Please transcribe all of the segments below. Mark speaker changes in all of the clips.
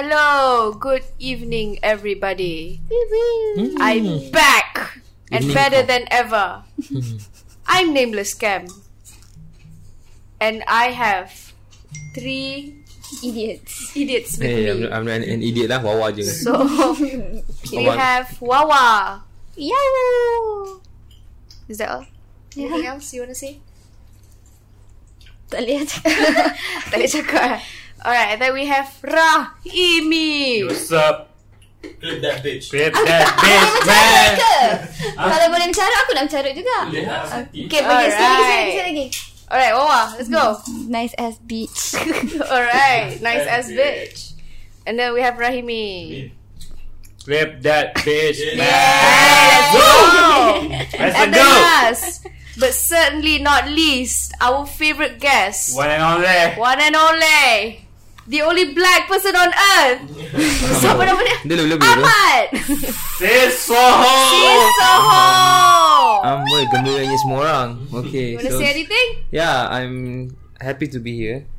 Speaker 1: Hello, good evening, everybody. I'm back and better than ever. I'm Nameless Cam, and I have three
Speaker 2: Idiots.
Speaker 1: idiots with
Speaker 3: Hey, Eh, I'm,
Speaker 1: me.
Speaker 3: I'm an, an idiot lah Wawa je
Speaker 1: So we
Speaker 3: Wawa.
Speaker 1: have Wawa.
Speaker 2: Yahoo!
Speaker 1: Is that all? Anything else you wanna say?
Speaker 2: Tak boleh ajar.
Speaker 1: tak boleh cakap. eh? Alright, then we have Rahimi.
Speaker 4: What's up?
Speaker 5: Clip that bitch.
Speaker 4: Grab that bitch, man.
Speaker 2: Ke? Kalau boleh mencarut, aku nak mencarut juga. Okay, pergi.
Speaker 1: Alright.
Speaker 2: Sekali lagi, sekali lagi.
Speaker 1: Alright, Wawa, let's go.
Speaker 2: Nice ass bitch.
Speaker 1: Alright, nice
Speaker 5: Ass
Speaker 1: ass bitch. And then we have Rahimi.
Speaker 4: Grab that bitch, man.
Speaker 1: Yes! Wow!
Speaker 4: Let's
Speaker 1: And then
Speaker 4: go.
Speaker 1: last, but certainly not least, our favorite guest,
Speaker 4: One and only.
Speaker 1: one and only, the only black person on earth. Siapa nama dia?
Speaker 3: Dia lebih-lebih tu
Speaker 1: Ahmad!
Speaker 4: Sis Soho.
Speaker 1: He's Soho!
Speaker 3: Amboi gembiranya semua orang Okay
Speaker 1: Wanna
Speaker 3: so
Speaker 1: say anything?
Speaker 3: Yeah I'm happy to be here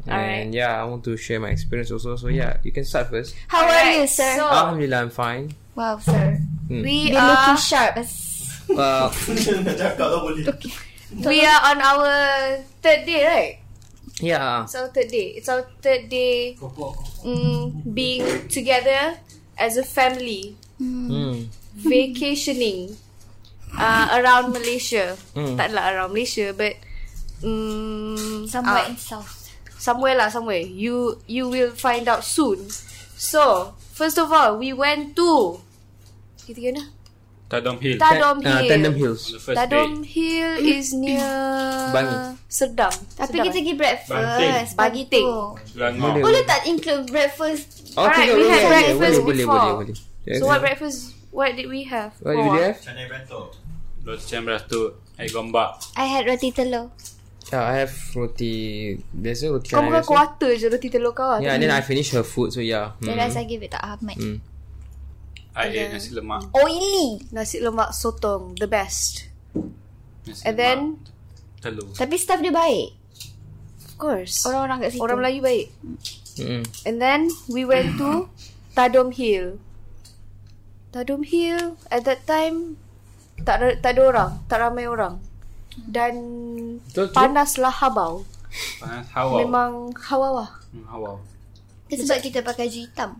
Speaker 1: Alright.
Speaker 3: And yeah I want to share my experience also So yeah you can start first
Speaker 2: How are
Speaker 1: Alright,
Speaker 2: you, sir?
Speaker 1: so-
Speaker 3: Alhamdulillah I'm fine
Speaker 2: wow, sir.
Speaker 1: We
Speaker 2: You're
Speaker 1: are,
Speaker 2: looking sharp as...
Speaker 3: uh,
Speaker 5: Nak cakap lah boleh.
Speaker 1: we are on our third day, right?
Speaker 3: Yeah
Speaker 1: It's our third day. It's our third day mm, being together as a family,
Speaker 3: Hmm.
Speaker 1: vacationing uh, around Malaysia.
Speaker 3: Mm.
Speaker 1: Tak lah around Malaysia, but mm,
Speaker 2: Somewhere
Speaker 1: uh,
Speaker 2: in south.
Speaker 1: somewhere lah, somewhere. You you will find out soon. So first of all, we went to kita kena
Speaker 4: Tadong Hill.
Speaker 1: Tadom
Speaker 3: Ah,
Speaker 1: Hill.
Speaker 3: Tandem Hills
Speaker 4: On the first
Speaker 1: Tadom Hill is near
Speaker 3: Bangi.
Speaker 1: Serdang.
Speaker 2: Tapi
Speaker 1: Serdang,
Speaker 2: kita
Speaker 1: eh?
Speaker 2: pergi breakfast.
Speaker 4: Banting.
Speaker 2: Pagi
Speaker 1: Banting.
Speaker 2: tu.
Speaker 4: day. Selangor.
Speaker 3: Boleh.
Speaker 2: Boleh tak include breakfast?
Speaker 3: Oh,
Speaker 1: Alright,
Speaker 3: okay,
Speaker 1: we
Speaker 3: okay,
Speaker 1: had
Speaker 3: okay,
Speaker 1: breakfast
Speaker 3: boleh, boleh,
Speaker 1: before.
Speaker 3: boleh, boleh.
Speaker 1: So what breakfast? What did we have? Oh,
Speaker 3: Ya, What did we
Speaker 1: Wawa.
Speaker 3: have?
Speaker 5: Channel rental.
Speaker 4: Los Chambras tu. Hai Gombak.
Speaker 2: I had roti telur.
Speaker 3: Yeah, I have roti Biasa roti
Speaker 1: Kau
Speaker 3: canai
Speaker 1: bukan
Speaker 3: biasa.
Speaker 1: quarter je roti telur kau lah.
Speaker 3: Yeah, and then I finish her food, so yeah.
Speaker 2: The
Speaker 3: Mm.
Speaker 2: rest I give it to Ahmad.
Speaker 3: Mm.
Speaker 4: I ate nasi lemak.
Speaker 2: Oh, Oily.
Speaker 1: Nasi lemak sotong, the best.
Speaker 4: Nasi
Speaker 1: And
Speaker 4: lemak.
Speaker 1: then,
Speaker 4: Telur.
Speaker 2: Tapi staff dia baik.
Speaker 1: of course, orang,
Speaker 2: Orang-orang kat situ.
Speaker 1: orang Melayu baik.
Speaker 3: Mm.
Speaker 1: And then, we went to Tadom Hill. Tadom Hill, at that time, tak, ra- tak ada orang, tak ramai orang. Dan
Speaker 3: Betul, betul.
Speaker 1: panaslah habau.
Speaker 4: Panas hawau.
Speaker 1: Memang hawa lah.
Speaker 4: Hmm, Hawau.
Speaker 2: Itu sebab kita pakai baju hitam.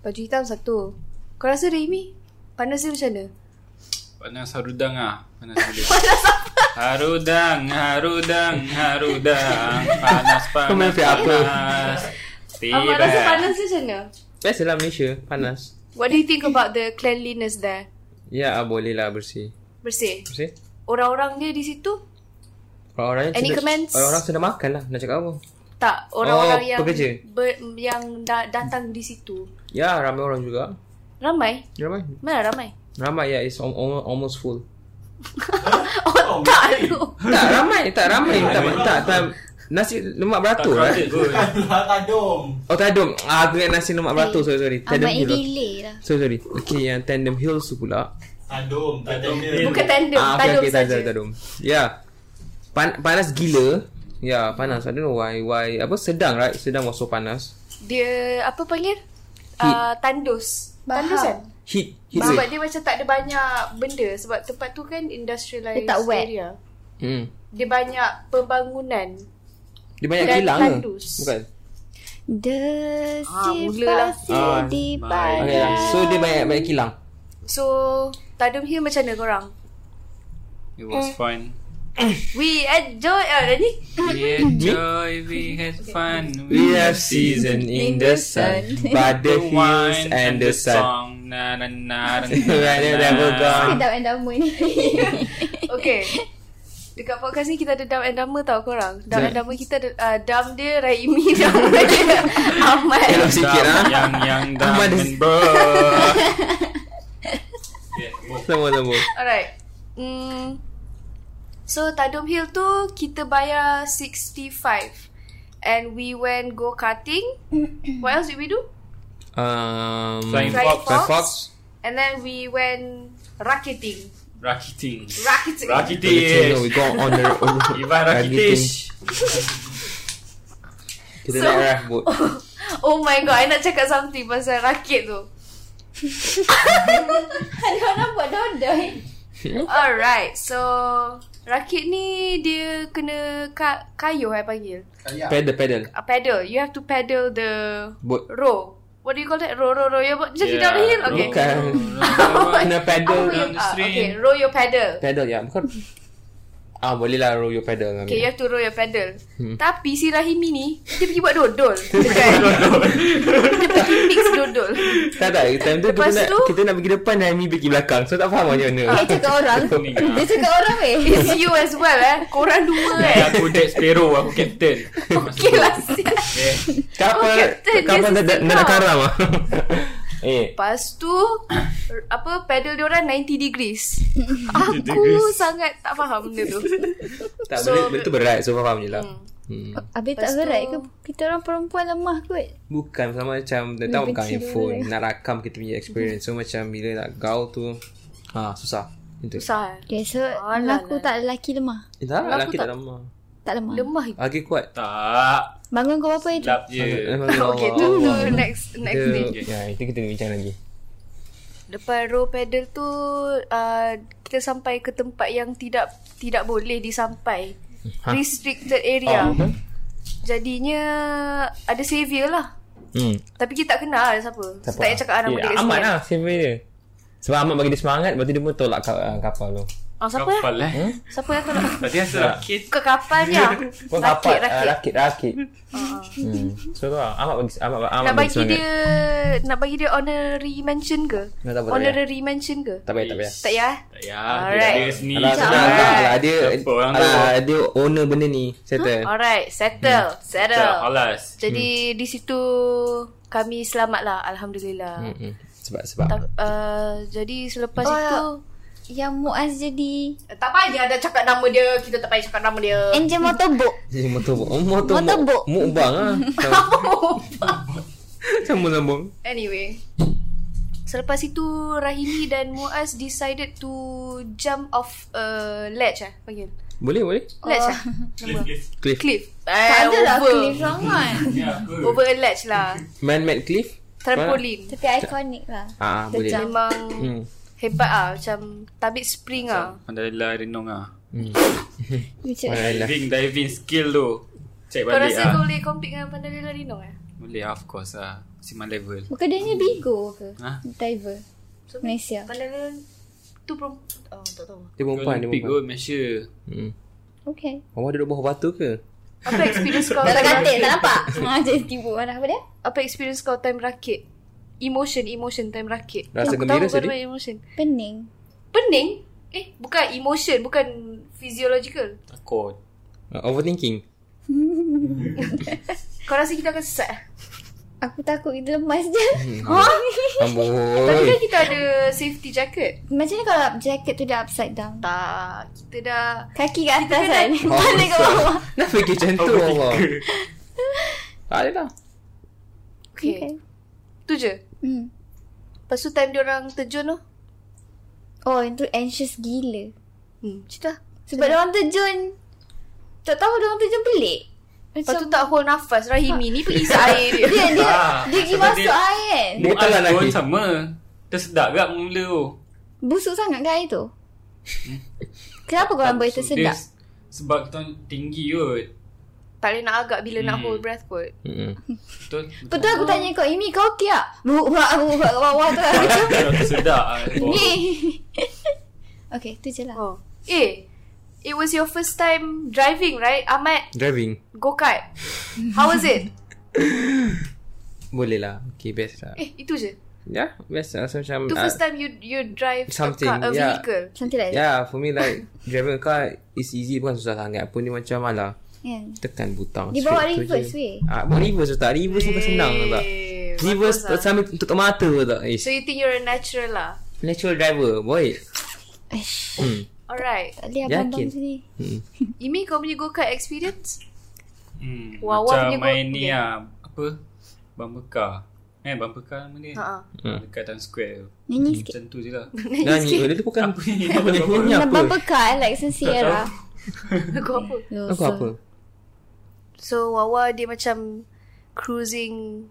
Speaker 1: Baju hitam satu. Kau rasa Remy? Panas dia macam mana?
Speaker 4: Panas harudang ah. Panas boleh. Harudang, harudang, harudang. Panas, panas,
Speaker 3: Kau main pick apa?
Speaker 4: panas.
Speaker 1: Ahmad rasa
Speaker 4: Tiba.
Speaker 1: panas dia macam mana?
Speaker 3: Biasalah Malaysia, panas.
Speaker 1: What do you think about the cleanliness there?
Speaker 3: Ya, ah, boleh lah bersih.
Speaker 1: Bersih?
Speaker 3: Bersih?
Speaker 1: Orang-orang dia di situ?
Speaker 3: Orang-orang
Speaker 1: Any
Speaker 3: sudah,
Speaker 1: comments?
Speaker 3: Orang-orang sudah makan lah, nak cakap apa?
Speaker 1: Tak, orang-orang
Speaker 3: Oh,
Speaker 1: yang
Speaker 3: pekerja?
Speaker 1: ber, yang da, datang di situ.
Speaker 3: Ya, ramai orang juga. Ya,
Speaker 1: Ramai?
Speaker 3: Ramai.
Speaker 1: Mana ramai?
Speaker 3: Ramai, ya. It's al- al- almost full.
Speaker 1: Oh, tak tu.
Speaker 3: tak, ramai. Tak, ramai. tak, tak, tak. Nasi lemak
Speaker 4: Tak
Speaker 3: beratur lah.
Speaker 4: crowded kot.
Speaker 5: Lah tadom.
Speaker 3: Oh, tak ada. Ah, aku ingat nasi lemak beratur. Sorry, sorry. Tandem
Speaker 2: Ahmad ni
Speaker 3: Hills.
Speaker 2: delay lah.
Speaker 3: Sorry, sorry. Okay, yang Tandem Hills tu pula.
Speaker 5: Tadom. Tadom.
Speaker 1: Bukan tandem,
Speaker 3: Ah,
Speaker 1: tandem
Speaker 3: okay, okay,
Speaker 1: saja.
Speaker 3: tadum, tadum. Ya. Pan- panas gila. Ya, panas. I don't know why. Why? Apa? Sedang, right? Sedang was so panas.
Speaker 1: Dia apa panggil? Uh, tandus.
Speaker 2: Bahang.
Speaker 1: Tandus kan?
Speaker 3: Heat. Heat
Speaker 1: Sebab dia
Speaker 3: wave.
Speaker 1: macam tak ada banyak benda sebab tempat tu kan industrialized
Speaker 2: Dia tak wet.
Speaker 1: area.
Speaker 3: Hmm.
Speaker 1: Dia banyak pembangunan.
Speaker 3: Dia banyak
Speaker 1: Dan
Speaker 3: kilang ke?
Speaker 1: tandus.
Speaker 3: Bukan.
Speaker 1: Ah,
Speaker 2: Desi
Speaker 1: mula lah.
Speaker 3: Ah,
Speaker 2: pasir di
Speaker 4: baik.
Speaker 3: Okay, lah. So dia banyak banyak kilang.
Speaker 1: So, Tadum Hill macam mana korang?
Speaker 4: It was fun.
Speaker 1: We enjoy oh, dah ni.
Speaker 4: We enjoy, we had fun.
Speaker 3: We have season in the sun, but the hills
Speaker 4: wine
Speaker 3: and the sun.
Speaker 4: song. Na na na na
Speaker 3: Rather
Speaker 4: na,
Speaker 3: never
Speaker 4: na.
Speaker 3: gone.
Speaker 2: Sedap and dama ni.
Speaker 1: Okay. Dekat podcast ni kita ada dam and dama tau korang. Dam and dama kita ada uh, dam dia Raimi dam dia Ahmad.
Speaker 3: Elok sikit
Speaker 4: Dam,
Speaker 3: ah.
Speaker 4: Yang yang
Speaker 3: Ahmad
Speaker 4: diamond
Speaker 3: is-
Speaker 4: bro.
Speaker 3: Sama sama.
Speaker 1: Alright. Mm. So Tadom Hill tu kita bayar 65 and we went go karting. What else did we do?
Speaker 3: Um,
Speaker 4: Flying
Speaker 1: Flying
Speaker 4: fox,
Speaker 1: fox.
Speaker 3: Flying fox.
Speaker 1: And then we went racketing.
Speaker 4: rakiting,
Speaker 1: Racketing.
Speaker 3: Okay, no,
Speaker 4: rakitish,
Speaker 3: we go on the on the-
Speaker 4: Ivan rakitish.
Speaker 1: So-
Speaker 3: Kita naik rafboat.
Speaker 1: Oh my god I nak cakap something Pasal rakit tu
Speaker 2: Ada orang buat dodoi.
Speaker 1: Alright So Rakit ni Dia kena ka- Kayu I panggil
Speaker 5: Kayak.
Speaker 3: Pedal pedal
Speaker 1: uh, Pedal You have to pedal the
Speaker 3: Boat
Speaker 1: Row What do you call that? Row row row your boat Just yeah. downhill Okay
Speaker 3: Bukan. Kena
Speaker 1: Row your,
Speaker 3: pedal
Speaker 4: Down the
Speaker 1: uh,
Speaker 4: stream.
Speaker 1: Okay Row your pedal
Speaker 3: Pedal ya Bukan Ah boleh lah roll your pedal
Speaker 1: Okay, you have to roll your pedal. Hmm.
Speaker 3: Hmm.
Speaker 1: Tapi si Rahimi ni, dia pergi buat dodol. Dekat, dia pergi mix dodol.
Speaker 3: Tak tak Time tu kita
Speaker 1: Lepas
Speaker 3: nak,
Speaker 1: tu- Eh,
Speaker 3: kita nak pergi depan Dan Amy pergi belakang So tak faham macam mana
Speaker 2: Dia cakap orang.
Speaker 4: ah.
Speaker 2: Dia cakap orang weh.
Speaker 1: It's you as well eh. Korang dua eh.
Speaker 4: Aku Jack Sparrow Aku Captain
Speaker 1: Okay lah sial.
Speaker 3: Kapal
Speaker 1: Oh, Captain,
Speaker 3: Kapal
Speaker 1: dia
Speaker 3: dah dah-
Speaker 1: sising
Speaker 3: dah nak
Speaker 1: kau.
Speaker 3: karam ah. Eh
Speaker 1: Lepas tu Apa Pedal diorang 90 degrees Aku sangat tak faham benda tu
Speaker 3: Tak
Speaker 1: So-
Speaker 3: boleh Benda tu berat So faham je lah
Speaker 1: Hmm.
Speaker 3: hmm.
Speaker 2: Habis
Speaker 1: Lepas
Speaker 2: tak berat
Speaker 1: tu-
Speaker 2: ke kita orang perempuan lemah kot.
Speaker 3: Bukan sama macam Dia tahu
Speaker 2: Benci
Speaker 3: bukan
Speaker 2: dia
Speaker 3: handphone
Speaker 2: orang.
Speaker 3: Nak rakam kita punya experience
Speaker 1: Hmm.
Speaker 3: So macam bila nak gaul tu ha, Susah Itu.
Speaker 1: Susah eh
Speaker 2: Okay, Ya, so
Speaker 1: Alah,
Speaker 2: mengaku
Speaker 1: lah.
Speaker 2: tak lelaki lemah.
Speaker 3: Eh, tak,
Speaker 1: Kenapa
Speaker 3: lelaki
Speaker 1: tak-
Speaker 3: tak lama
Speaker 2: Tak lemah.
Speaker 1: Lemah
Speaker 3: Lelaki kuat
Speaker 4: Tak
Speaker 2: Bangun kau apa
Speaker 3: Lah.
Speaker 2: itu?
Speaker 4: Sedap
Speaker 3: Ya. eh.
Speaker 4: je
Speaker 1: Okay tu tu next next
Speaker 3: Dia-
Speaker 1: day
Speaker 3: Ya, itu kita bincang lagi
Speaker 1: Lepas row pedal tu uh, Kita sampai ke tempat yang tidak Tidak boleh disampai
Speaker 3: Ha? Ah,
Speaker 1: Restricted area Jadinya Ada savior lah
Speaker 3: hmm.
Speaker 1: Tapi kita tak kenal ada siapa Tak payah cakap ah, nama dia kat
Speaker 3: Amat
Speaker 1: sini.
Speaker 3: lah Save dia Sebab Ahmad bagi dia semangat Lepas tu dia pun tolak ka- ah, kapal tu
Speaker 1: Ah, Siapa ya?
Speaker 4: Kapal eh
Speaker 1: Siapa yang tolak
Speaker 4: Tadi rasa rakit
Speaker 1: Bukan kapal je Rakit
Speaker 3: Bukan kapal, ah,
Speaker 1: rakit
Speaker 3: Rakit Rakit hmm. So tu lah Ahmad bagi Ahmad, Ahmad
Speaker 1: Nak bagi dia Nak bagi dia honorary mention ke?
Speaker 3: Nak tak apa, tak
Speaker 1: Honorary mention ke?
Speaker 3: Tak payah tak payah
Speaker 1: Tak payah eh?
Speaker 4: Tak payah
Speaker 1: Alright.
Speaker 4: Dia sendiri
Speaker 3: Alah, senang
Speaker 1: Alright.
Speaker 3: tak lah. Dia,
Speaker 4: Siapa orang tu?
Speaker 3: alah, dia owner benda ni. Settle.
Speaker 1: Alright, settle Settle
Speaker 4: Tak Alas
Speaker 1: Jadi
Speaker 3: Hmm.
Speaker 1: di situ Kami selamat lah Alhamdulillah
Speaker 3: Hmm, hmm. Sebab, sebab.
Speaker 1: Ta- uh, Jadi selepas
Speaker 2: Oh,
Speaker 1: itu
Speaker 2: Yang Muaz jadi
Speaker 1: ya. Tak payah dah cakap nama dia Kita tak payah cakap nama dia
Speaker 2: Angel Motorbok.
Speaker 3: Jadi motor Oh, motor
Speaker 2: Motorbok.
Speaker 3: Mukbang lah. Sambung-sambung.
Speaker 1: Anyway Selepas itu Rahimi dan Muaz decided to jump off a ledge ah panggil.
Speaker 3: Boleh, boleh.
Speaker 1: Ledge ah.
Speaker 5: Cliff, cliff.
Speaker 3: Cliff.
Speaker 1: Cliff. Eh,
Speaker 2: Tak ada lah
Speaker 1: over.
Speaker 2: clear sangat.
Speaker 5: Ya, ke?
Speaker 1: Over a ledge lah.
Speaker 3: Man-made cliff.
Speaker 1: Trampoline.
Speaker 2: Tapi ikonik lah.
Speaker 3: Ah, boleh.
Speaker 2: Terjam.
Speaker 1: Memang
Speaker 3: Hmm.
Speaker 1: hebat ah macam tabik spring ah.
Speaker 4: Alhamdulillah renung ah
Speaker 3: Hmm.
Speaker 2: Macam
Speaker 3: Alhamdulillah.
Speaker 4: Diving diving skill tu Check
Speaker 1: Kau
Speaker 4: balik
Speaker 1: rasa
Speaker 3: lah.
Speaker 1: kau
Speaker 4: ah.
Speaker 1: boleh compete dengan Pandalila Rinong eh?
Speaker 4: Boleh ah, of course ah Siman level
Speaker 2: Bukan dia ni bigo ke?
Speaker 4: Hmm. Ha?
Speaker 2: Diver.
Speaker 1: Ya.
Speaker 2: Malaysia.
Speaker 1: Pandalila tu perempuan. Oh, tak tahu.
Speaker 3: Dia perempuan, dia
Speaker 4: Olympic
Speaker 3: perempuan.
Speaker 4: gold Malaysia
Speaker 3: Hmm.
Speaker 2: Okay.
Speaker 3: Mama duduk bawah batu ke?
Speaker 1: Apa experience kau?
Speaker 2: Dalam
Speaker 1: time
Speaker 2: katil
Speaker 1: rakit?
Speaker 2: tak nampak. Ha jadi tipu mana apa dia?
Speaker 1: Apa experience kau time rakit? Emotion, emotion time rakit.
Speaker 3: Rasa
Speaker 1: Aku
Speaker 3: gembira,
Speaker 1: tahu kau ada
Speaker 3: sedih?
Speaker 1: banyak emotion.
Speaker 2: Pening.
Speaker 1: Pening? Eh, bukan emotion, bukan physiological.
Speaker 4: Takut
Speaker 3: Uh, overthinking.
Speaker 1: Kau rasa kita akan sesat? eh?
Speaker 2: Aku takut kita lemas je.
Speaker 4: Hmm, ha.
Speaker 3: Sambung.
Speaker 1: Tapi kan kita ada safety jacket.
Speaker 2: Macam ni kalau jaket tu dah upside down.
Speaker 1: Tak, kita dah...
Speaker 2: Kaki kat atas
Speaker 1: kena-
Speaker 2: kan.
Speaker 4: Oh,
Speaker 2: Balik ke bawah.
Speaker 3: Nak fikir macam tu Allah. Tak ada lah.
Speaker 1: Okay. okay. Tu je.
Speaker 2: Hmm.
Speaker 1: Lepas tu time diorang terjun tu.
Speaker 2: Oh, itu anxious gila.
Speaker 1: Hmm, cerita.
Speaker 2: Sebab dia orang terjun. Tak tahu dia orang terjun pelik.
Speaker 1: Lepas
Speaker 2: Macam
Speaker 1: tu tak hold nafas. Rahimi ni pergi isap air dia.
Speaker 2: dia dia
Speaker 4: Ah,
Speaker 2: dia pergi
Speaker 4: sebab
Speaker 2: masuk
Speaker 4: dia-
Speaker 2: air kan.
Speaker 3: Dia
Speaker 4: Muaz
Speaker 3: telan
Speaker 4: pun
Speaker 3: lagi.
Speaker 4: sama Tersedak gak mula tu
Speaker 2: Busuk sangat kan air tu.
Speaker 4: Hmm.
Speaker 2: Kenapa korang boleh
Speaker 4: Busuk.
Speaker 2: tersedak?
Speaker 4: Dia- Sebab kita orang tinggi kot
Speaker 1: Tak boleh nak agak bila nak
Speaker 4: Hmm.
Speaker 1: hold breath kot.
Speaker 3: Mm-mm.
Speaker 4: Betul
Speaker 2: Betul aku tanya kau Imi kau okey tak? Buat buat bawah tu aku macam
Speaker 4: Betul Tersedak ah.
Speaker 2: ni. Okay tu je lah.
Speaker 1: Oh. Eh, it was your first time driving, right? Ahmad,
Speaker 3: Driving.
Speaker 1: go-kart. How was it?
Speaker 3: Boleh lah. Okay, best lah.
Speaker 1: Eh, itu je.
Speaker 3: Ya, yeah, best lah. So, macam...
Speaker 1: Tu
Speaker 3: ah,
Speaker 1: first time you you drive
Speaker 3: something,
Speaker 1: a car, a
Speaker 3: yeah.
Speaker 1: vehicle.
Speaker 2: Something like that.
Speaker 3: Yeah, ya, for me like driving a car is easy bukan susah sangat pun ni macam alah
Speaker 2: Yeah.
Speaker 3: tekan butang.
Speaker 2: Dia bawa
Speaker 3: straight tu
Speaker 2: reverse
Speaker 3: je.
Speaker 2: weh.
Speaker 3: Ah, bawa reverse tu tak? Reverse bukan senang tu tak?
Speaker 1: Eh,
Speaker 3: Reverse
Speaker 1: bagus
Speaker 3: tak
Speaker 1: lah.
Speaker 3: sampai tutup mata tu tak? Eh,
Speaker 1: So you think you're a natural lah.
Speaker 3: natural driver, boy.
Speaker 2: Ish.
Speaker 3: Hmm. Ya,
Speaker 1: Alright.
Speaker 2: Tak boleh abang-abang
Speaker 3: Yakin?
Speaker 2: sini.
Speaker 3: Hmm.
Speaker 1: Imi kau punya go-kart experience?
Speaker 4: Hmm,
Speaker 1: Wawa
Speaker 4: Macam
Speaker 1: punya
Speaker 4: main
Speaker 1: golf
Speaker 4: ni
Speaker 1: game.
Speaker 4: lah Apa Bumper car Eh bumper car nama dia
Speaker 1: Ha ah.
Speaker 4: Ah, Dekat Times Square tu
Speaker 2: Nyanyi sikit.
Speaker 4: Macam tu je lah
Speaker 3: Nah, ni Oh, dia tu bukan
Speaker 4: Apa ni?
Speaker 3: apa Hmm. ni punya
Speaker 2: Nak
Speaker 3: apa?
Speaker 2: bumper car like lah. Sierra.
Speaker 1: Kau apa?
Speaker 3: Aku apa?
Speaker 1: So Wawa dia macam cruising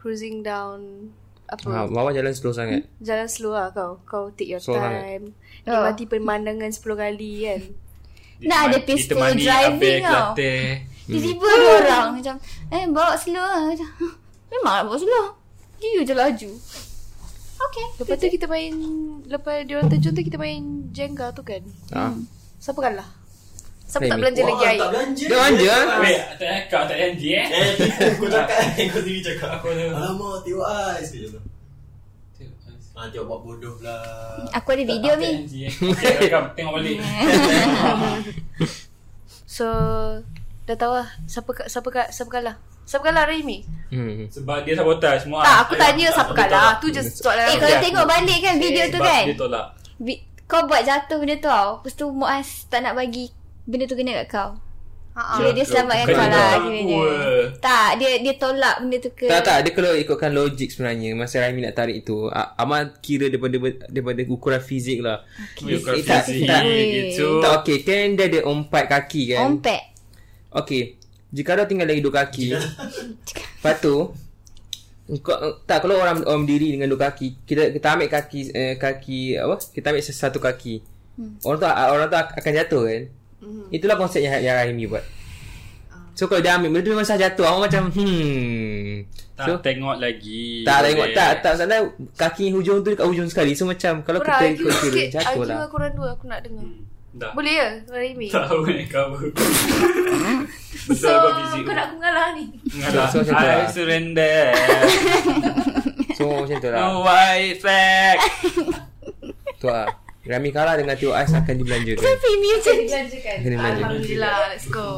Speaker 1: cruising down
Speaker 3: Ha,
Speaker 1: apa
Speaker 3: Mawar jalan slow sangat.
Speaker 1: jalan slow lah kau kau take your
Speaker 3: Slow sangat.
Speaker 1: time
Speaker 2: Oh.
Speaker 1: nikmati pemandangan 10 kali kan
Speaker 2: Nak ada peaceful driving tau.
Speaker 4: Kelantan.
Speaker 3: Hmm.
Speaker 2: Tiba-tiba ada orang macam Eh bawa slow lah Macam, Memang nak bawa slow Dia je laju Okay
Speaker 1: lepas tu kita main lepas dia orang terjun tu kita main Jenga tu kan
Speaker 3: Ha.
Speaker 1: siapa kalah siapa
Speaker 3: Play
Speaker 1: tak
Speaker 3: me.
Speaker 1: belanja lagi air
Speaker 5: tak belanja.
Speaker 3: Dia belanja, ah.
Speaker 4: Weh, tak cakap, tak janji eh.
Speaker 5: Eh, tipu kau cakap. eh. Kau sendiri cakap.
Speaker 4: Aku ada-
Speaker 5: Alamak, tiup ais. Dia cakap. Ah, tiup buat bodoh lah.
Speaker 2: Aku ada video
Speaker 4: Tak
Speaker 2: ni
Speaker 4: janji eh. Okay, rakam, tengok balik.
Speaker 1: so dah tahu lah siapa ka- siapa ka- siapa kalah siapa kalah Raimi
Speaker 3: Hmm.
Speaker 4: Sebab dia sabotage semua. ah.
Speaker 1: tak aku tanya
Speaker 5: tak,
Speaker 1: siapa
Speaker 5: tak,
Speaker 1: kalah
Speaker 5: tak.
Speaker 1: tu je soalan
Speaker 2: Eh
Speaker 1: aku.
Speaker 2: kalau tengok balik kan video tu
Speaker 4: Sebab
Speaker 2: kan
Speaker 4: Ya. Eh, Dia tolak.
Speaker 2: vi- Kau buat jatuh benda tu tau Lepas tu Muaz tak nak bagi Benda tu kena kat kau
Speaker 1: Ha-ha.
Speaker 2: Kira dia selamatkan
Speaker 4: Bukan
Speaker 2: kau
Speaker 4: dia
Speaker 2: lah
Speaker 4: tolak
Speaker 2: Kiranya
Speaker 4: aku, eh.
Speaker 2: Tak dia dia tolak benda tu ke
Speaker 3: Tak tak dia kalau ikutkan logik sebenarnya masa Raimi nak tarik tu A- Amal kira daripada daripada ukuran fizik lah.
Speaker 4: Weh, kau
Speaker 3: Eh, tak,
Speaker 4: fizik
Speaker 3: tak.
Speaker 4: gitu.
Speaker 3: Tak okey kan dia ada empat kaki kan.
Speaker 2: Ompek
Speaker 3: Okey. Jika kau tinggal lagi dua kaki. Lepas tu kau, tak kalau orang orang berdiri dengan dua kaki kita kita ambil kaki eh, kaki apa kita ambil satu kaki orang tu orang tu akan jatuh kan itulah konsep yang, yang Rahimi buat so kalau dia ambil benda tu memang sah jatuh aku macam hmm
Speaker 4: Tak
Speaker 3: so
Speaker 4: tengok lagi.
Speaker 3: tak tengok
Speaker 4: Weh.
Speaker 3: tak tak salah kaki hujung tu dekat hujung sekali so macam kalau
Speaker 1: Korang
Speaker 3: kita
Speaker 1: argue
Speaker 3: ikut kira
Speaker 1: sikit
Speaker 3: jatuh
Speaker 1: Argue
Speaker 3: lah
Speaker 1: lah korang dua Aku nak dengar
Speaker 4: Hmm. Dah.
Speaker 1: Boleh ya Raimi?
Speaker 4: Tahu eh cover.
Speaker 1: So
Speaker 4: Betul kau fizik.
Speaker 1: kau nak aku mengalah ni
Speaker 4: Mengalah.
Speaker 3: So, so macam tu
Speaker 4: I
Speaker 3: lah.
Speaker 4: surrender.
Speaker 3: so macam tu lah
Speaker 4: No white flag.
Speaker 3: tu lah Rami kalah dengan Tio Ais akan dibelanjakan
Speaker 2: Tapi ni macam
Speaker 1: Dilanjakan
Speaker 3: Kena manja.
Speaker 1: Alhamdulillah Let's go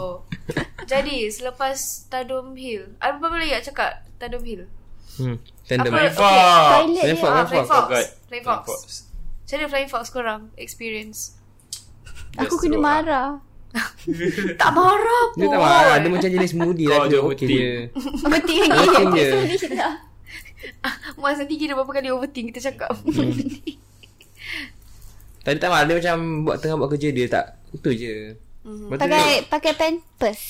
Speaker 1: Jadi selepas Tadom Hill Apa boleh nak cakap Tadom Hill?
Speaker 3: hmm tandem
Speaker 1: Apa?
Speaker 4: Flying fox.
Speaker 2: Toilet
Speaker 3: Flying
Speaker 2: dia
Speaker 3: fox,
Speaker 1: Ah, Flying
Speaker 3: Flying fox.
Speaker 1: Fox
Speaker 4: Forgot.
Speaker 1: Flying Fox Macam mana Flying Fox korang Experience
Speaker 2: Aku
Speaker 4: Just
Speaker 2: kena
Speaker 4: throw up.
Speaker 2: marah
Speaker 1: Tak marah pun
Speaker 3: Dia tak marah Dia macam jenis smoothie lah
Speaker 4: Kau
Speaker 3: tu
Speaker 4: je
Speaker 3: Okey
Speaker 4: betul.
Speaker 3: dia
Speaker 2: Penting lagi
Speaker 3: Penting dia.
Speaker 2: Sorry lah.
Speaker 1: Mas nanti kira berapa kali overthink Kita cakap
Speaker 3: Hmm. Tadi tak marah Dia macam buat, Tengah buat kerja dia tak Itu je
Speaker 1: Mhm.
Speaker 3: Lepas tu dia-
Speaker 2: Pakai pakai pampers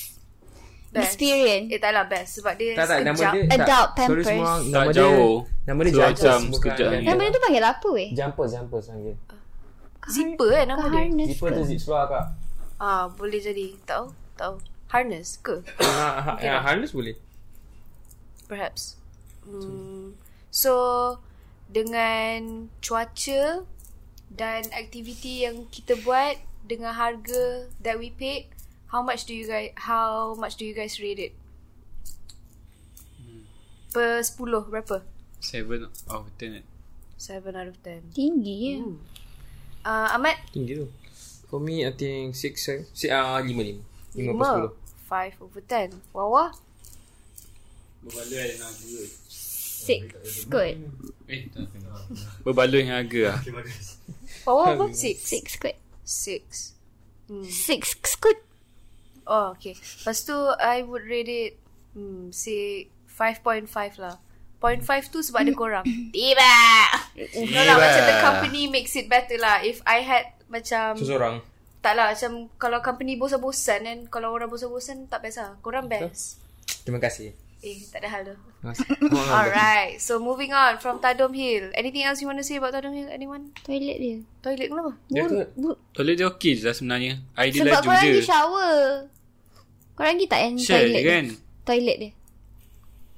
Speaker 1: Best
Speaker 2: Experience
Speaker 1: Eh tak lah best Sebab dia
Speaker 3: tak tak nama
Speaker 1: sekejap.
Speaker 3: dia
Speaker 2: Adult
Speaker 3: tak, sorry
Speaker 2: Pampers.
Speaker 3: semua orang,
Speaker 4: Tak
Speaker 3: nama dia
Speaker 4: jauh.
Speaker 3: nama dia
Speaker 4: So,
Speaker 3: Jajos,
Speaker 4: macam
Speaker 3: bukan
Speaker 4: sekejap.
Speaker 3: Jajos.
Speaker 2: Dan Kan benda tu panggil apa weh?
Speaker 3: Jumpers Jumpers panggil
Speaker 1: Zipper eh nama
Speaker 2: Kau
Speaker 1: dia
Speaker 2: harness
Speaker 3: Zipper
Speaker 2: ke?
Speaker 3: tu zip seluar kak
Speaker 1: Ah Boleh jadi Tahu Tahu Harness ke
Speaker 4: Ah,
Speaker 3: Ya harness boleh
Speaker 1: Perhaps. Hmm. So dengan cuaca dan aktiviti yang kita buat dengan harga that we paid, how much do you guys how much do you guys rate it?
Speaker 3: Hmm.
Speaker 1: Per 10 berapa?
Speaker 4: Seven of ten.
Speaker 1: 7 out of 10.
Speaker 2: Tinggi ya.
Speaker 1: Hmm. Uh, Ahmad
Speaker 3: Tinggi tu For me I think 6 6 ah 5 5 5 per
Speaker 1: 5. 5
Speaker 3: 10
Speaker 1: over 10. Wawa
Speaker 4: Berbaloi dengan harga.
Speaker 2: Six kot.
Speaker 4: Eh, tak tengok. Berbaloi dengan harga lah.
Speaker 5: Terima kasih.
Speaker 1: Wawa apa? 6.
Speaker 2: Six kot.
Speaker 1: 6.
Speaker 2: Six kot.
Speaker 1: Oh, okay. Lepas tu, I would rate it, hmm, say 5.5 lah. 0.5 tu sebab ada korang. Tiba! No lah, macam the company makes it better lah. If I had macam,
Speaker 3: Seseorang
Speaker 1: tak lah, macam kalau company bosan-bosan kan, kalau orang bosan-bosan tak best lah. Korang best.
Speaker 3: Terima kasih
Speaker 1: Eh, tak ada hal tu.
Speaker 3: Terima kasih. Orang lambat.
Speaker 1: Alright, so moving on from Tadom Hill. Anything else you want to say about Tadom Hill? Anyone?
Speaker 2: Toilet dia.
Speaker 1: Toilet kenapa?
Speaker 3: Dia tu
Speaker 2: Bu-
Speaker 4: Toilet dia okey je lah sebenarnya. Air dia
Speaker 2: sebab
Speaker 4: laju
Speaker 2: korang
Speaker 4: je.
Speaker 2: pergi shower. Korang pergi tak yang
Speaker 4: Share
Speaker 2: toilet
Speaker 4: je kan.
Speaker 2: dia? Toilet dia.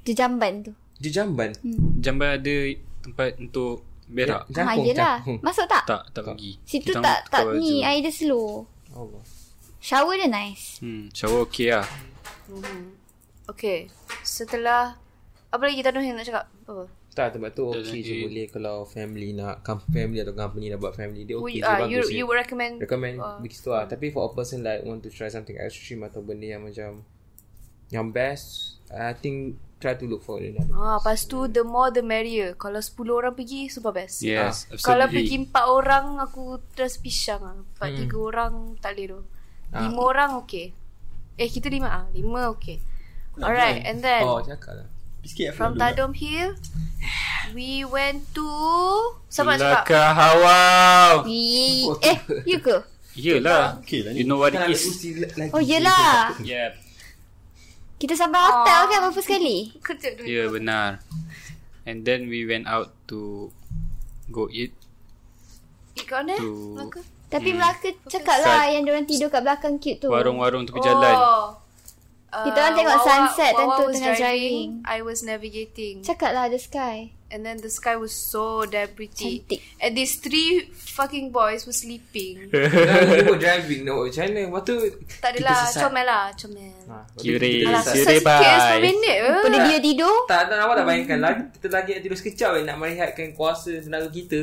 Speaker 2: Dia jamban tu.
Speaker 3: Dia jamban
Speaker 1: Hmm.
Speaker 4: Jamban ada tempat untuk
Speaker 5: Ya.
Speaker 4: berak.
Speaker 2: Ha
Speaker 3: Jangkung
Speaker 2: yelah.
Speaker 3: jangkung.
Speaker 2: Masuk tak?
Speaker 4: Tak, tak pergi.
Speaker 2: Situ
Speaker 4: Kita
Speaker 2: tak
Speaker 4: pakai
Speaker 2: tak
Speaker 4: baju.
Speaker 2: ni air dia slow.
Speaker 3: Allah
Speaker 2: Shower dia nice.
Speaker 4: Hmm, shower okey lah.
Speaker 1: Okay, setelah, apa lagi Tadom Hill nak cakap? Apa?
Speaker 3: Tak tempat tu okey
Speaker 4: lagi.
Speaker 3: je boleh kalau family nak com- family atau company nak buat family dia
Speaker 1: We,
Speaker 3: okey je
Speaker 1: uh,
Speaker 3: bagus
Speaker 1: you,
Speaker 3: je.
Speaker 1: you would recommend
Speaker 3: recommend
Speaker 1: uh,
Speaker 3: begitu lah tapi for a person like want to try something extreme atau benda yang macam yang best I think try to look for another
Speaker 1: Ah, lepas tu the more the merrier. Kalau 10 orang pergi super best.
Speaker 4: Yes,
Speaker 3: Ah,
Speaker 4: absolutely.
Speaker 1: Kalau pergi 4 orang aku terasa pisang ah. 4 hmm. 3 orang tak boleh tu.
Speaker 3: Ah.
Speaker 1: 5 orang okey. Eh kita 5 ah. 5 okey. Alright, and then
Speaker 3: oh cakap lah
Speaker 5: Biskit
Speaker 1: from Tadom Hill we went to sama cakap.
Speaker 4: Melaka Hawau.
Speaker 2: Yee. Eh, you ke?
Speaker 4: Yelah.
Speaker 5: Okey lah ni.
Speaker 4: You know what it
Speaker 3: Kan
Speaker 4: is.
Speaker 3: lagi
Speaker 2: Oh yelah.
Speaker 4: Yep.
Speaker 2: Kita sampai hotel kan berapa sekali?
Speaker 1: Kejap dulu.
Speaker 4: Ya, benar. And then we went out to go eat.
Speaker 1: Eat kat mana?
Speaker 4: Tu.
Speaker 1: Melaka?
Speaker 2: Tapi Melaka cakap lah yang diorang tidur kat belakang cute tu. Oh.
Speaker 4: Warung-warung tepi jalan.
Speaker 1: Oh. Uh,
Speaker 2: Kita orang tengok sunset time tu
Speaker 1: was
Speaker 2: tengah driving.
Speaker 1: I was navigating.
Speaker 2: Cakap lah the sky.
Speaker 1: And then the sky was so damn pretty.
Speaker 2: Cantik.
Speaker 1: And these three fucking boys were sleeping.
Speaker 3: Kita buat driving nak buat macam mana Lepas tu
Speaker 1: tak
Speaker 3: kita
Speaker 1: adalah,
Speaker 3: sesat.
Speaker 1: comel lah, comel.
Speaker 3: Ha, lepas tu
Speaker 4: Kira-
Speaker 3: kita
Speaker 1: Alah,
Speaker 3: sesat.
Speaker 4: Serious,
Speaker 1: sesat sikit
Speaker 4: bye.
Speaker 1: 10 minit ke?
Speaker 2: Pada dia tidur.
Speaker 3: Tak, tak awak tak bayangkan lah Kita lagi nak tidur sekejap eh, Nak melihatkan kuasa tenaga kita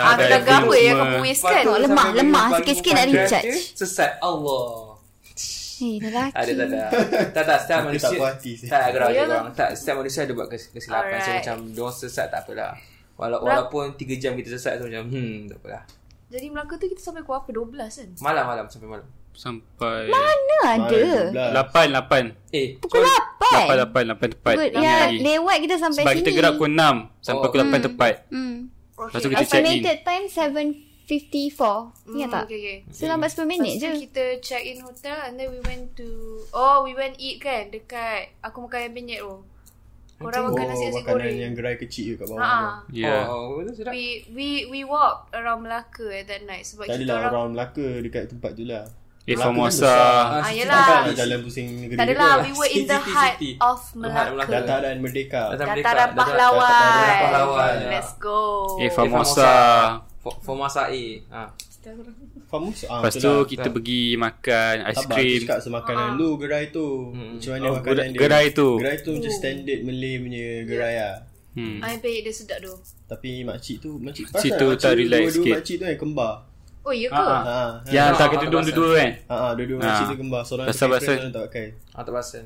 Speaker 1: Ah,
Speaker 4: dah
Speaker 1: tenaga
Speaker 4: everything
Speaker 1: apa
Speaker 2: ya,
Speaker 1: yang
Speaker 4: semua.
Speaker 1: kau kan? wastekan?
Speaker 2: Patut. lemah,
Speaker 3: sampai
Speaker 2: lemah.
Speaker 3: pagi
Speaker 2: Sikit-sikit
Speaker 3: pukul
Speaker 2: nak
Speaker 3: empat
Speaker 2: recharge.
Speaker 3: je, Sesat Allah
Speaker 2: Eh, lelaki.
Speaker 3: Ada tak tak Tak tak setiap
Speaker 5: Aku
Speaker 3: manusia
Speaker 5: tak puas hati sih.
Speaker 3: Tak
Speaker 2: Ya
Speaker 3: gerak
Speaker 1: Yalah.
Speaker 2: lah.
Speaker 3: orang Tak setiap manusia ada buat kes- kesilapan So
Speaker 1: Alright.
Speaker 3: macam Diorang sesat tak apalah Wala-
Speaker 1: Berapa-
Speaker 3: Walaupun 3 jam kita sesat tu macam Hmm tak apalah
Speaker 1: Jadi Melaka tu kita sampai pukul apa? 12 kan?
Speaker 3: Malam-malam sampai malam
Speaker 4: Sampai
Speaker 2: Mana
Speaker 6: Ah,
Speaker 2: ada?
Speaker 6: lah.
Speaker 4: lapan, lapan.
Speaker 3: Eh
Speaker 2: Pukul
Speaker 3: kau-
Speaker 2: lapan.
Speaker 4: Lapan, lapan, lapan tepat.
Speaker 2: Good.
Speaker 4: Yang
Speaker 2: Ya,
Speaker 4: hari.
Speaker 2: lewat kita sampai
Speaker 4: Sebab
Speaker 2: sini.
Speaker 4: kita gerak pukul enam sampai
Speaker 3: Oh.
Speaker 4: pukul lapan tepat.
Speaker 2: Hmm.
Speaker 4: Lepas tu kita check in.
Speaker 2: Estimated time 7.54. Ingat tak?
Speaker 1: Hmm, Okay, okay.
Speaker 2: So lambat 10 minit
Speaker 1: Lepas tu
Speaker 2: je.
Speaker 1: kita check in hotel and then we went to... Oh, we went eat kan dekat... Aku makan ayam penyet tu. Korang makan nasi nasi goreng.
Speaker 6: Oh,
Speaker 1: Ha,
Speaker 6: yang gerai kecil tu kat bawah.
Speaker 1: Ha-ha.
Speaker 4: Yeah.
Speaker 3: Oh, oh, betul sedap.
Speaker 1: We we we walk around Melaka at that night sebab
Speaker 6: Tak
Speaker 1: kita
Speaker 6: adalah
Speaker 1: orang,
Speaker 6: lah orang Melaka dekat tempat tu lah.
Speaker 4: Eh,
Speaker 6: Melaka
Speaker 4: Formosa.
Speaker 6: kan
Speaker 1: Ah,
Speaker 3: Ah,
Speaker 1: yelah.
Speaker 6: Tak nak jalan pusing negeri.
Speaker 1: tak lah. adalah
Speaker 6: tu.
Speaker 1: we were in the
Speaker 3: City,
Speaker 1: heart
Speaker 3: city.
Speaker 1: of
Speaker 3: Heart
Speaker 1: Melaka.
Speaker 3: Melaka.
Speaker 6: Dataran Merdeka.
Speaker 3: Datang mereka,
Speaker 1: Dataran
Speaker 3: datang-
Speaker 1: pahlawan.
Speaker 3: Dataran pahlawan.
Speaker 1: Let's go.
Speaker 4: Eh,
Speaker 3: Faham.
Speaker 4: Formosa.
Speaker 3: Fo- Formosa A. Ha.
Speaker 6: Famus. Ah,
Speaker 4: Lepas tu
Speaker 6: betul lah.
Speaker 4: kita pergi makan
Speaker 6: Tak
Speaker 4: aiskrim.
Speaker 6: cakap semakanan
Speaker 1: Ah.
Speaker 6: tu gerai tu.
Speaker 3: Hmm.
Speaker 6: Macam mana
Speaker 4: Oh,
Speaker 6: makanan
Speaker 4: gerai-
Speaker 6: dia.
Speaker 4: gerai tu.
Speaker 6: Gerai tu
Speaker 1: Oh.
Speaker 6: macam standard Malay punya gerai lah.
Speaker 4: Hmm.
Speaker 1: Ayam penyet dia sedap tu.
Speaker 6: Tapi makcik tu
Speaker 4: Makcik
Speaker 6: makcik perasan
Speaker 4: tu
Speaker 6: makcik
Speaker 4: tak relax
Speaker 6: Dua-dua
Speaker 4: sikit.
Speaker 6: makcik tu yang kembar.
Speaker 1: Oh, ya ke?
Speaker 4: Ah,
Speaker 6: Ha.
Speaker 4: Yang
Speaker 3: Ah,
Speaker 4: tak
Speaker 3: tak
Speaker 4: kita duduk
Speaker 3: pasal.
Speaker 4: dua kan?
Speaker 6: Ha ha dua-dua
Speaker 4: Ah.
Speaker 6: makcik tu kembar seorang
Speaker 4: Pasal-
Speaker 6: pakai
Speaker 4: pasal-
Speaker 6: seorang tak pakai.
Speaker 3: Ha, terperasan.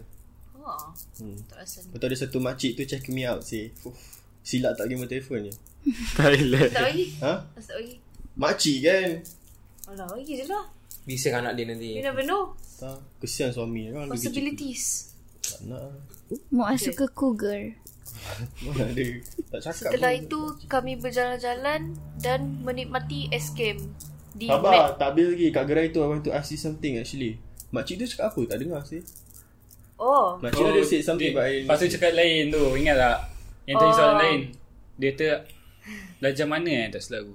Speaker 1: Oh,
Speaker 6: Hmm.
Speaker 1: tak rasa.
Speaker 6: Lepas tu ada satu makcik tu check me out sih. Silap tak game telefon ni.
Speaker 4: Thailand.
Speaker 1: Tak lagi.
Speaker 6: Ha?
Speaker 1: Tak lagi.
Speaker 6: Makcik kan.
Speaker 1: Alah, lagi je lah.
Speaker 3: Bising anak dia
Speaker 1: You
Speaker 3: nanti.
Speaker 1: never know.
Speaker 6: Tak. Kesian suami dia kan dia kerja
Speaker 1: Possibilities.
Speaker 6: tu. Tak nak. ah.
Speaker 2: Muak suka cougar.
Speaker 6: Mana ada. Tak cakap.
Speaker 1: Setelah
Speaker 6: pun.
Speaker 1: itu, kami berjalan-jalan dan menikmati es game. Di Mac.
Speaker 6: Sabar, tak habis lagi. Kat gerai tu I want to ask you something actually. Makcik tu cakap apa? Tak dengar sih.
Speaker 1: Oh,
Speaker 6: Makcik tu ada say something but I
Speaker 4: Lepas tu cakap lain tu Ingat tak Yang tadi
Speaker 1: Oh.
Speaker 4: soalan lain Dia kata Belajar mana eh tak selalu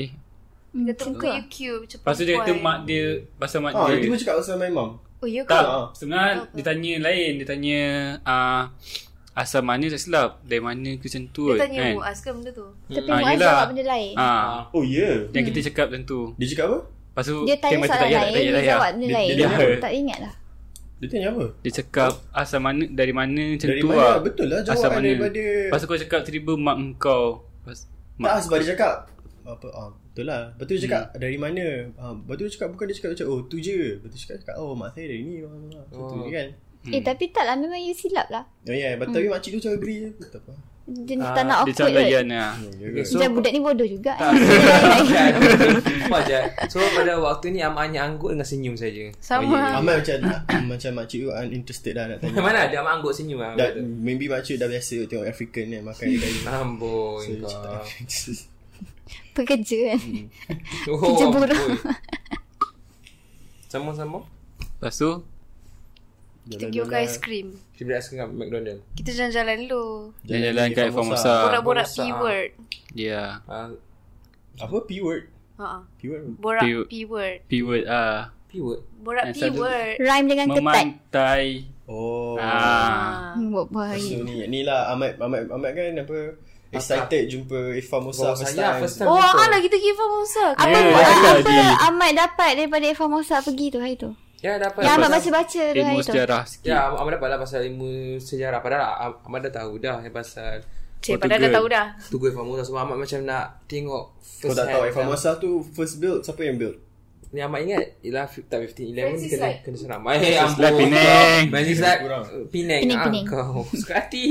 Speaker 4: Eh
Speaker 1: dia kata muka
Speaker 2: lah.
Speaker 1: you cute macam
Speaker 4: Lepas tu dia kata
Speaker 1: perempuan.
Speaker 4: mak dia Pasal mak
Speaker 6: Ah, dia
Speaker 4: dia
Speaker 6: tiba cakap pasal my mom.
Speaker 1: Oh, ya ke?
Speaker 4: Tak
Speaker 6: Ah.
Speaker 4: Sebenarnya dia tanya lain Dia tanya uh, Asal mana tak silap Dari mana ke macam tu
Speaker 1: Dia
Speaker 4: eh,
Speaker 1: tanya Muaz ke benda tu?
Speaker 2: Tapi
Speaker 4: Ah,
Speaker 2: Muaz
Speaker 4: yelah.
Speaker 2: jawab benda lain.
Speaker 4: Ah,
Speaker 6: Oh yeah.
Speaker 4: Yang kita cakap macam tu
Speaker 6: Dia cakap apa?
Speaker 4: Lepas tu
Speaker 2: Dia tanya
Speaker 4: Ken kata,
Speaker 2: soalan
Speaker 4: "Tak payah,
Speaker 2: lain,
Speaker 4: tak payah,
Speaker 2: dia
Speaker 4: tak payah."
Speaker 2: jawab benda
Speaker 6: Dia-
Speaker 2: lain.
Speaker 6: dia
Speaker 4: jawab.
Speaker 2: Tak ingat lah.
Speaker 6: Dia tanya apa?
Speaker 4: Dia cakap Asal mana Dari mana macam
Speaker 6: Dari
Speaker 4: tu
Speaker 6: mana?
Speaker 4: lah
Speaker 6: Betul lah jawapan
Speaker 4: Asal mana
Speaker 6: daripada-
Speaker 4: Lepas tu kau cakap Tiba-tiba mak engkau Lepas-
Speaker 6: Tak
Speaker 4: Mak
Speaker 6: sebab dia cakap apa ah betul lah. Lepas tu dia cakap hmm. dari mana? Ah lepas tu dia cakap bukan dia cakap macam oh tu je. Lepas tu dia cakap, cakap oh mak saya dari ni. Oh.
Speaker 3: Oh.
Speaker 6: Tu je kan.
Speaker 4: Hmm.
Speaker 2: Eh, tapi tak lah. Memang you silap lah.
Speaker 6: Oh ya, yeah. But tapi makcik tu cakap agree je. Tak apa.
Speaker 2: Dia
Speaker 3: Ah,
Speaker 2: tak nak
Speaker 4: Dia cakap
Speaker 2: awkward
Speaker 4: layan
Speaker 2: kot.
Speaker 4: lah
Speaker 3: Okay, so,
Speaker 2: Macam budak ni bodoh juga. eh.
Speaker 3: tak. Bukan. Nampak je. So pada waktu ni Amak hanya anggut dengan senyum saja.
Speaker 1: Sama.
Speaker 3: Oh,
Speaker 6: Amat macam macam makcik tu uninterested lah nak
Speaker 3: yeah.
Speaker 6: tanya.
Speaker 3: Mana ada Amak anggut senyum lah.
Speaker 6: Dah, maybe makcik dah biasa tengok African kan makan dekat ni.
Speaker 3: Amboi
Speaker 6: So, dia
Speaker 3: kau.
Speaker 6: cakap African.
Speaker 2: Pekerja kan.
Speaker 4: Hmm.
Speaker 3: Oh,
Speaker 2: Kerja bodoh.
Speaker 3: amboi. Sama-sama.
Speaker 4: Lepas tu
Speaker 1: Kita
Speaker 6: Jalan-jalan. lah.
Speaker 1: pergi makan aiskrim.
Speaker 3: Kita beli asal kat McDonald.
Speaker 1: Kita jalan-jalan dulu.
Speaker 4: Jalan-jalan
Speaker 6: di
Speaker 4: kat Formosa.
Speaker 6: Ah,
Speaker 1: Borak-borak
Speaker 3: Bosak.
Speaker 1: P-word.
Speaker 4: Yeah
Speaker 3: Ah,
Speaker 6: Apa P word?
Speaker 1: Ha-ha.
Speaker 6: P Eh, word.
Speaker 1: Ha, Borak
Speaker 4: P-
Speaker 1: P-word.
Speaker 4: P-word ah.
Speaker 3: P-word.
Speaker 1: Borak
Speaker 4: Dan selalu-
Speaker 1: P-word.
Speaker 2: Rhyme dengan ketat. Hmm,
Speaker 4: Memantai
Speaker 6: Oh.
Speaker 4: ah.
Speaker 1: Ha.
Speaker 2: Buat bahaya.
Speaker 6: So ni ni lah Ahmad Ahmad Ahmad kan apa excited jumpa Ifah Musa
Speaker 3: Formosa,
Speaker 6: first
Speaker 3: ya,
Speaker 6: time.
Speaker 3: first time.
Speaker 1: Oh,
Speaker 3: betul.
Speaker 1: ah lah kita pergi Famosa.
Speaker 2: Apa
Speaker 4: Yeah,
Speaker 2: buat
Speaker 4: cakap
Speaker 2: apa
Speaker 4: Eh, dia.
Speaker 2: Ahmad dapat daripada Formosa pergi tu hari tu?
Speaker 3: Ya, dapat.
Speaker 2: Yang Ahmad
Speaker 3: Pasal-
Speaker 2: baca-baca tu
Speaker 4: Ilmu
Speaker 2: hari tu.
Speaker 4: sejarah sikit
Speaker 3: Ya, Ahmad dapat lah pasal ilmu sejarah. Padahal Am- Ahmad dah tahu dah yang pasal
Speaker 1: Cik,
Speaker 4: Portugal.
Speaker 1: padahal dah tahu dah.
Speaker 3: Tugu Famosa. Sebab Ahmad macam nak tengok
Speaker 6: Kau
Speaker 3: first ya.
Speaker 6: tak tahu
Speaker 3: hand.
Speaker 6: Ifah Musa tu first build siapa yang build?
Speaker 3: Ni Ahmad ingat ialah fi- tak 15 11
Speaker 1: Francis
Speaker 3: kena
Speaker 1: Lai.
Speaker 3: kena seram. Eh
Speaker 4: Francis
Speaker 3: ampun.
Speaker 4: Lai Penang.
Speaker 3: Francis Lai
Speaker 6: Kurang.
Speaker 3: Penang.
Speaker 2: Penang,
Speaker 3: ah,
Speaker 2: Penang.
Speaker 3: Kau suka hati.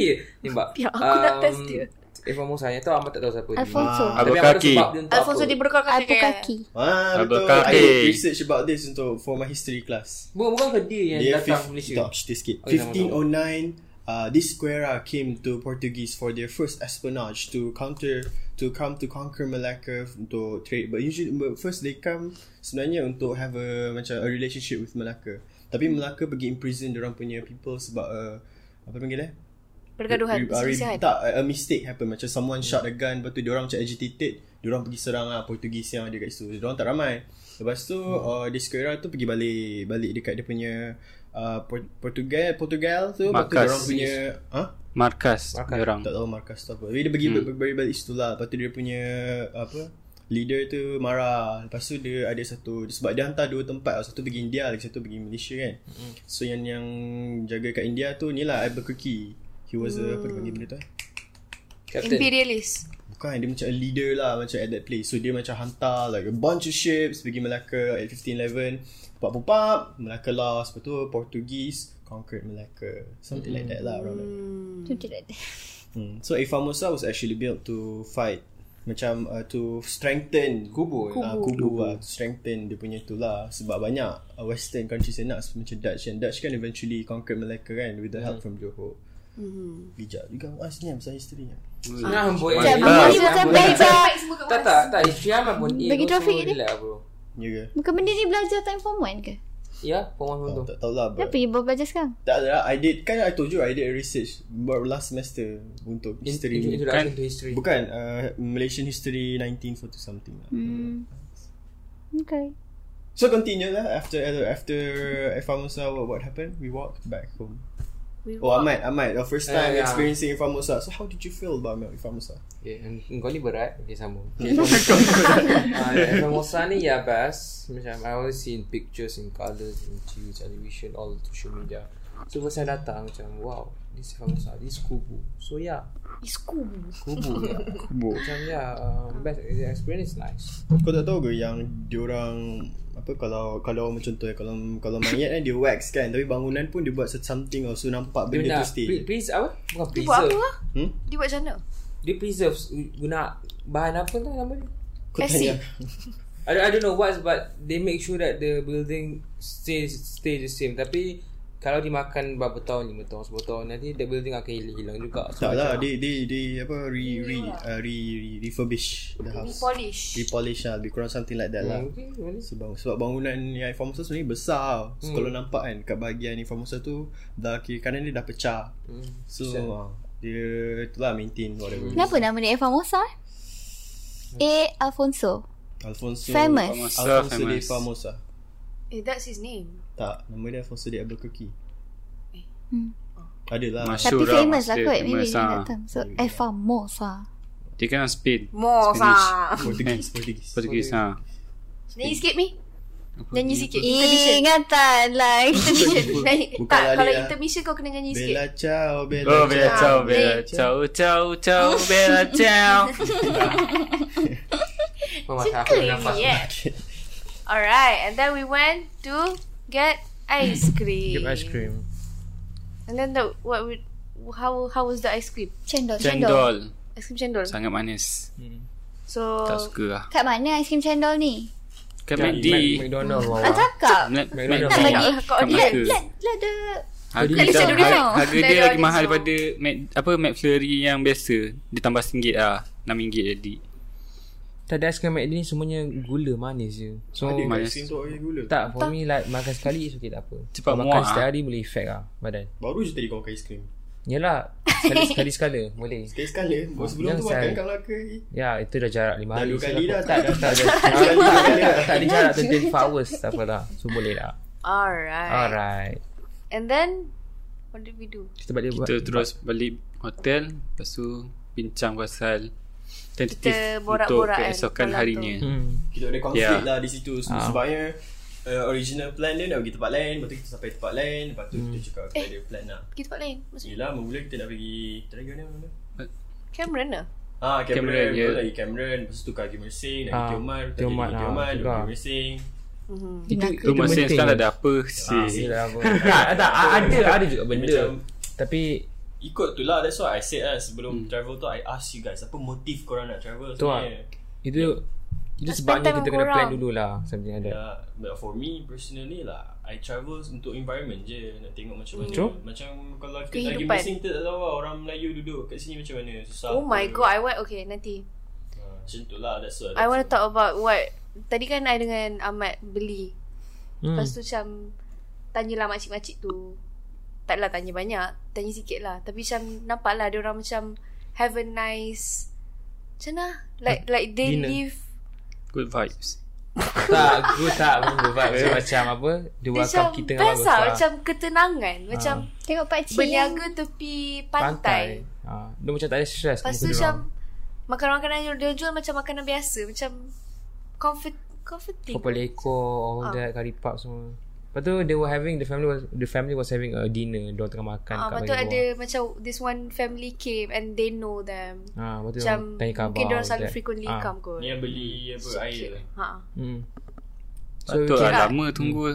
Speaker 3: Ni mbak.
Speaker 1: Ya, aku nak test dia.
Speaker 3: Eh Famos saya tahu Ahmad tak tahu siapa
Speaker 2: Alfonso.
Speaker 4: Ah.
Speaker 3: dia. Tapi Ahmad tahu
Speaker 4: Abukaki.
Speaker 3: sebab dia untuk
Speaker 1: Alfonso
Speaker 3: apa.
Speaker 1: di berkah
Speaker 2: Apu kaki.
Speaker 6: Ah betul.
Speaker 4: Abang
Speaker 6: I
Speaker 4: Kaki.
Speaker 6: did research about this untuk for my history class.
Speaker 3: Bukan bukan ke dia yang
Speaker 6: Dia
Speaker 3: datang
Speaker 6: fif-
Speaker 3: Malaysia. Oh,
Speaker 6: tak, cerita sikit.
Speaker 3: Okay, sama-sama.
Speaker 6: 1509 Uh, this Guerra came to Portuguese for their first espionage to counter to come to conquer Malacca untuk trade but usually but first they come sebenarnya untuk have a macam a relationship with Malacca tapi Malacca pergi imprison orang punya people sebab uh, apa panggil eh
Speaker 1: Pergaduhan,
Speaker 6: Re- re-
Speaker 1: perselisihan.
Speaker 6: Tak, a- a mistake happen Macam someone shot a gun Lepas tu diorang macam agitated Diorang pergi serang lah Portugis yang ada kat situ Diorang tak ramai Lepas tu hmm. uh, Desquera tu pergi balik Balik dekat dia punya uh, Port- Portugal Portugal tu Lepas tu
Speaker 4: Markas.
Speaker 6: diorang punya ha?
Speaker 4: Markas,
Speaker 3: Markas.
Speaker 4: Markas. orang.
Speaker 6: Tak tahu markas tu apa Tapi dia pergi hmm. balik, balik situ lah Lepas tu dia punya Apa Leader tu marah Lepas tu dia ada satu Sebab dia hantar dua tempat tau. Satu pergi India Lagi satu pergi Malaysia kan hmm. So yang yang Jaga kat India tu Ni lah Albuquerque He was hmm. a, Apa dia panggil benda tu eh?
Speaker 3: Captain.
Speaker 1: Imperialist.
Speaker 6: Bukan dia macam a leader lah Macam at that place So dia macam hantar Like a bunch of ships Pergi Melaka At 1511 Pop pop up Melaka lost Lepas tu Portuguese Conquered Melaka Something like that lah around that.
Speaker 2: Something like that.
Speaker 6: Hmm. So Ifamosa was actually built to fight Macam uh, to strengthen
Speaker 3: Kubu.
Speaker 6: Kubu, uh, kubu lah To strengthen dia punya tu lah Sebab banyak uh, western countries yang nak Macam Dutch And Dutch kan eventually Conquered Melaka kan With the help from Johor mm-hmm. Bijak juga Wah senyam Saya history ni
Speaker 3: Nah, boy.
Speaker 2: Macam
Speaker 4: Abang
Speaker 2: Abang ni macam belajar
Speaker 3: Tak tak tak Isteri Aman pun eh,
Speaker 2: Bagi
Speaker 3: kau
Speaker 2: traffic
Speaker 3: suruh
Speaker 2: ni.
Speaker 3: relax, bro
Speaker 6: Ya ke?
Speaker 2: Bukan benda ni belajar time form 1 ke?
Speaker 3: Ya Puan
Speaker 6: Oh,
Speaker 3: tu
Speaker 6: tak tahulah but-
Speaker 2: Kenapa you baru belajar sekarang?
Speaker 6: Tak ada I did Kan I told you I did a research Buat last semester Untuk history
Speaker 3: Intro-
Speaker 6: ni Kan?
Speaker 3: Introduction to history
Speaker 6: Bukan uh, Malaysian history 1940 something lah.
Speaker 2: Hmm. Okay.
Speaker 6: So continue lah After After Ifamosa what, what happened We walked back home
Speaker 1: We
Speaker 6: Oh Ahmad Ahmad Your first time
Speaker 3: Eh, ya.
Speaker 6: experiencing Ifamosa So how did you feel about Ifamosa?
Speaker 3: Okay, en- Kau ni berat Okay sambung Okay, Ah, yeah, Samosa ni ya best Macam I always see in pictures In colours In TV, television All social media So first saya datang Macam wow This Samosa This kubu So yeah
Speaker 1: Isku.
Speaker 3: Kubu yeah.
Speaker 6: Kubu
Speaker 3: Macam yeah um, Best the experience is nice
Speaker 6: Kau tak tahu ke yang Diorang apa kalau kalau macam tu eh, kalau kalau mayat kan dia wax kan tapi bangunan pun dia buat something also nampak
Speaker 3: Dia
Speaker 6: benda
Speaker 3: nak
Speaker 6: tu stay
Speaker 3: pre- Please apa Bukan
Speaker 1: Dia buat
Speaker 3: preserve
Speaker 1: apa lah?
Speaker 6: Hmm?
Speaker 1: Dia buat macam mana?
Speaker 3: Dia preserve Guna Bahan apa tu nama dia
Speaker 6: Kau tanya
Speaker 3: I don't, I don't know what's but they make sure that the building stays stay the same. Tapi kalau dimakan berapa tahun, lima tahun, sepuluh tahun nanti the building akan hil- hilang juga.
Speaker 6: Tak lah,
Speaker 3: macam-
Speaker 6: dia dia dia apa re re uh, re, re refurbish the house.
Speaker 1: Polish.
Speaker 6: Repolish lah, lebih kurang something like that lah.
Speaker 3: Hmm, okay, boleh.
Speaker 6: Sebab sebab bangunan yang Formosa sebenarnya besar. tau. So, kalau nampak kan kat bahagian Formosa tu dah kiri kanan dia dah pecah.
Speaker 3: Hmm.
Speaker 6: So ah, dia tu lah maintain whatever.
Speaker 2: Kenapa nama dia Famosa? A. Alfonso.
Speaker 6: Alfonso
Speaker 2: Famous.
Speaker 6: Alfonso de
Speaker 4: Famous.
Speaker 6: Formosa.
Speaker 1: Eh, that's his name.
Speaker 6: Tak, nama dia Alfonso de Albuquerque.
Speaker 2: Hmm.
Speaker 6: Adalah.
Speaker 4: Mas-
Speaker 2: Tapi
Speaker 4: Sure lah,
Speaker 2: famous lah
Speaker 4: dia
Speaker 2: kot. Maybe
Speaker 4: famous
Speaker 2: dia
Speaker 4: lah.
Speaker 2: tak tahu. So, A. Famosa.
Speaker 4: Dia kan orang Spain.
Speaker 1: Mosa.
Speaker 6: Portugis, Portugis.
Speaker 4: Portugis ha.
Speaker 1: Nyanyi sikit mi. Nyanyi sikit. Intermission.
Speaker 2: Ingatanlah.
Speaker 1: Nyanyi.
Speaker 6: Bukan
Speaker 1: Tak,
Speaker 6: lah
Speaker 1: kalau
Speaker 6: dia.
Speaker 1: intermission kau kena nyanyi sikit.
Speaker 6: Bella ciao, Bella
Speaker 4: Oh, bella
Speaker 1: ciao,
Speaker 4: ciao, bella
Speaker 1: bella
Speaker 4: ciao, ciao, ciao, bella ciao.
Speaker 3: Mama,
Speaker 1: Suka
Speaker 3: aku
Speaker 1: ni,
Speaker 3: nafas.
Speaker 1: yeah. eh. Alright, and then we went to get ice cream.
Speaker 3: Ice cream.
Speaker 1: And then the what we how how was the ice cream?
Speaker 2: Cendol. Cendol.
Speaker 4: Cendol.
Speaker 1: Ice cream cendol.
Speaker 4: Sangat manis.
Speaker 1: So
Speaker 4: Tak suka lah.
Speaker 2: Kat mana aiskrim cendol ni?
Speaker 4: Kat
Speaker 3: Ya, Mac-
Speaker 4: McD.
Speaker 3: Mac- McDonald wow.
Speaker 2: Ah, cakap.
Speaker 4: Mac-
Speaker 3: McDonald's.
Speaker 4: McD.
Speaker 2: Tak bagi.
Speaker 1: kau
Speaker 2: Let,
Speaker 1: order.
Speaker 4: Mac-
Speaker 2: let, let the
Speaker 4: Harga,
Speaker 1: Kat Lisa
Speaker 4: harga,
Speaker 1: Durian
Speaker 4: harga,
Speaker 1: tau. Dari
Speaker 4: harga dia lagi
Speaker 1: Orange
Speaker 4: mahal
Speaker 1: Zone.
Speaker 4: daripada Mac, apa McFlurry yang biasa. Dia tambah RM1 lah. RM6 jadi.
Speaker 3: Tak ada ice cream McD ni semuanya gula manis je. So
Speaker 4: Ada.
Speaker 6: Ada
Speaker 4: manis.
Speaker 6: kat tu orang gula.
Speaker 3: tak for me like makan sekali is okay tak apa.
Speaker 4: Cepat
Speaker 3: Kalau
Speaker 4: muak,
Speaker 3: makan
Speaker 4: ah.
Speaker 3: setiap hari boleh efek lah badan.
Speaker 6: Baru je tadi kau makan aiskrim.
Speaker 3: Yelah sekali-sekali sekala boleh.
Speaker 6: Sekali-sekali Baru sebelum
Speaker 3: Yang
Speaker 6: tu makan
Speaker 3: saya-
Speaker 6: kat Melaka lagi.
Speaker 3: Ya itu dah jarak lima
Speaker 6: Dah
Speaker 3: hari.
Speaker 6: dua kali
Speaker 3: saya
Speaker 6: dah
Speaker 3: dapat.
Speaker 6: tak dah tak
Speaker 3: Tak ada,
Speaker 6: Dua kali dah,
Speaker 3: tak,
Speaker 6: dah.
Speaker 3: tak ada jarak tu 24 hours tak apalah. So boleh lah.
Speaker 1: Alright.
Speaker 3: Alright.
Speaker 1: And then what did we do?
Speaker 3: Kita balik
Speaker 4: Kita terus balik hotel. Lepas tu bincang pasal tentatif
Speaker 1: Kita
Speaker 4: untuk
Speaker 1: borak-borak kan
Speaker 4: keesokan
Speaker 1: malam
Speaker 4: harinya.
Speaker 3: Hmm.
Speaker 6: Kita ada konflik
Speaker 4: Yeah.
Speaker 6: lah di situ
Speaker 3: Ah.
Speaker 6: so, Sebabnya uh, Original plan dia nak pergi tempat lain Lepas tu kita sampai tempat lain Lepas tu
Speaker 3: Hmm.
Speaker 6: kita cakap kita ada plan nak
Speaker 1: Pergi tempat lain. Maksudnya
Speaker 6: Yelah mula kita nak pergi Kita lagi mana mana
Speaker 1: Cameron lah.
Speaker 6: Ah, Cameron,
Speaker 4: Cameron,
Speaker 6: Cameron
Speaker 4: yeah.
Speaker 6: lagi Cameron Lepas tu tukar pergi Mersing Nak
Speaker 3: Ah,
Speaker 6: pergi Tioman Tak
Speaker 3: Tioman,
Speaker 6: pergi
Speaker 3: ah,
Speaker 6: Tioman Nak
Speaker 3: juga.
Speaker 6: pergi Mersing
Speaker 3: Itu, itu
Speaker 4: Rumah saya
Speaker 3: penting.
Speaker 4: sekarang dah ada apa
Speaker 6: Ah,
Speaker 4: sih.
Speaker 3: Yelah, apa. tak, tak, ada ada juga benda.
Speaker 6: Macam
Speaker 3: Tapi
Speaker 6: Ikut tu lah That's why I said lah Sebelum travel tu I ask you guys Apa motif korang nak travel
Speaker 3: Tu Hmm. lah.
Speaker 6: sebenarnya
Speaker 3: itu itu
Speaker 1: Nak spend
Speaker 3: sebabnya
Speaker 1: time
Speaker 3: kita
Speaker 1: dengan
Speaker 3: kena plan
Speaker 1: korang.
Speaker 3: dululah something like that.
Speaker 7: Ya,
Speaker 6: Yeah, but for me personally lah, I travel untuk environment je nak tengok macam mana.
Speaker 3: Betul.
Speaker 6: Macam kalau kita lagi
Speaker 1: Kehidupan.
Speaker 6: mesin kita tak tahu lah, orang Melayu duduk kat sini macam mana. Susah.
Speaker 1: Oh
Speaker 6: ke.
Speaker 1: my god, I want okay nanti.
Speaker 6: Ha, macam tu lah, that's what.
Speaker 1: I want to talk about what tadi kan I
Speaker 3: Hmm.
Speaker 1: dengan Ahmad beli. Hmm. Lepas tu macam tanyalah makcik-makcik tu taklah tanya banyak, tanya sikit lah. Tapi macam nampak lah dia orang macam have a nice macam mana? Like like they
Speaker 6: Dinner.
Speaker 1: live
Speaker 4: Good vibes.
Speaker 3: tak, aku tak Aku vibes macam apa Dia
Speaker 1: dia
Speaker 3: welcome
Speaker 1: macam
Speaker 3: kita dengan
Speaker 1: best lah. Macam ketenangan. Macam
Speaker 2: Tengok pakcik
Speaker 1: berniaga tepi pantai.
Speaker 3: Ha, dia macam lah. tak ada stress
Speaker 1: Lepas tu macam makanan-makanan yang dia jual macam makanan biasa. Macam comfort, comforting.
Speaker 3: Purple Echo All
Speaker 1: Ah.
Speaker 3: that Curry pub semua Lepas tu they were having The family was The family was having a dinner Diorang tengah makan
Speaker 1: Ah,
Speaker 3: kat
Speaker 1: lepas
Speaker 3: bagi
Speaker 1: tu
Speaker 3: bawah.
Speaker 1: ada macam this one family came and they know them.
Speaker 3: Ah, lepas tu
Speaker 1: Macam
Speaker 3: tanya khabar
Speaker 1: mungkin diorang
Speaker 3: all
Speaker 1: selalu
Speaker 3: that.
Speaker 1: frequently
Speaker 3: Ah.
Speaker 1: come kot.
Speaker 7: yang beli apa air lah.
Speaker 1: Ha.
Speaker 3: Hmm. So,
Speaker 4: Patut
Speaker 3: okay.
Speaker 4: lah lama tunggu.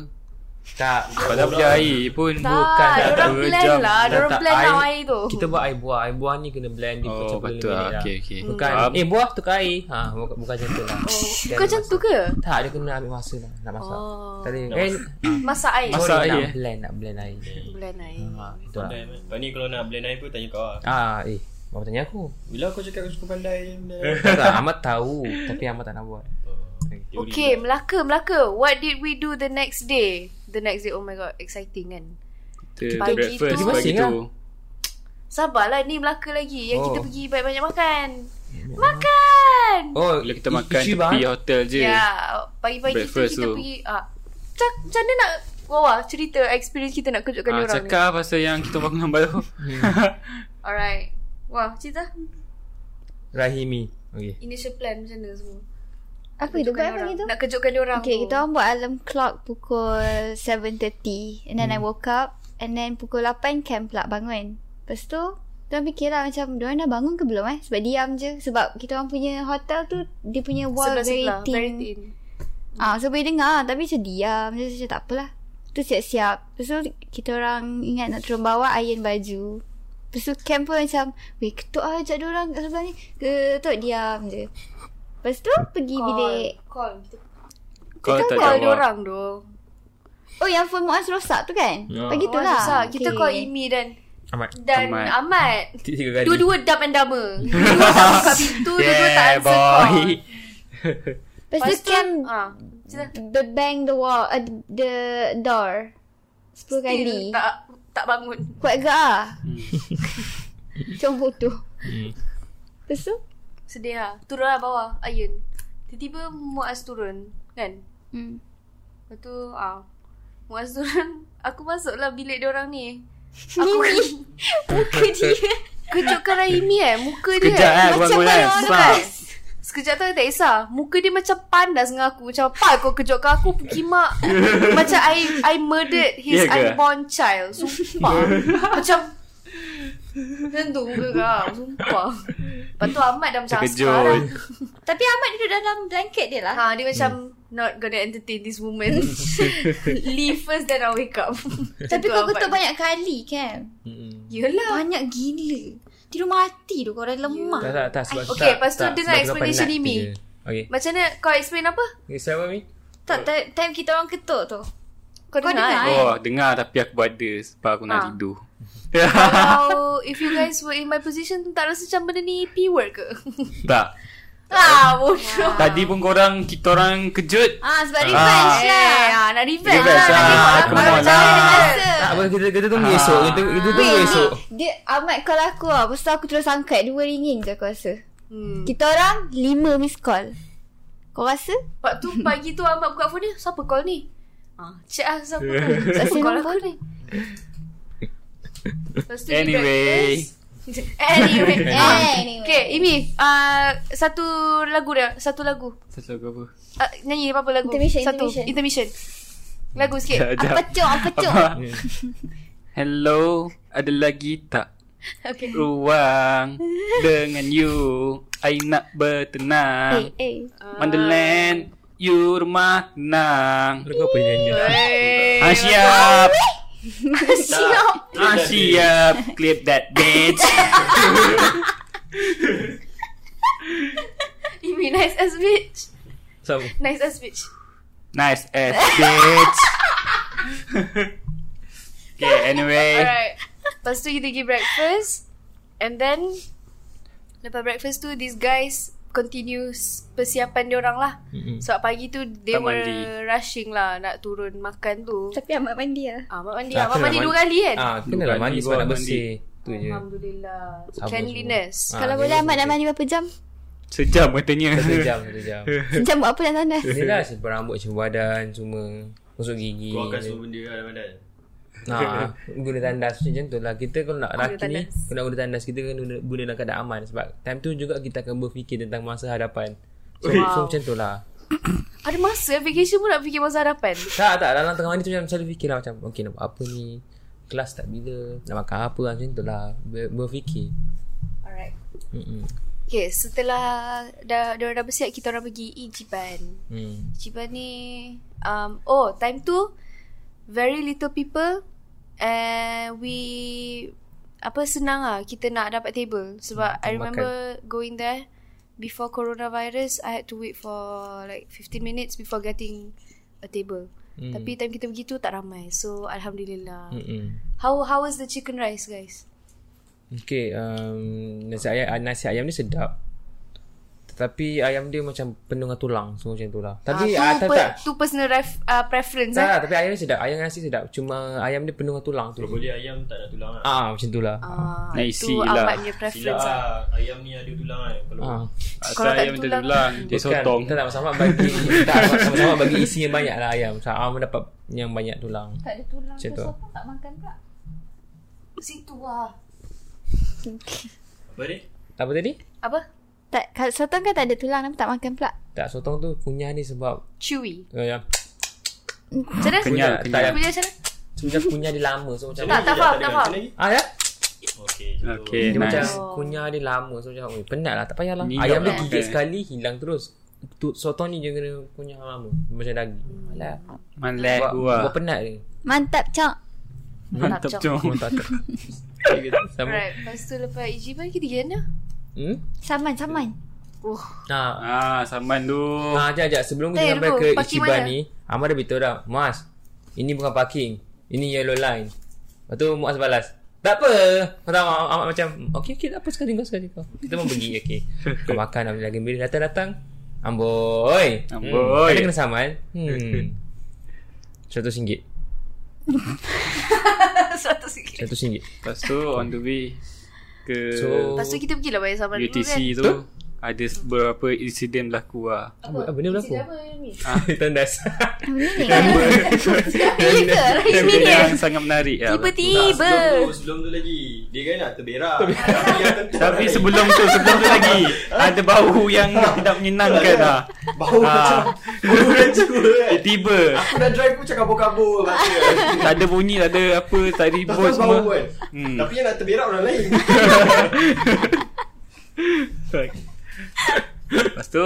Speaker 3: Tak
Speaker 4: Padahal beli air pun.
Speaker 1: Tak,
Speaker 3: tak,
Speaker 1: diorang
Speaker 4: dua
Speaker 1: plan
Speaker 4: jam.
Speaker 1: lah.
Speaker 3: Tak,
Speaker 1: Diorang
Speaker 3: tak,
Speaker 1: plan nak
Speaker 3: air-
Speaker 1: air tu.
Speaker 3: Kita buat air buah Air buah ni kena blend dia
Speaker 4: Oh,
Speaker 3: macam
Speaker 4: patut
Speaker 3: 30 minit
Speaker 4: lah. Okey, okey.
Speaker 3: Bukan
Speaker 4: Faham.
Speaker 3: Eh buah tu air ha, Bukan, bukan macam tu lah
Speaker 1: Kau
Speaker 3: Dia ada
Speaker 1: Oh, macam tu
Speaker 3: masak.
Speaker 1: ke?
Speaker 3: Tak dia kena ambil masa lah Nak masak
Speaker 1: Oh.
Speaker 3: Tak ada And ah,
Speaker 1: Masak air.
Speaker 4: Masak.
Speaker 3: Sorry
Speaker 4: air,
Speaker 3: nak
Speaker 4: eh?
Speaker 3: blend Nak blend air
Speaker 1: Bulan air.
Speaker 3: ha, Itu lah
Speaker 7: Pandai, Lepas ni kalau nak blend air pun tanya kau lah.
Speaker 3: Ah, eh Mama tanya aku
Speaker 7: Bila aku cakap aku suka pandai
Speaker 3: Tak tak Ahmad tahu Tapi Ahmad tak nak buat
Speaker 1: Okay, Melaka, Melaka. What did we do the next day? The next day, oh my god, exciting kan?
Speaker 4: Kita
Speaker 1: Pagi
Speaker 4: breakfast
Speaker 1: tu-
Speaker 4: pagi
Speaker 3: Masing
Speaker 4: tu.
Speaker 1: Sabarlah, ni Melaka lagi. Yang
Speaker 3: Oh.
Speaker 1: kita pergi banyak-banyak makan. Makan!
Speaker 3: Oh
Speaker 4: Bila kita
Speaker 3: i-
Speaker 4: makan
Speaker 3: issue
Speaker 4: tepi
Speaker 3: bang.
Speaker 4: hotel je.
Speaker 1: Ya, pagi-pagi tu
Speaker 4: Breakfast
Speaker 1: kita
Speaker 4: tu.
Speaker 1: pergi... Ah, macam, macam mana nak... Wah, wah, cerita experience kita nak kejutkan
Speaker 4: Ah,
Speaker 1: ah, orang kan ni.
Speaker 4: cakap pasal yang kita bangun
Speaker 3: Ya.
Speaker 4: baru.
Speaker 1: Alright. Wah, cerita
Speaker 3: Rahimi Okay
Speaker 1: initial plan macam mana semua.
Speaker 2: Apa dia buat
Speaker 1: Kejutkan
Speaker 2: apa
Speaker 1: orang.
Speaker 2: gitu
Speaker 1: Nak kejutkan dia orang
Speaker 2: Okay,
Speaker 1: tu.
Speaker 2: kita orang buat alarm clock pukul 7.30 And then I woke up And then pukul 8 camp pula bangun Lepas tu Diorang fikir lah macam Diorang dah bangun ke belum eh Sebab diam je Sebab kita orang punya hotel tu Dia punya wall very
Speaker 1: Sebelah-sebelah,
Speaker 2: thin,
Speaker 1: lah, very thin.
Speaker 2: Ah, So boleh dengar Tapi macam diam je Macam tak apalah Tu siap-siap Lepas tu kita orang ingat nak turun bawah Iron baju Lepas tu camp pun macam Weh ketuk lah ajak diorang kat sebelah ni Ketuk diam je Lepas tu pergi
Speaker 1: Call,
Speaker 2: bilik
Speaker 1: Call. Kita
Speaker 4: Kau tak
Speaker 1: call dia
Speaker 4: jawab.
Speaker 1: orang tu.
Speaker 2: Oh yang phone Muaz rosak tu kan?
Speaker 3: Ya.
Speaker 2: Pagi tu lah.
Speaker 1: Susah. Kita call Imi dan
Speaker 3: Ahmad
Speaker 1: dan
Speaker 4: Ahmad.
Speaker 1: Ahmad.
Speaker 3: Tiga kali
Speaker 1: Dua-dua dam and dama. Dua-dua tak buka pintu, dua-dua tak
Speaker 4: Yeah,
Speaker 1: answer call.
Speaker 4: boy.
Speaker 2: Lepas tu camp
Speaker 1: ah, sila.
Speaker 2: the bang the wall, uh, the door.
Speaker 1: Still
Speaker 2: Sepuluh kali.
Speaker 1: tak tak bangun.
Speaker 2: Kuat gak ah. Cuma foto. Lepas tu?
Speaker 1: Sedih lah. Turun lah bawah. Ayun. Tiba-tiba Muaz turun. Kan?
Speaker 2: Hmm.
Speaker 1: Lepas tu, ah. Muaz turun. Aku masuklah bilik dia orang ni. Aku
Speaker 2: Muka dia.
Speaker 1: kejutkan Rahimi eh. Muka dia.
Speaker 4: Kejap eh,
Speaker 1: eh.
Speaker 4: aku bangun eh. Sap.
Speaker 1: Sekejap tu tak kisah Muka dia macam pandas dengan aku Macam apa kau kejutkan aku Pergi mak Macam I I murdered his
Speaker 4: Ya ke?
Speaker 1: unborn child Sumpah Macam Macam tu muka kau Sumpah Lepas tu Ahmad dah macam askar
Speaker 4: Terkejut.
Speaker 2: Tapi Ahmad duduk dalam blanket dia lah.
Speaker 1: ha, Dia macam Not gonna entertain this woman Leave first then I'll wake up Macam
Speaker 2: Tapi kau
Speaker 1: tu Ahmad.
Speaker 2: ketuk banyak kali kan?
Speaker 1: Yelah
Speaker 2: Banyak gila. Tidur mati tu korang lemah.
Speaker 3: Tak tak tak sebab
Speaker 1: Okay,
Speaker 3: tak,
Speaker 1: lepas tu
Speaker 3: tak,
Speaker 1: dengar
Speaker 3: sebab kita
Speaker 1: explanation
Speaker 3: penat
Speaker 1: Imi.
Speaker 3: je. Okay
Speaker 1: Macam mana kau explain apa?
Speaker 3: Okay siapa Mi?
Speaker 2: Tak, time- time kita orang ketuk tu.
Speaker 1: Kau,
Speaker 2: Kau
Speaker 1: dengar,
Speaker 2: dengar,
Speaker 1: eh?
Speaker 4: Oh, dengar tapi aku berada sebab aku nak
Speaker 1: Ah.
Speaker 4: tidur. Ya,
Speaker 1: Kalau if you guys were in my position Tak rasa macam benda ni P-word ke?
Speaker 4: tak.
Speaker 1: ah, bodoh
Speaker 4: Tadi pun korang kita orang kejut.
Speaker 2: Ah sebab
Speaker 1: Eh,
Speaker 2: revenge lah.
Speaker 1: ah, nak revenge
Speaker 4: Revenge
Speaker 1: lah. Nak
Speaker 4: lah.
Speaker 1: tengok
Speaker 4: Come
Speaker 1: lah.
Speaker 4: on
Speaker 1: Macam mana
Speaker 4: lah.
Speaker 1: dia rasa.
Speaker 2: Rasa.
Speaker 3: Tak apa kita kita tunggu
Speaker 4: Ah.
Speaker 3: esok Kita kita tunggu
Speaker 2: Wait,
Speaker 3: esok
Speaker 2: Dia amat call aku lah. Lepas tu aku terus angkat dua ringin je aku rasa.
Speaker 1: Hmm.
Speaker 2: Kita orang lima miss call. Kau rasa?
Speaker 1: Lepas tu pagi tu Ahmad buka phone dia. Siapa call ni? Ah, cik ah siapa call? Siapa call aku ni? Lepas tu dia
Speaker 4: Anyway.
Speaker 1: breakfast. anyway. Ah.
Speaker 2: anyway.
Speaker 1: Okay, Imi. Uh, satu lagu dah. Satu lagu.
Speaker 4: Satu lagu apa?
Speaker 1: Uh, nyanyi apa-apa lagu.
Speaker 2: Intermission,
Speaker 1: satu. Intermission.
Speaker 2: intermission.
Speaker 1: Lagu sikit.
Speaker 2: Apa
Speaker 4: Sekejap.
Speaker 2: cok, apa cok.
Speaker 4: Ya, Apa?
Speaker 1: Ya.
Speaker 4: Hello, ada lagi tak?
Speaker 1: Okay.
Speaker 4: Ruang dengan you. I nak bertenang.
Speaker 2: Eh, eh.
Speaker 4: Wonderland, you rumah tenang.
Speaker 3: Kau apa nyanyi Eh,
Speaker 1: Hey.
Speaker 4: Ah siap,
Speaker 1: Siap.
Speaker 4: ah siap, clip that bitch.
Speaker 1: Imi nice as bitch.
Speaker 3: Sama
Speaker 1: Nice as bitch.
Speaker 4: Nice ass bitch. okay, anyway.
Speaker 1: Alright. Lepas tu kita pergi breakfast. And then... Lepas breakfast tu, these guys continuous persiapan dia orang lah.
Speaker 3: Mm-mm.
Speaker 1: Sebab pagi tu they
Speaker 4: Tak
Speaker 1: were
Speaker 4: mandi.
Speaker 1: rushing lah nak turun makan tu.
Speaker 2: Tapi amat mandi lah
Speaker 1: Ah, mak mandi lah.
Speaker 3: Ah,
Speaker 1: Mak
Speaker 3: kena
Speaker 1: mandi dua
Speaker 3: mandi.
Speaker 1: kali kan?
Speaker 3: Ah, kena lah mandi sebab nak bersih. Tu je.
Speaker 1: Alhamdulillah.
Speaker 3: Sabar
Speaker 1: Cleanliness.
Speaker 3: semua.
Speaker 2: Kalau
Speaker 3: Ah,
Speaker 2: boleh
Speaker 3: dia-
Speaker 2: amat nak mandi berapa jam
Speaker 4: Sejam katanya.
Speaker 3: Satu jam, satu jam.
Speaker 2: Sejam buat apa dalam tandas
Speaker 3: Ni dah sibuk rambut, sibuk badan, semua. Masuk gigi.
Speaker 7: Keluarkan semua benda lah dalam badan
Speaker 3: Nah, guna tandas macam tu lah. Kita kalau nak laki ni,
Speaker 1: tandas.
Speaker 3: kalau nak guna tandas, kita kena guna, guna dalam keadaan aman. Sebab time tu juga kita akan berfikir tentang masa hadapan. So,
Speaker 1: Wow.
Speaker 3: so macam tu lah.
Speaker 1: Ada masa vacation pun nak fikir masa hadapan.
Speaker 3: Tak, tak. Dalam tengah mandi tu macam selalu fikir lah. Macam, okay nak buat apa ni? Kelas tak bila? Nak makan apa? lah, Macam tu lah. Ber, berfikir.
Speaker 1: Alright.
Speaker 3: Mm-mm.
Speaker 1: Okay, setelah dah dia dah bersiap kita orang pergi Ijiban.
Speaker 3: Hmm.
Speaker 1: Ijiban ni um oh time tu very little people and we apa senang ah kita nak dapat table sebab
Speaker 3: Hmm,
Speaker 1: I
Speaker 3: makan.
Speaker 1: remember going there before coronavirus I had to wait for like 15 minutes before getting a table.
Speaker 3: Hmm.
Speaker 1: Tapi time kita pergi tu tak ramai. So alhamdulillah.
Speaker 3: Mm-mm.
Speaker 1: How how was the chicken rice guys?
Speaker 3: Okay, um, nasi ayam ah, nasi ayam ni sedap. Tetapi ayam dia macam penuh dengan tulang, so macam tu lah. Tapi
Speaker 1: Ah,
Speaker 3: ah,
Speaker 1: tu,
Speaker 3: tak,
Speaker 1: pe-
Speaker 3: tak.
Speaker 1: tu personal ref, uh, preference
Speaker 3: Tak,
Speaker 1: eh.
Speaker 3: tak, tapi ayam ni sedap. Ayam nasi sedap. Cuma ayam dia penuh dengan tulang tu.
Speaker 7: Kalau boleh ayam tak nak tulang lah
Speaker 3: Ah, macam tu lah.
Speaker 1: Ah,
Speaker 4: Nak
Speaker 1: itu
Speaker 4: isi
Speaker 1: Ahmad
Speaker 4: lah.
Speaker 1: punya
Speaker 7: Silap
Speaker 1: preference lah.
Speaker 7: lah Ayam ni ada tulang kan Kalau
Speaker 3: Ah.
Speaker 1: Kalau
Speaker 4: Asal
Speaker 1: tak
Speaker 4: ayam minta
Speaker 1: tulang.
Speaker 4: tulang. Dia
Speaker 3: Bukan,
Speaker 4: sotong.
Speaker 3: Kita tak sama-sama bagi tak sama-sama bagi isi yang banyak lah ayam. Sebab awam dapat yang banyak tulang.
Speaker 2: Tak ada tulang
Speaker 3: Macam tu.
Speaker 2: Siapa tak makan pula
Speaker 1: Situ lah.
Speaker 7: Apa ni?
Speaker 3: Apa tadi?
Speaker 1: Apa?
Speaker 2: Tak, kalau sotong kan tak ada tulang Kenapa tak makan pula
Speaker 3: Tak sotong tu kunyah ni sebab
Speaker 1: Chewy.
Speaker 3: uh, yang
Speaker 1: Macam mana?
Speaker 4: Kenyal,
Speaker 3: tak,
Speaker 4: kenyal.
Speaker 3: tak,
Speaker 1: Punya macam mana?
Speaker 3: sebenarnya kunyah dia lama so macam
Speaker 1: Tak, tak faham, tak faham.
Speaker 3: Ah
Speaker 7: Okay
Speaker 3: ya?
Speaker 7: macam tu.
Speaker 4: Okay,
Speaker 3: Dia
Speaker 4: nice.
Speaker 3: macam
Speaker 1: Oh.
Speaker 3: kunyah dia lama So macam "Oi, penat lah Tak payah lah
Speaker 4: Minyak
Speaker 3: Ayam dia
Speaker 4: lah.
Speaker 3: gigit
Speaker 4: Okay.
Speaker 3: sekali Hilang terus tu, Sotong ni je kena kunyah lama Macam daging Alah
Speaker 4: Malek
Speaker 3: Buat,
Speaker 4: Eh, gua.
Speaker 3: buat penat dia
Speaker 2: Mantap cok
Speaker 4: Mantap
Speaker 1: Mantap,
Speaker 4: jom.
Speaker 3: Orang tak tak Sama
Speaker 1: Alright, lepas tu lepas Ijiban kita pergi mana?
Speaker 3: Hmm?
Speaker 2: Saman saman
Speaker 1: Oh,
Speaker 3: Ha
Speaker 4: Ah, saman tu.
Speaker 3: Ha jap jap
Speaker 1: Eh,
Speaker 3: Sebelum kita sampai
Speaker 1: dulu,
Speaker 3: ke
Speaker 1: parking
Speaker 3: Ichiban
Speaker 1: mana?
Speaker 3: ni Amar dah beritahu dah Mas Ini bukan parking Ini yellow line Lepas tu Muaz balas tak apa Kata Ahmad, Ahmad macam Okay okay tak apa sekali kau sekali kau Kita pun pergi okay Kau makan ambil lagi Bila datang-datang Amboi
Speaker 4: Amboi.
Speaker 3: Ada kena saman Hmm Seratus ringgit
Speaker 1: seratus sikit.
Speaker 3: Seratus ringgit
Speaker 4: Lepas tu on the way ke
Speaker 3: So
Speaker 1: Lepas tu kita pergi lah bayar saman dulu kan.
Speaker 4: UTC tu. Ada beberapa insiden berlaku lah.
Speaker 3: Apa, apa benda berlaku?
Speaker 1: Apa ni?
Speaker 3: Tandas
Speaker 2: Ini
Speaker 1: Ini ke?
Speaker 4: Dan
Speaker 1: Ini
Speaker 4: benda
Speaker 1: ke?
Speaker 4: yang sangat menarik lah.
Speaker 7: Tak,
Speaker 1: Tiba-tiba.
Speaker 7: sebelum tu, sebelum tu lagi Dia kan nak terberak
Speaker 4: Tapi sebelum tu, sebelum tu lagi Ada bau yang tidak menyenangkan lah Ah.
Speaker 6: Bau macam Bau dan jiwa kan
Speaker 4: Tiba
Speaker 6: Aku dah drive pun cakap kabur-kabur Masa
Speaker 4: Tak ada bunyi, tak ada apa, tak ada
Speaker 6: Tak
Speaker 4: ribut
Speaker 6: tahu
Speaker 4: semua
Speaker 6: bau kan
Speaker 4: Hmm.
Speaker 6: Tapi yang nak terberak orang lain
Speaker 4: Lepas tu,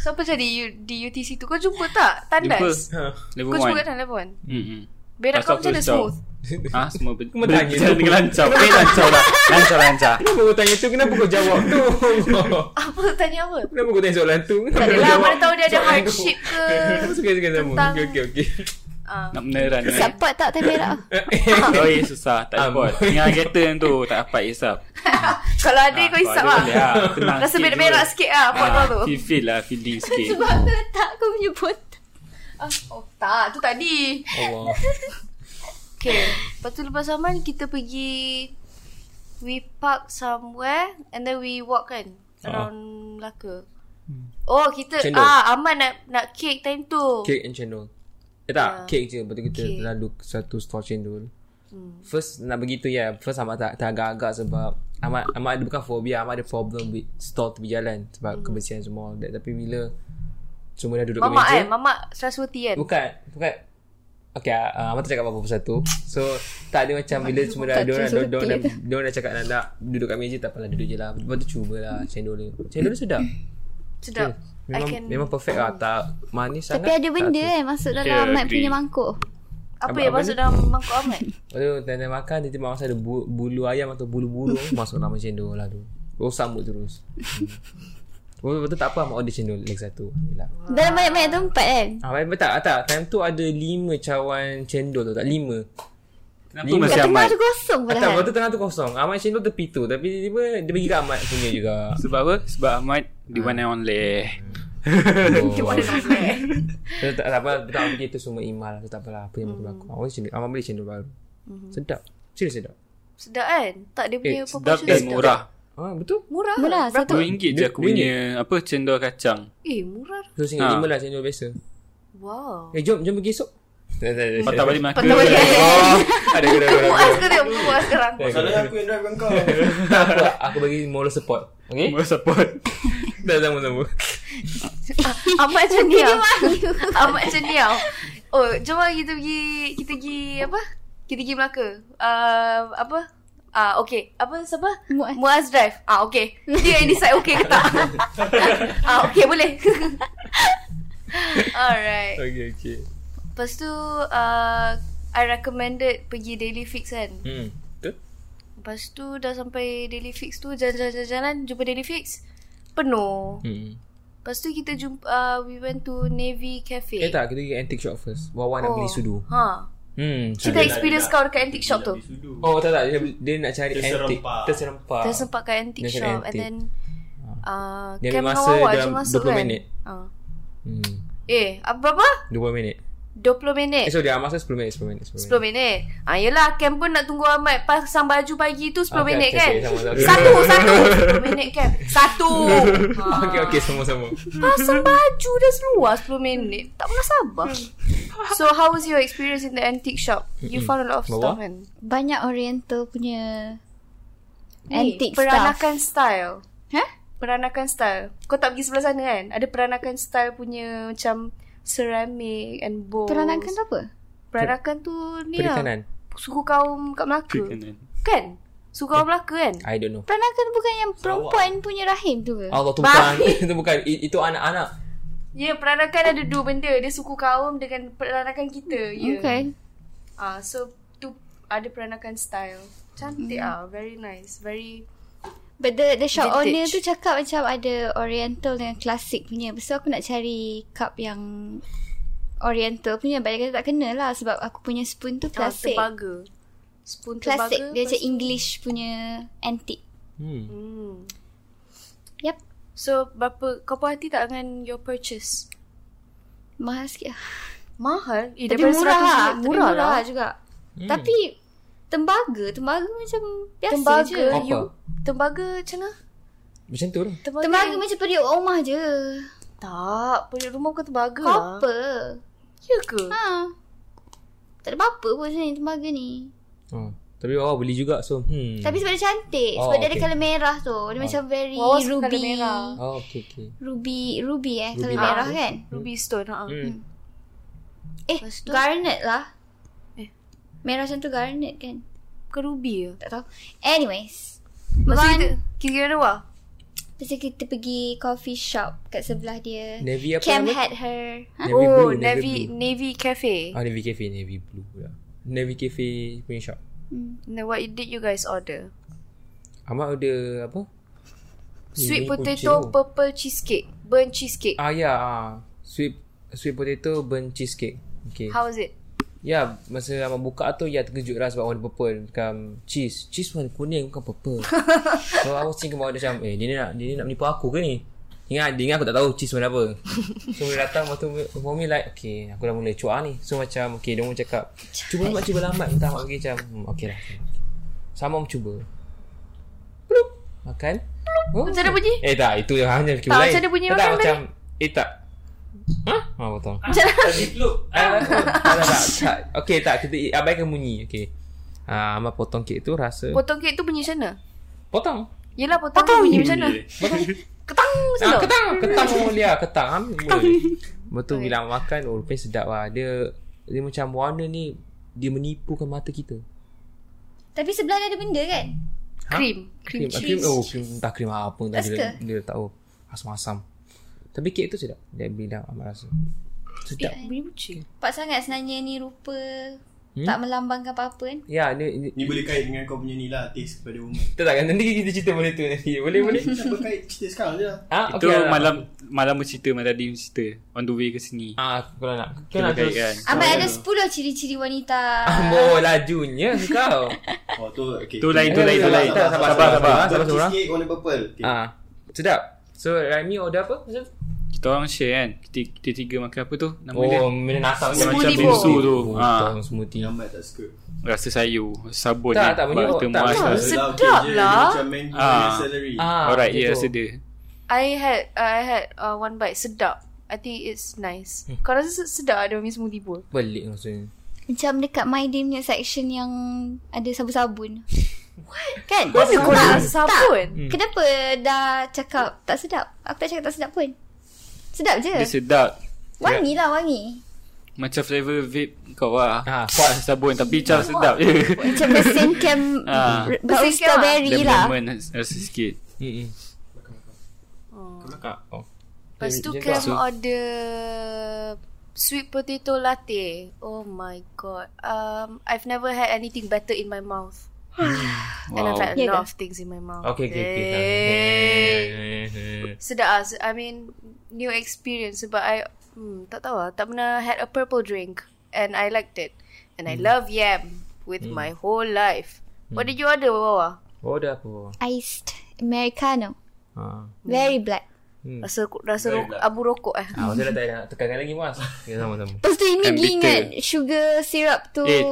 Speaker 1: So apa jadi U- di UTC tu? Kau jumpa tak?
Speaker 4: jumpa
Speaker 1: Tandas?
Speaker 4: Level
Speaker 1: Kau jumpa
Speaker 4: 1
Speaker 1: kat dalam level 1?
Speaker 4: Mm-mm.
Speaker 1: Berak
Speaker 4: Lepas
Speaker 1: kau
Speaker 4: tu
Speaker 1: macam mana
Speaker 4: aku
Speaker 1: smooth?
Speaker 4: stop. Ah, semua ber-
Speaker 3: Kau tanya
Speaker 4: berjalan
Speaker 3: tu.
Speaker 4: dengan lancar. Eh, lancar lah. Lancar, lancar.
Speaker 3: Kenapa kau tanya tu? Kenapa kau jawab tu?
Speaker 1: Apa? Tanya apa?
Speaker 3: Kenapa kau tanya soalan tu? Kenapa
Speaker 1: Tak
Speaker 3: kau
Speaker 1: adalah,
Speaker 3: jawab
Speaker 1: mana tahu dia ada
Speaker 3: soalan tu?
Speaker 1: hardship ke?
Speaker 3: Suka-suka sama
Speaker 1: Tentang-
Speaker 3: Okay okay okay
Speaker 1: Ah.
Speaker 4: Nak meneran. eh.
Speaker 2: Support tak lah. terberak
Speaker 4: Oh, eh, susah. Tak
Speaker 3: Ah,
Speaker 4: dapat.
Speaker 3: boleh.
Speaker 4: Dengan kereta yang tu, tak dapat eh, isap.
Speaker 1: Kalau ada kau
Speaker 4: kalau
Speaker 1: isap
Speaker 4: ada
Speaker 1: lah.
Speaker 4: boleh lah. Tenang
Speaker 1: Rasa
Speaker 4: sikit
Speaker 1: berak-berak
Speaker 4: dulu.
Speaker 1: sikit lah. Pot kau tu.
Speaker 4: Feel, feel lah, feeling sikit.
Speaker 2: Sebab aku letak kau punya botol
Speaker 1: Ah, Oh tak, tu tadi.
Speaker 3: Allah
Speaker 1: Okay. Lepas tu lepas saman kita pergi we park somewhere and then we walk kan around Melaka. Oh kita
Speaker 3: Cendol.
Speaker 1: ah Aman nak nak cake time tu.
Speaker 3: Cake and cendol Eh tak Cake je Lepas tu kita
Speaker 1: Ah, Cake. Hmm.
Speaker 3: lalu ke satu store cendol First nak begitu ya First Ahmad tak, tak agak-agak sebab Ahmad, Ahmad ada bukan fobia Ahmad ada problem with store tepi jalan
Speaker 1: Hmm.
Speaker 3: Sebab kebersihan semua all that. Tapi bila Semua dah duduk
Speaker 1: Mamak
Speaker 3: kat meja Oh,
Speaker 1: kan, mamak Saraswati kan.
Speaker 3: Bukan Bukan Okay uh, Ahmad tak cakap apa-apa satu So Tak ada macam Bila semua dah Diorang dah, diorang, dah, diorang dah cakap nak, nak Duduk kat meja Tak apalah duduk je lah Lepas tu cubalah Cendol dia Cendol dia sedap
Speaker 1: Sedap.
Speaker 3: Memang,
Speaker 1: I can
Speaker 3: memang perfect lah Tak manis
Speaker 2: Tapi
Speaker 3: sangat
Speaker 2: ada benda kan Masuk dalam
Speaker 4: Yeah,
Speaker 2: Mat
Speaker 4: agree.
Speaker 2: punya mangkuk
Speaker 1: apa
Speaker 3: Abang-
Speaker 1: yang
Speaker 3: abang
Speaker 1: masuk
Speaker 3: ni?
Speaker 1: dalam mangkuk Ahmad?
Speaker 3: Lepas tu tanda makan Dia tiba masa ada bu, bulu ayam Atau bulu burung Masuk nama cendol lah tu Rosak mood terus hmm. Lepas tu tak apa Mak order cendol Leg satu Alhamdulillah
Speaker 2: Dalam banyak-banyak tempat kan
Speaker 3: Ah, baik tak, tak. Time tu ada lima cawan cendol tu, tak lima.
Speaker 4: Kenapa
Speaker 3: Ni
Speaker 4: masih
Speaker 2: Kat tengah
Speaker 4: amat?
Speaker 2: tu kosong eh.
Speaker 3: Tak,
Speaker 2: padahal
Speaker 3: waktu tengah tu kosong. Ahmad Shin tu tepi tu. Tapi tiba dia pergi ke Ahmad punya juga.
Speaker 4: Sebab apa? Sebab Ahmad di one and only.
Speaker 1: Cuma
Speaker 3: Oh.
Speaker 1: ada nombor eh.
Speaker 3: tak, tak, tak apa. Aku tak fikir tu semua Imal. Aku tak apalah. Apa yang berlaku.
Speaker 1: Hmm.
Speaker 3: Awak sini. Ahmad beli cendol baru. Sedap. Serius sedap.
Speaker 1: Sedap kan? Tak dia punya
Speaker 3: Eh,
Speaker 4: Sedap
Speaker 1: proportion
Speaker 4: dan murah.
Speaker 3: Ah betul.
Speaker 1: Murah.
Speaker 2: Murah,
Speaker 1: Berapa?
Speaker 2: satu-
Speaker 4: RM2 je aku
Speaker 3: Duit-
Speaker 4: punya apa cendol kacang.
Speaker 1: Eh, murah.
Speaker 3: So
Speaker 4: Ha.
Speaker 3: singgit lima lah cendol biasa.
Speaker 1: Wow.
Speaker 3: Eh jom jom pergi esok. Tak, tak, tak.
Speaker 4: Patah balik maka.
Speaker 1: Patah balik. Eh?
Speaker 3: Oh, ada kena kena.
Speaker 1: Puas ke dia? Puas sekarang.
Speaker 6: Masalahnya aku yang drive dengan kau
Speaker 3: Aku aku bagi moral support. Okey?
Speaker 4: Mau support.
Speaker 3: Dah sama-sama.
Speaker 1: Amat macam ni tau. Amat macam ni tau. Oh, jom lah kita pergi kita pergi apa? Kita pergi Melaka. Uh, apa? Ah, okay. Apa siapa?
Speaker 2: Muaz.
Speaker 1: Muaz drive. Ah, okay. Dia yang decide okay ke tak. ah, okay boleh. Alright.
Speaker 3: Okey okey.
Speaker 1: Lepas tu uh, I recommended pergi Daily Fix kan.
Speaker 3: Hmm. Betul?
Speaker 1: Lepas tu dah sampai Daily Fix tu jalan-jalan-jalan jumpa Daily Fix. Penuh.
Speaker 3: Hmm.
Speaker 1: Lepas tu kita jumpa uh, we went to Navy Cafe.
Speaker 3: Eh tak, kita pergi antique shop first. Wawa nak beli sudu.
Speaker 1: Ha.
Speaker 3: Hmm.
Speaker 1: Cerita experience kau dekat antique shop tu.
Speaker 3: Oh tak tak dia, dia nak cari
Speaker 7: Terserempak.
Speaker 3: antik Terserempak
Speaker 1: Kita sempat kat antique
Speaker 3: Dia cakap
Speaker 1: shop and
Speaker 3: antique.
Speaker 1: then uh,
Speaker 3: Dia
Speaker 1: Cam
Speaker 3: ambil
Speaker 1: dengan
Speaker 3: masa
Speaker 1: Wawa je
Speaker 3: dalam
Speaker 1: masuk
Speaker 3: 20
Speaker 1: kan.
Speaker 3: minit.
Speaker 1: Ha.
Speaker 3: hmm,
Speaker 1: Eh, apa berapa?
Speaker 3: 20 minit
Speaker 1: 20 minit.
Speaker 3: Eh so dia masa 10 minit 10 minit 10
Speaker 1: 10 minit. Ah yelah Cam pun nak tunggu Ahmad pasang baju pagi tu 10
Speaker 3: Okay,
Speaker 1: minit
Speaker 3: okay,
Speaker 1: kan.
Speaker 3: okay, sama, sama.
Speaker 1: satu, satu. 10 minit Cam. Satu. Ha.
Speaker 3: Okay okay sama-sama
Speaker 1: Pasang baju dah seluar 10 minit. Tak pernah sabar.
Speaker 3: Hmm.
Speaker 1: So how was your experience in the antique shop? You
Speaker 3: Mm-mm.
Speaker 1: found a lot of stuff
Speaker 3: Bawa?
Speaker 1: kan?
Speaker 2: Banyak oriental punya
Speaker 1: Ni,
Speaker 2: Antique
Speaker 1: Peranakan
Speaker 2: stuff
Speaker 1: style.
Speaker 2: Ha?
Speaker 1: Peranakan style. Kau tak pergi sebelah sana kan? Ada peranakan style punya macam ceramic and bowls.
Speaker 2: Oh. Peranakan tu apa?
Speaker 1: Peranakan tu ni lah.
Speaker 3: Perikanan
Speaker 1: Suku kaum kat Melaka.
Speaker 4: Perikanan.
Speaker 1: Kan? Suku kaum Melaka kan?
Speaker 3: I don't know
Speaker 2: Peranakan bukan yang perempuan punya rahim tu ke?
Speaker 3: Allah tu bukan Itu bukan I- Itu anak-anak
Speaker 1: Ya, yeah, peranakan ada dua benda. Dia suku kaum dengan peranakan kita. Ya.
Speaker 2: Bukan
Speaker 1: Ah, so tu ada peranakan style. Cantik
Speaker 2: Mm-hmm.
Speaker 1: ah, very nice, very
Speaker 2: But the, the shop
Speaker 1: Vintage.
Speaker 2: owner tu cakap macam ada oriental dengan klasik punya So aku nak cari cup yang oriental punya But dia kata tak kena lah sebab aku punya spoon
Speaker 1: ah,
Speaker 2: tu klasik
Speaker 1: terbaga. Spoon terbaga.
Speaker 2: Klasik dia
Speaker 1: lepas
Speaker 2: macam
Speaker 1: tu-
Speaker 2: English punya antique
Speaker 3: Hmm
Speaker 1: Hmm.
Speaker 2: Yep
Speaker 1: So, berapa kau puas hati tak dengan your purchase?
Speaker 2: Mahal sikit lah
Speaker 1: Mahal. Eh,
Speaker 2: Tapi
Speaker 1: daripada
Speaker 2: murah
Speaker 1: 100
Speaker 2: lah Hmm.
Speaker 1: ringgit,
Speaker 2: Tapi
Speaker 1: Murah, lah.
Speaker 2: juga Tapi Tembaga Tembaga macam Biasa
Speaker 1: Tembaga
Speaker 2: je
Speaker 3: Apa?
Speaker 1: you Tembaga macam mana?
Speaker 3: Macam tu lah
Speaker 1: Tembaga,
Speaker 2: Tembaga macam periuk rumah je
Speaker 1: Tak Periuk rumah bukan tembaga lah
Speaker 2: Copper
Speaker 1: Ya ke?
Speaker 2: ha. Tak ada apa-apa pun sebenarnya tembaga ni
Speaker 3: oh. Tapi Wawa beli juga so hmm.
Speaker 2: Tapi sebab dia cantik
Speaker 3: Oh,
Speaker 2: Sebab dia ada
Speaker 3: okay.
Speaker 2: colour merah tu Dia macam very
Speaker 1: Wawa suka colour
Speaker 2: ruby
Speaker 1: merah.
Speaker 3: Oh okay okay
Speaker 2: Ruby Ruby eh
Speaker 3: Ruby.
Speaker 2: Colour
Speaker 3: Ah.
Speaker 2: merah kan
Speaker 1: Ruby stone ha.
Speaker 3: hmm.
Speaker 2: Eh
Speaker 1: Lepas tu-
Speaker 2: garnet lah
Speaker 1: Eh.
Speaker 2: Merah macam tu garnet kan
Speaker 1: Bukan ruby ya? ke?
Speaker 2: Tak tahu Anyways
Speaker 1: Maksud kita
Speaker 2: Maksudnya
Speaker 1: Kita kira wah
Speaker 2: Lepas tu kita pergi coffee shop Kat sebelah dia
Speaker 3: Navy apa
Speaker 2: Cam
Speaker 3: nama?
Speaker 2: had her ha?
Speaker 3: Navy
Speaker 1: Oh
Speaker 3: blue
Speaker 1: Navy
Speaker 3: blue.
Speaker 1: Navy Cafe
Speaker 3: Ah Navy Cafe Navy Blue lah Navy Cafe punya shop
Speaker 1: Then what did you guys order?
Speaker 3: Ahmad order apa
Speaker 1: Sweet
Speaker 3: Ini
Speaker 1: potato
Speaker 3: kucing.
Speaker 1: purple cheesecake Burnt cheesecake
Speaker 3: Ah ya ah. Sweet Sweet potato burnt cheesecake Okay
Speaker 1: How is it?
Speaker 3: Ya, masa Abang buka tu Ya terkejut lah sebab warna purple Macam cheese Cheese warna kuning bukan purple So I was thinking about it, macam Eh dia ni nak, dia ni nak menipu aku ke ni Ingat, dia ingat aku tak tahu cheese warna apa So bila datang waktu Mami like Okay aku dah mula cuak ni So macam Okay dia orang cakap Cuba lambat cuba lambat Entah mak pergi macam hmm, Okay lah Sama Am cuba Belum Makan oh,
Speaker 1: Macam mana bunyi?
Speaker 3: Eh tak itu yang hanya fikir
Speaker 1: Tak,
Speaker 3: lain
Speaker 1: macam mana bunyi
Speaker 3: Tak, tak,
Speaker 1: makan
Speaker 3: macam Eh tak Hah? Ah, potong Ah, tak, tak, tak, tak. Okay, tak. Kita abaikan bunyi. Okay. Ah, Amal potong kek tu rasa...
Speaker 1: Potong kek tu bunyi macam mana?
Speaker 3: potong.
Speaker 1: Yelah potong, potong. bunyi macam mana? Ketang macam
Speaker 3: Ah,
Speaker 1: tu?
Speaker 3: ketang. Ketang mulia. Ketang. Ah, mulia. Lepas tu bila Amal makan, oh, rupanya sedap lah. Dia, dia macam warna ni, dia menipukan mata kita.
Speaker 2: Tapi sebelah dia ada benda kan
Speaker 1: Cream Cream
Speaker 3: Krim, krim,
Speaker 1: cheese
Speaker 3: oh, krim, entah krim apa. Entah
Speaker 2: Rasa?
Speaker 3: dia, dia tahu. Asam-asam. Tapi kek tu sedap. Dia bila Amal rasa. Sedap.
Speaker 1: Bunyi kucing
Speaker 2: Nampak sangat sebenarnya ni rupa Hmm? Tak melambangkan apa-apa kan.
Speaker 3: Ya, ni, ni.
Speaker 6: Ni boleh kait dengan kau punya ni lah Taste kepada woman
Speaker 3: Tak takkan nanti kita cerita benda tu nanti. Boleh boleh.
Speaker 6: Kenapa kait cerita sekarang je lah
Speaker 3: Ah,
Speaker 4: Itu
Speaker 3: lah.
Speaker 4: malam malam bercerita Malam tadi bercerita On the way ke sini kan.
Speaker 3: Ah, kau nak. Kau
Speaker 4: Kena
Speaker 3: nak terus.
Speaker 4: kaitkan.
Speaker 2: Ahmad ada 10 ciri-ciri wanita.
Speaker 1: Ah.
Speaker 4: Ah.
Speaker 3: Ambo Ah, lajunya kau.
Speaker 6: Oh tu okay
Speaker 4: Tu lain, tu
Speaker 3: lain, tu lain.
Speaker 6: Sabar
Speaker 3: Sabar,
Speaker 6: sabar sabar
Speaker 3: sabar, sabar
Speaker 6: Sabar
Speaker 3: seorang.
Speaker 6: sabar warna purple Okay.
Speaker 3: Ah, sedap. So Raimi order apa?
Speaker 4: Kita orang share kan Kita, kita tiga makan apa tu Nama dia
Speaker 3: Oh, minum asam
Speaker 4: Yang macam
Speaker 1: Smoothie
Speaker 4: bingsu
Speaker 1: bowl.
Speaker 4: tu
Speaker 3: Oh,
Speaker 4: ha,
Speaker 3: tahu smoothie.
Speaker 6: Yang Ahmad tak suka
Speaker 4: Rasa sayur Sabun
Speaker 3: Tak,
Speaker 4: eh,
Speaker 3: tak punya,
Speaker 4: buat kita
Speaker 3: tak
Speaker 4: muas
Speaker 3: punya.
Speaker 4: lah.
Speaker 1: sedap
Speaker 6: okay je. Dia
Speaker 1: lah.
Speaker 6: Macam mango
Speaker 4: Ah.
Speaker 6: dengan celery
Speaker 3: Ah,
Speaker 4: Alright
Speaker 3: macam
Speaker 4: ya
Speaker 3: tu.
Speaker 4: rasa dia
Speaker 1: I had I had uh, one bite sedap. I think it's nice.
Speaker 3: Hmm.
Speaker 1: Kau rasa se- sedap ada punya smoothie bowl?
Speaker 3: Pelik maksudnya.
Speaker 2: Macam dekat My Day punya section yang ada sabun-sabun. kan?
Speaker 1: Mana kau nak rasa sabun?
Speaker 2: Hmm. Kenapa dah cakap tak sedap? Aku tak cakap tak sedap pun. Sedap je.
Speaker 4: Dia sedap
Speaker 2: Wangi lah wangi.
Speaker 4: Macam flavour vape kau lah
Speaker 3: Ah.
Speaker 4: Kuat sabun Tapi macam sedap je
Speaker 2: Macam mesin cam
Speaker 4: Ah.
Speaker 1: Besincam
Speaker 2: bau
Speaker 1: lah.
Speaker 2: strawberry
Speaker 4: Lemon,
Speaker 2: lah.
Speaker 4: lemon rasa sikit
Speaker 3: Hmm.
Speaker 1: Oh.
Speaker 3: Kak. Oh.
Speaker 1: Lepas tu
Speaker 3: Dia- dia
Speaker 1: Clem
Speaker 4: tak-
Speaker 1: order sweet potato latte. Oh my god. Um, I've never had anything better in my mouth. And I've
Speaker 4: Wow
Speaker 1: had a
Speaker 2: Ya
Speaker 1: lot of
Speaker 2: ke?
Speaker 1: things in my mouth.
Speaker 3: Okay, okay, okay.
Speaker 1: Hey.
Speaker 3: Hey.
Speaker 4: Eh.
Speaker 1: Sedap lah. Se- I mean, new experience sebab I hmm, tak tahu lah. Tak pernah had a purple drink. And I liked it. And I love yam with my whole life. What did you order, Wawa?
Speaker 3: Order apa?
Speaker 2: Iced Americano.
Speaker 3: Ah.
Speaker 2: Very
Speaker 4: Hmm.
Speaker 2: black.
Speaker 1: Rasa rasa ro- abu rokok eh.
Speaker 3: Ah, maksudnya tak nak tekankan lagi mas. Ya sama-sama.
Speaker 2: Lepas tu Imi
Speaker 4: And
Speaker 2: pergi
Speaker 4: bitter.
Speaker 2: ingat sugar syrup tu.
Speaker 4: Eh.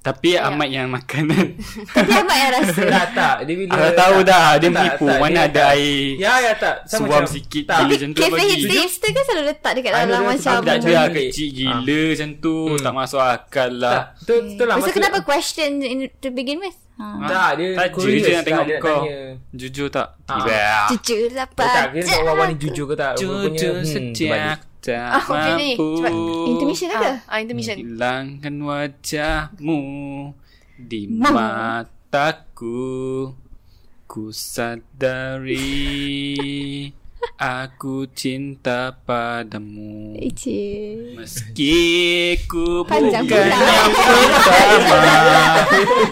Speaker 4: Tapi Ahmad yang makan
Speaker 2: Tapi Ahmad yang rasa.
Speaker 3: Tak tak Dia bila
Speaker 4: Aku tahu dah, dia menipu. Mana
Speaker 3: dia
Speaker 4: ada
Speaker 3: tak.
Speaker 4: air
Speaker 3: Ya ya tak
Speaker 4: Suam sikit
Speaker 3: Tak
Speaker 4: Gila macam tu
Speaker 2: Cafe
Speaker 4: bagi
Speaker 2: hipster, hipster kan selalu letak dekat
Speaker 3: Ah,
Speaker 2: dalam
Speaker 3: dia- dia
Speaker 2: macam.
Speaker 3: tak
Speaker 4: Tak
Speaker 3: Macam
Speaker 4: dia
Speaker 3: ni.
Speaker 4: kecil
Speaker 3: Ah.
Speaker 4: gila macam tu
Speaker 3: Hmm.
Speaker 4: Tak masuk akal
Speaker 3: Tak
Speaker 4: lah
Speaker 3: Tu tu lah
Speaker 2: Lepas tu
Speaker 3: maksud- Ah.
Speaker 2: kenapa question in, to begin with? Ha.
Speaker 3: Tak dia
Speaker 4: Tak je
Speaker 3: curious
Speaker 4: je nak
Speaker 3: lah,
Speaker 4: tengok
Speaker 3: dia
Speaker 4: kau
Speaker 3: tanya.
Speaker 4: Jujur tak?
Speaker 3: Ah.
Speaker 4: Tidak
Speaker 2: Jujur lah
Speaker 3: Tak, Tak kira
Speaker 2: Pak.
Speaker 3: nak wawan ni jujur ke tak Rupanya,
Speaker 4: Jujur
Speaker 3: hmm, terbalik.
Speaker 4: sejak
Speaker 1: Ah,
Speaker 4: tak
Speaker 1: okey ni, cepat.
Speaker 4: mampu
Speaker 2: Intermission ada?
Speaker 1: Ah, ah,
Speaker 4: Hmm.
Speaker 1: intermission.
Speaker 4: Hilangkan wajahmu Di
Speaker 2: Mam.
Speaker 4: mataku Ku sadari Aku cinta padamu
Speaker 2: Ece.
Speaker 4: Meski ku
Speaker 2: Panjang
Speaker 4: bukan yang pertama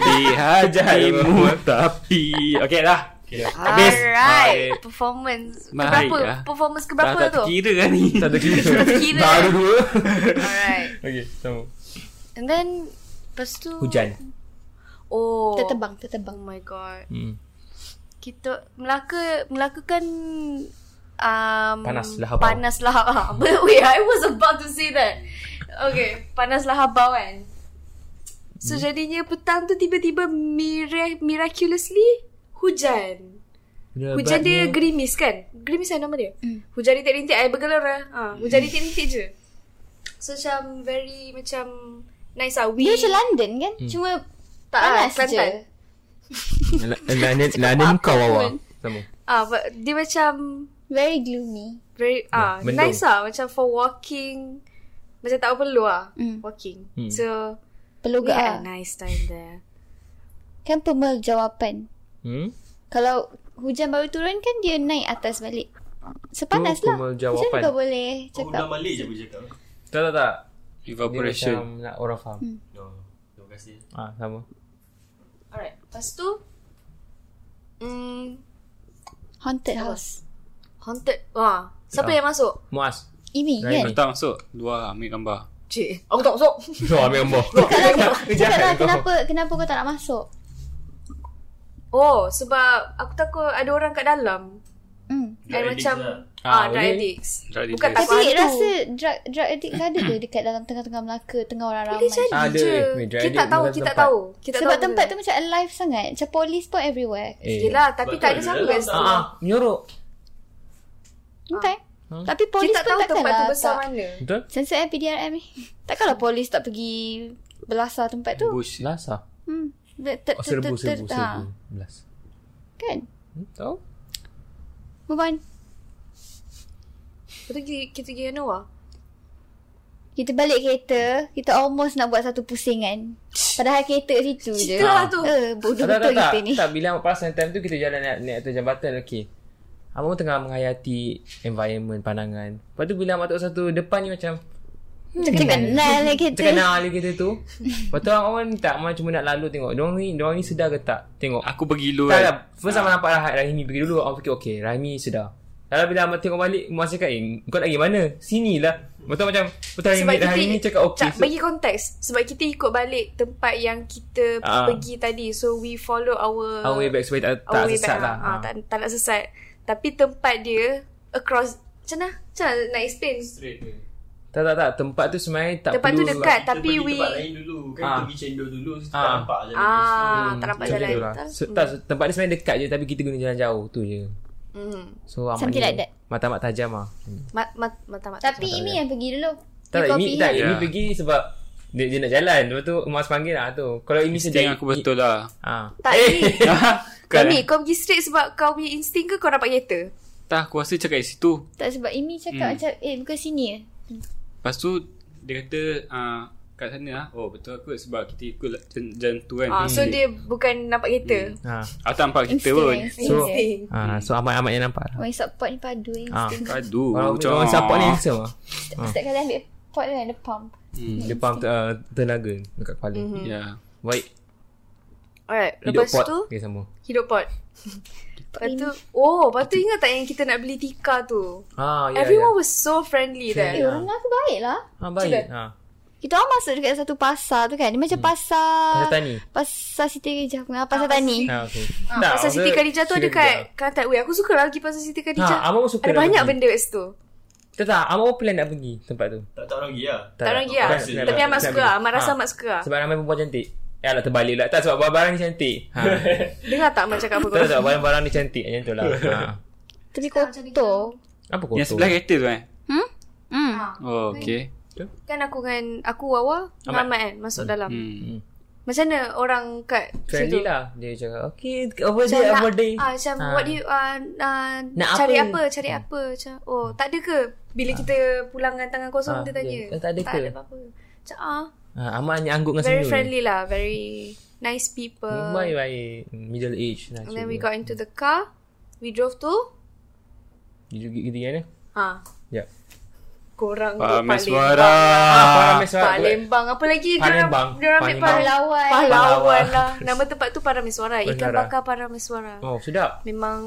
Speaker 4: Di hatimu tapi Okay lah Habis.
Speaker 1: Alright. Performance.
Speaker 4: Baik
Speaker 1: Keberapa?
Speaker 4: lah.
Speaker 1: Performance
Speaker 4: Dah
Speaker 1: keberapa
Speaker 4: tak
Speaker 1: tu?
Speaker 4: terkira kan ni
Speaker 3: Tak ada kira
Speaker 1: Terkira.
Speaker 3: Baru dua
Speaker 1: Alright.
Speaker 3: Okay sama
Speaker 1: And then lepas tu
Speaker 3: Hujan
Speaker 1: Oh.
Speaker 2: Tertebang,
Speaker 1: Oh
Speaker 2: tertebang.
Speaker 1: my god.
Speaker 3: Hmm.
Speaker 1: Kita Melaka Melaka kan um,
Speaker 3: Panas lah habau.
Speaker 1: Panas lah But wait I was about to say that Okay Panas lah habau kan So jadinya petang tu tiba-tiba mira- miraculously hujan. Hujan dia
Speaker 3: Lebatnya-
Speaker 1: gerimis kan? Gerimis kan nama dia?
Speaker 2: Hmm.
Speaker 1: Mm. Hujan rintik-rintik air bergelora. Ha, hujan rintik-rintik je. So macam very macam nice lah. We,
Speaker 2: Dia macam London kan?
Speaker 3: Hmm.
Speaker 2: Cuma tak panas je.
Speaker 1: Kelantan.
Speaker 3: London London kau wawan Sama
Speaker 1: Ah, but dia macam
Speaker 2: Very gloomy.
Speaker 1: very ah
Speaker 3: mendung.
Speaker 1: nice lah macam for walking. Macam tak perlu lah
Speaker 2: Mm.
Speaker 1: walking.
Speaker 3: Mm.
Speaker 1: So
Speaker 2: Perlu
Speaker 1: we
Speaker 2: gak
Speaker 1: had a
Speaker 2: ah.
Speaker 1: nice time there.
Speaker 2: Kan pemal jawapan.
Speaker 3: Hmm
Speaker 2: Kalau hujan baru turun kan dia naik atas balik. Sepanas
Speaker 3: Tu
Speaker 2: lah.
Speaker 3: pemaljawapan.
Speaker 2: Macam mana kau boleh
Speaker 6: Oh,
Speaker 2: cakap?
Speaker 7: Udah Malik je boleh cakap
Speaker 3: Tak tak tak Dia
Speaker 4: Evaporation
Speaker 3: macam nak orang faham
Speaker 1: Hmm.
Speaker 7: No Terima kasih
Speaker 3: Ah sama
Speaker 1: Alright. Lepas tu mm,
Speaker 2: Haunted house.
Speaker 1: haunted. Wah, siapa
Speaker 3: Ah.
Speaker 1: yang masuk?
Speaker 3: Muas
Speaker 2: Imi
Speaker 3: Right.
Speaker 2: kan?
Speaker 4: Kau tak masuk Luar ambil gambar
Speaker 1: Cik, aku tak masuk.
Speaker 3: Kau ambil gambar
Speaker 2: Cakap lah, cakap lah
Speaker 3: Jangan kau.
Speaker 2: kenapa, kenapa kau tak nak masuk?
Speaker 1: Oh, sebab aku takut ada orang kat dalam.
Speaker 2: Hmm.
Speaker 1: I
Speaker 7: Drug addicts
Speaker 1: macam
Speaker 7: lah.
Speaker 3: Ah,
Speaker 1: ah, drug
Speaker 3: boleh.
Speaker 1: addicts.
Speaker 4: Drug
Speaker 1: Bukan tak
Speaker 4: addicts.
Speaker 2: Tapi
Speaker 1: hantu.
Speaker 2: rasa drug, drug addict ada ke dekat dalam tengah-tengah Melaka, tengah orang ramai?
Speaker 1: Boleh jadi
Speaker 3: Ada.
Speaker 1: je.
Speaker 3: Weh,
Speaker 1: Kita
Speaker 3: drug addict
Speaker 1: tak tahu,
Speaker 3: bukan
Speaker 1: kita tak
Speaker 3: tempat.
Speaker 1: tahu. Kita
Speaker 2: Sebab
Speaker 1: tahu
Speaker 2: tempat tu macam alive sangat. Macam polis pun everywhere.
Speaker 3: Eh.
Speaker 1: Yelah, tapi
Speaker 7: Sebab
Speaker 1: tak
Speaker 7: tu
Speaker 1: ada
Speaker 7: ada
Speaker 1: siapa
Speaker 7: dalam
Speaker 1: kat situ.
Speaker 3: Ah, ah, menyorok.
Speaker 2: Entah.
Speaker 3: Ah.
Speaker 2: Tapi polis
Speaker 1: Kita tak
Speaker 2: pun
Speaker 1: tahu tempat tu
Speaker 2: takkanlah
Speaker 1: besar
Speaker 2: tak.
Speaker 1: mana.
Speaker 3: Betul?
Speaker 2: Sensor eh PDRM ni. Takkanlah polis tak pergi belasah tempat tu.
Speaker 4: Bush
Speaker 3: Lasa.
Speaker 2: Hmm. Ter- ter-
Speaker 3: lah. Oh,
Speaker 2: ter-
Speaker 3: serbu,
Speaker 2: ter-
Speaker 3: serbu,
Speaker 2: ter-
Speaker 1: Ah.
Speaker 2: ha.
Speaker 3: serbu. Belas.
Speaker 2: Kan?
Speaker 3: Hmm, tahu?
Speaker 2: Move on.
Speaker 1: Lepas tu kita- kita pergi Noah.
Speaker 2: Kita balik kereta, kita almost nak buat satu pusingan. Padahal kereta situ je.
Speaker 1: Cerita lah tu.
Speaker 2: Eh, bodoh
Speaker 3: Tak, tak, tak,
Speaker 2: betul
Speaker 3: tak.
Speaker 2: kita ni.
Speaker 3: Tak, bila Ahmad perasan time tu kita jalan naik, naik atas jambatan, okey. Abang tengah menghayati environment, pandangan. Lepas tu bila Ahmad tengok satu depan ni macam,
Speaker 2: Terkenal lah kita
Speaker 3: Terkenal kali kita tu Lepas tu orang orang tak Macam cuma nak lalu tengok Diorang ni Diorang ni sedar ke tak Tengok
Speaker 4: Aku pergi dulu
Speaker 3: Tak
Speaker 4: kan.
Speaker 3: lah First sama nampak Rahat Rahimi pergi dulu Orang fikir okay Rahimi sedar Kalau bila Ahmad tengok balik Mas cakap eh Kau nak pergi mana Sini lah Lepas tu macam Lepas tu Rahimi, Rahimi cakap okay
Speaker 1: Cak, bagi konteks Sebab kita ikut balik Tempat yang kita
Speaker 3: Ah.
Speaker 1: pergi tadi So we follow our
Speaker 3: Our way back Supaya tak,
Speaker 1: our
Speaker 3: tak
Speaker 1: way
Speaker 3: sesat
Speaker 1: back,
Speaker 3: lah
Speaker 1: ah, tak, tak nak sesat Tapi tempat dia Across Macam mana? Macam mana nak explain?
Speaker 7: Straight je.
Speaker 3: Tak tak tak Tempat tu sebenarnya tak
Speaker 1: Tempat tu
Speaker 3: perlu
Speaker 1: dekat
Speaker 7: Kita
Speaker 1: Tapi
Speaker 7: pergi
Speaker 1: we
Speaker 7: tempat lain dulu Kan
Speaker 3: Ah.
Speaker 7: pergi cendol dulu Tak
Speaker 3: Ah.
Speaker 7: nampak je
Speaker 1: Ah, tak nampak
Speaker 3: macam
Speaker 1: jalan
Speaker 3: tu lah. So, tak, so, tempat dia sebenarnya dekat je Tapi kita guna jalan jauh Tu je
Speaker 1: mm.
Speaker 3: So Ahmad
Speaker 2: Something
Speaker 3: ni
Speaker 2: like that.
Speaker 3: Matamat tajam lah
Speaker 1: Mat, mat, mata mata
Speaker 2: Tapi Imi yang pergi dulu
Speaker 3: Tak
Speaker 2: You
Speaker 3: tak
Speaker 2: copy
Speaker 3: Imi tak
Speaker 2: him.
Speaker 3: Imi
Speaker 4: Ya.
Speaker 3: pergi sebab dia, dia nak jalan Lepas tu Mas panggil lah tu Kalau Imi sedar
Speaker 4: Insting aku betul lah.
Speaker 3: ha.
Speaker 1: Tak ni
Speaker 4: Kan,
Speaker 1: Imi kau pergi straight sebab kau punya insting ke kau dapat kereta?
Speaker 4: Tak aku rasa cakap kat situ.
Speaker 2: Tak sebab Imi
Speaker 3: Hmm.
Speaker 2: cakap macam Eh bukan sini eh
Speaker 4: Lepas tu dia kata ah kat sana lah. Oh betul aku sebab kita ikut lah jalan, jalan tu kan.
Speaker 1: Ah, so dia bukan nampak kereta.
Speaker 3: Ha.
Speaker 4: Aku tak nampak kita pun.
Speaker 2: Instinct
Speaker 3: So
Speaker 2: je.
Speaker 3: ha. So Ahmad-Ahmad yang nampak lah
Speaker 2: Orang support ni padu eh,
Speaker 3: Ah.
Speaker 2: Instinct
Speaker 4: Aduh.
Speaker 3: Kalau
Speaker 4: macam- Hmm.
Speaker 3: orang support ni handsome lah
Speaker 2: Setiap kali ambil pot tu ada pump
Speaker 3: Dia pump uh, tenaga dekat kepala
Speaker 4: Ya. Yeah.
Speaker 3: Baik
Speaker 1: Alright,
Speaker 3: Hidup
Speaker 1: Mhm. lepas
Speaker 3: pot
Speaker 1: tu
Speaker 3: Okay sama
Speaker 1: hidup pot. Lepas tu Oh lepas tu ingat tak yang kita nak beli tika tu
Speaker 3: Ha ya
Speaker 1: Everyone was so friendly
Speaker 2: Eh
Speaker 1: there
Speaker 2: orang aku baik lah
Speaker 3: ya Ha baik ha.
Speaker 2: Kita orang masuk dekat satu pasar tu kan Dia macam
Speaker 3: Hmm.
Speaker 2: pasar
Speaker 3: Pasal tani
Speaker 2: Pasar Siti Kejah Pasar, Ah, pasar Tani
Speaker 3: Ha okay
Speaker 1: ah, Pasar Siti Khadijah tu ada kat
Speaker 3: dekat
Speaker 1: Kelantan Weh aku suka lah pergi Pasar Siti Khadijah
Speaker 3: Ha Ahmad pun suka
Speaker 1: Ada
Speaker 3: nak
Speaker 1: banyak
Speaker 3: pergi.
Speaker 1: benda kat situ
Speaker 3: Tak tak Ahmad pun plan nak pergi tempat tu
Speaker 7: Tak tak orang pergi lah
Speaker 1: Tak orang pergi lah
Speaker 3: plan- plan-
Speaker 1: Tapi amat
Speaker 3: plan- plan
Speaker 1: suka
Speaker 3: pergi.
Speaker 1: lah Amat rasa
Speaker 3: Ha.
Speaker 1: amat suka lah
Speaker 3: Sebab ramai perempuan cantik Ya lah terbalik lah Tak sebab barang-barang ni cantik ha.
Speaker 1: Dengar tak amat cakap apa
Speaker 3: Tak
Speaker 1: kau
Speaker 3: sebab barang-barang ni cantik Macam tu lah ha.
Speaker 2: Tapi kotor
Speaker 3: Apa kotor
Speaker 4: Yang sebelah kereta tu eh.
Speaker 2: Hmm
Speaker 4: Oh okey.
Speaker 1: Kan aku dengan Aku Wawa Dengan Amat kan Masuk dalam
Speaker 4: Hmm.
Speaker 1: Macam mana orang kat situ?
Speaker 3: Friendly lah Dia cakap Okay over
Speaker 1: Macam
Speaker 3: day
Speaker 1: nak-
Speaker 3: over day
Speaker 1: Ah, macam
Speaker 3: Ah.
Speaker 1: what do you uh, uh,
Speaker 3: Nak
Speaker 1: cari
Speaker 3: apa? Ha.
Speaker 1: apa? Cari apa? Macam oh, tak ada ke? Bila kita pulang dengan tangan kosong
Speaker 3: Ah,
Speaker 1: dia
Speaker 3: dia,
Speaker 1: tanya.
Speaker 3: "Eh, tak ada
Speaker 1: tak
Speaker 3: ke?"
Speaker 1: ada apa-apa. Macam ah,
Speaker 3: ha, Amat hanya anggup dengan
Speaker 1: very
Speaker 3: senyum
Speaker 1: friendly lah, very nice people.
Speaker 3: ya. Baik-baik Middle age lah
Speaker 1: And then we
Speaker 3: cuba.
Speaker 1: got into the car. We drove to
Speaker 3: Dia juga gitu kan
Speaker 1: ah,
Speaker 3: Ya
Speaker 1: korang tu
Speaker 4: Pak
Speaker 1: Palembang.
Speaker 4: Meswara.
Speaker 3: Apa
Speaker 1: Palembang apa lagi? Diorang-
Speaker 3: Palembang.
Speaker 1: diorang ambil
Speaker 3: Palembang.
Speaker 1: Palembang.
Speaker 2: Lawan
Speaker 1: Pahlawan lah. Nama tempat tu Parameswara. Ikan
Speaker 3: Parameswara.
Speaker 1: bakar Parameswara.
Speaker 3: lah. Oh sedap
Speaker 1: Memang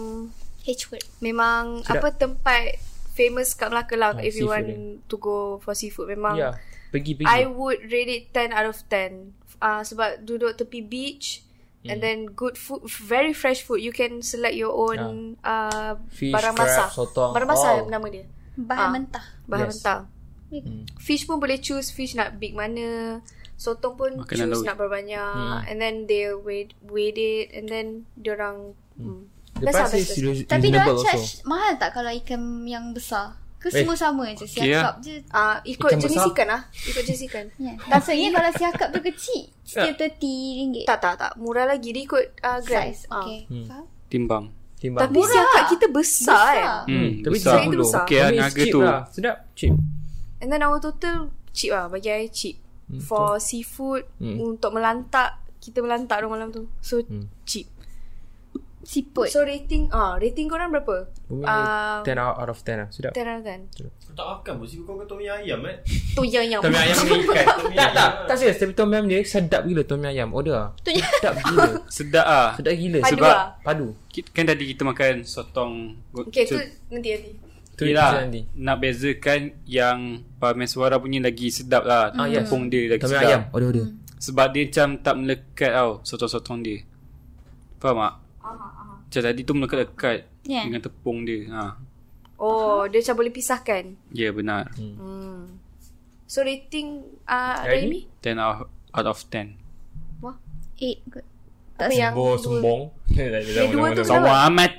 Speaker 2: H word
Speaker 1: Memang
Speaker 3: Sedap.
Speaker 1: apa tempat famous kat Melaka lah
Speaker 3: Ah,
Speaker 1: if you want
Speaker 3: seafood
Speaker 1: to go for seafood memang
Speaker 3: Ya Pergi-pergi
Speaker 1: I would rate it 10 out of 10 uh, sebab duduk tepi beach and
Speaker 3: Hmm.
Speaker 1: then good food very fresh food you can select your own uh,
Speaker 3: Ah. Fish,
Speaker 1: barang
Speaker 3: crab,
Speaker 1: masak
Speaker 3: sotong.
Speaker 1: barang masak
Speaker 3: Oh.
Speaker 1: nama dia
Speaker 2: Bahan
Speaker 1: Ah.
Speaker 2: mentah
Speaker 1: bahan
Speaker 3: Yes. Hmm.
Speaker 1: mentah fish pun boleh choose fish nak big mana sotong pun
Speaker 4: Makanan
Speaker 1: choose
Speaker 4: laut.
Speaker 1: nak berbanyak
Speaker 3: Hmm.
Speaker 1: and then they weigh, weigh it and then diorang hmm. Best lah,
Speaker 3: Lepas ni
Speaker 1: best, best.
Speaker 3: serious-
Speaker 2: Tapi dia
Speaker 3: reasonable also.
Speaker 2: charge Mahal tak kalau ikan yang besar Ke
Speaker 3: Eh, ya.
Speaker 2: semua sama je
Speaker 4: okey
Speaker 2: Siakap je Ya.
Speaker 1: Uh, ikut
Speaker 3: Ikan
Speaker 1: jenis
Speaker 3: besar.
Speaker 1: ikan lah Ikut jenis ikan
Speaker 2: Yeah. Maksudnya kalau siakap tu kecil
Speaker 3: Ya.
Speaker 2: Setiap RM30
Speaker 1: Tak tak tak Murah lagi Dia ikut uh, gram
Speaker 2: Size
Speaker 1: Ah.
Speaker 2: Okay
Speaker 3: Hmm.
Speaker 2: Faham?
Speaker 4: Timbang.
Speaker 3: Timbang
Speaker 1: Tapi
Speaker 2: Murah.
Speaker 1: siakap kita besar,
Speaker 2: Besar.
Speaker 1: kan
Speaker 4: Hmm.
Speaker 3: Tapi
Speaker 4: besar.
Speaker 1: besar. Itu besar.
Speaker 4: Okey lah
Speaker 3: Tapi it's
Speaker 4: naga
Speaker 3: cheap
Speaker 4: tu.
Speaker 3: lah. Sedap Cheap
Speaker 1: And then our total Cheap lah Bagi I cheap
Speaker 3: Hmm,
Speaker 1: For seafood Untuk melantak Kita melantak dong malam tu So
Speaker 3: Hmm.
Speaker 1: cheap
Speaker 2: Siput
Speaker 1: So rating ah Rating korang berapa?
Speaker 3: Bumi
Speaker 1: Ah,
Speaker 3: 10 out out of 10 lah Sedap
Speaker 1: 10 out of 10
Speaker 7: Kau tak makan pun Sibuk kau kau tom yum ayam eh
Speaker 1: Tu yang yang
Speaker 3: Tom yum ayam ni ikan
Speaker 7: Tom yum
Speaker 3: Tak tak
Speaker 7: ayam.
Speaker 3: Tak serius Tapi tom yum dia Sedap gila tom yum ayam Order lah Sedap gila
Speaker 4: Sedap ah.
Speaker 3: Sedap gila
Speaker 1: Padu
Speaker 3: Sebab
Speaker 1: lah.
Speaker 3: Padu
Speaker 4: Ki- Kan tadi kita makan sotong. go-
Speaker 1: Okay tu
Speaker 4: so-
Speaker 1: nanti nanti
Speaker 3: Tu
Speaker 4: Yelah,
Speaker 3: nanti.
Speaker 4: nak bezakan yang Pak Suara punya lagi sedap lah. Ah,
Speaker 3: yes.
Speaker 4: Tepung dia lagi
Speaker 3: Tom yum
Speaker 4: sedap.
Speaker 3: ya. ayam Order order
Speaker 4: Sebab dia macam tak melekat tau sotong-sotong dia. Faham tak? Macam tadi tu melekat-lekat
Speaker 3: Ya.
Speaker 2: Yeah.
Speaker 4: dengan tepung dia. Ha.
Speaker 1: Oh dia macam boleh pisahkan
Speaker 4: Ya yeah, benar.
Speaker 3: Hmm.
Speaker 1: So rating uh,
Speaker 3: Lagi?
Speaker 1: Raimi
Speaker 4: 10 out out of 10.
Speaker 2: Eight kot
Speaker 1: Apa
Speaker 2: tak siap.
Speaker 1: yang
Speaker 3: Bo
Speaker 1: dua?
Speaker 3: sembong Dia
Speaker 1: dua tu
Speaker 4: Sama amat.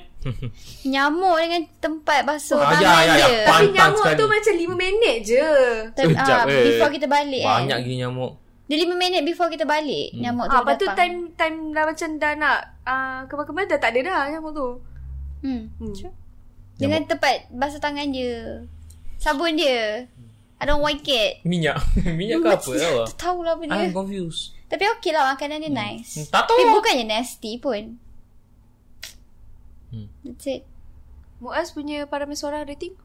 Speaker 2: Nyamuk dengan tempat basuh
Speaker 3: Ah,
Speaker 2: tangan
Speaker 3: ya, ya, ya.
Speaker 2: dia
Speaker 3: Pan-
Speaker 1: Tapi
Speaker 3: Pantang
Speaker 1: nyamuk tu
Speaker 3: sekali.
Speaker 1: macam 5 minit je
Speaker 2: Ter-
Speaker 4: Sekejap,
Speaker 2: ah,
Speaker 4: eh.
Speaker 2: Before kita balik
Speaker 3: Banyak Hmm.
Speaker 2: kan
Speaker 3: gini nyamuk
Speaker 2: Dia lima minit before kita balik Nyamuk tu
Speaker 1: Ah, lepas tu
Speaker 2: datang.
Speaker 1: time time dah macam dah nak uh, kemar-kemar dah tak ada dah nyamuk tu.
Speaker 2: hmm.
Speaker 1: Hmm.
Speaker 2: Dengan tempat basuh tangan dia Sabun dia Ada orang white cat
Speaker 3: Minyak Minyak ke apa tau lah
Speaker 2: Tak tahulah apa dia
Speaker 3: I'm confused
Speaker 2: Tapi okey lah makanan
Speaker 3: Hmm.
Speaker 2: dia nice
Speaker 3: Tak tahu
Speaker 2: Tapi bukannya nasty pun
Speaker 3: Hmm.
Speaker 2: That's it
Speaker 1: Muaz punya para mesuara rating?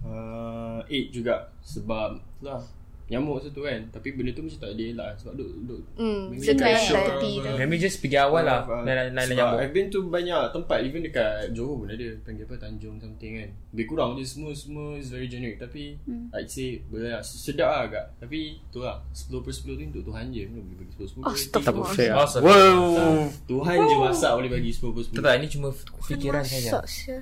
Speaker 6: Uh, eight juga Eh, Sebab lah Nyamuk situ kan Tapi benda tu macam tak boleh elak Sebab duk, duk
Speaker 1: Hmm,
Speaker 6: Maybe
Speaker 1: sebab
Speaker 6: kat
Speaker 2: lah.
Speaker 1: yang
Speaker 6: shop
Speaker 1: tak
Speaker 6: ke
Speaker 1: tepi
Speaker 6: apa.
Speaker 1: tu.
Speaker 3: Maybe just pergi awal lah
Speaker 6: Ah,
Speaker 3: Nailan
Speaker 6: sebab
Speaker 3: nyamuk
Speaker 6: I've been to banyak tempat Even dekat Johor pun ada Panggil apa Tanjung something kan Lebih kurang je semua Semua is very generic Tapi
Speaker 4: Hmm.
Speaker 6: I'd say boleh lah Sedap lah agak Tapi tu lah 10 per 10 tu untuk Tuhan je Mana boleh bagi 10 per 10
Speaker 1: Astaghfirullah.
Speaker 4: Ah, Tak apa fair lah.
Speaker 3: Awesome.
Speaker 4: Wow
Speaker 6: Tuhan je masak boleh bagi 10 per 10
Speaker 3: Tak tak ini cuma fikiran saja
Speaker 1: Masak sial.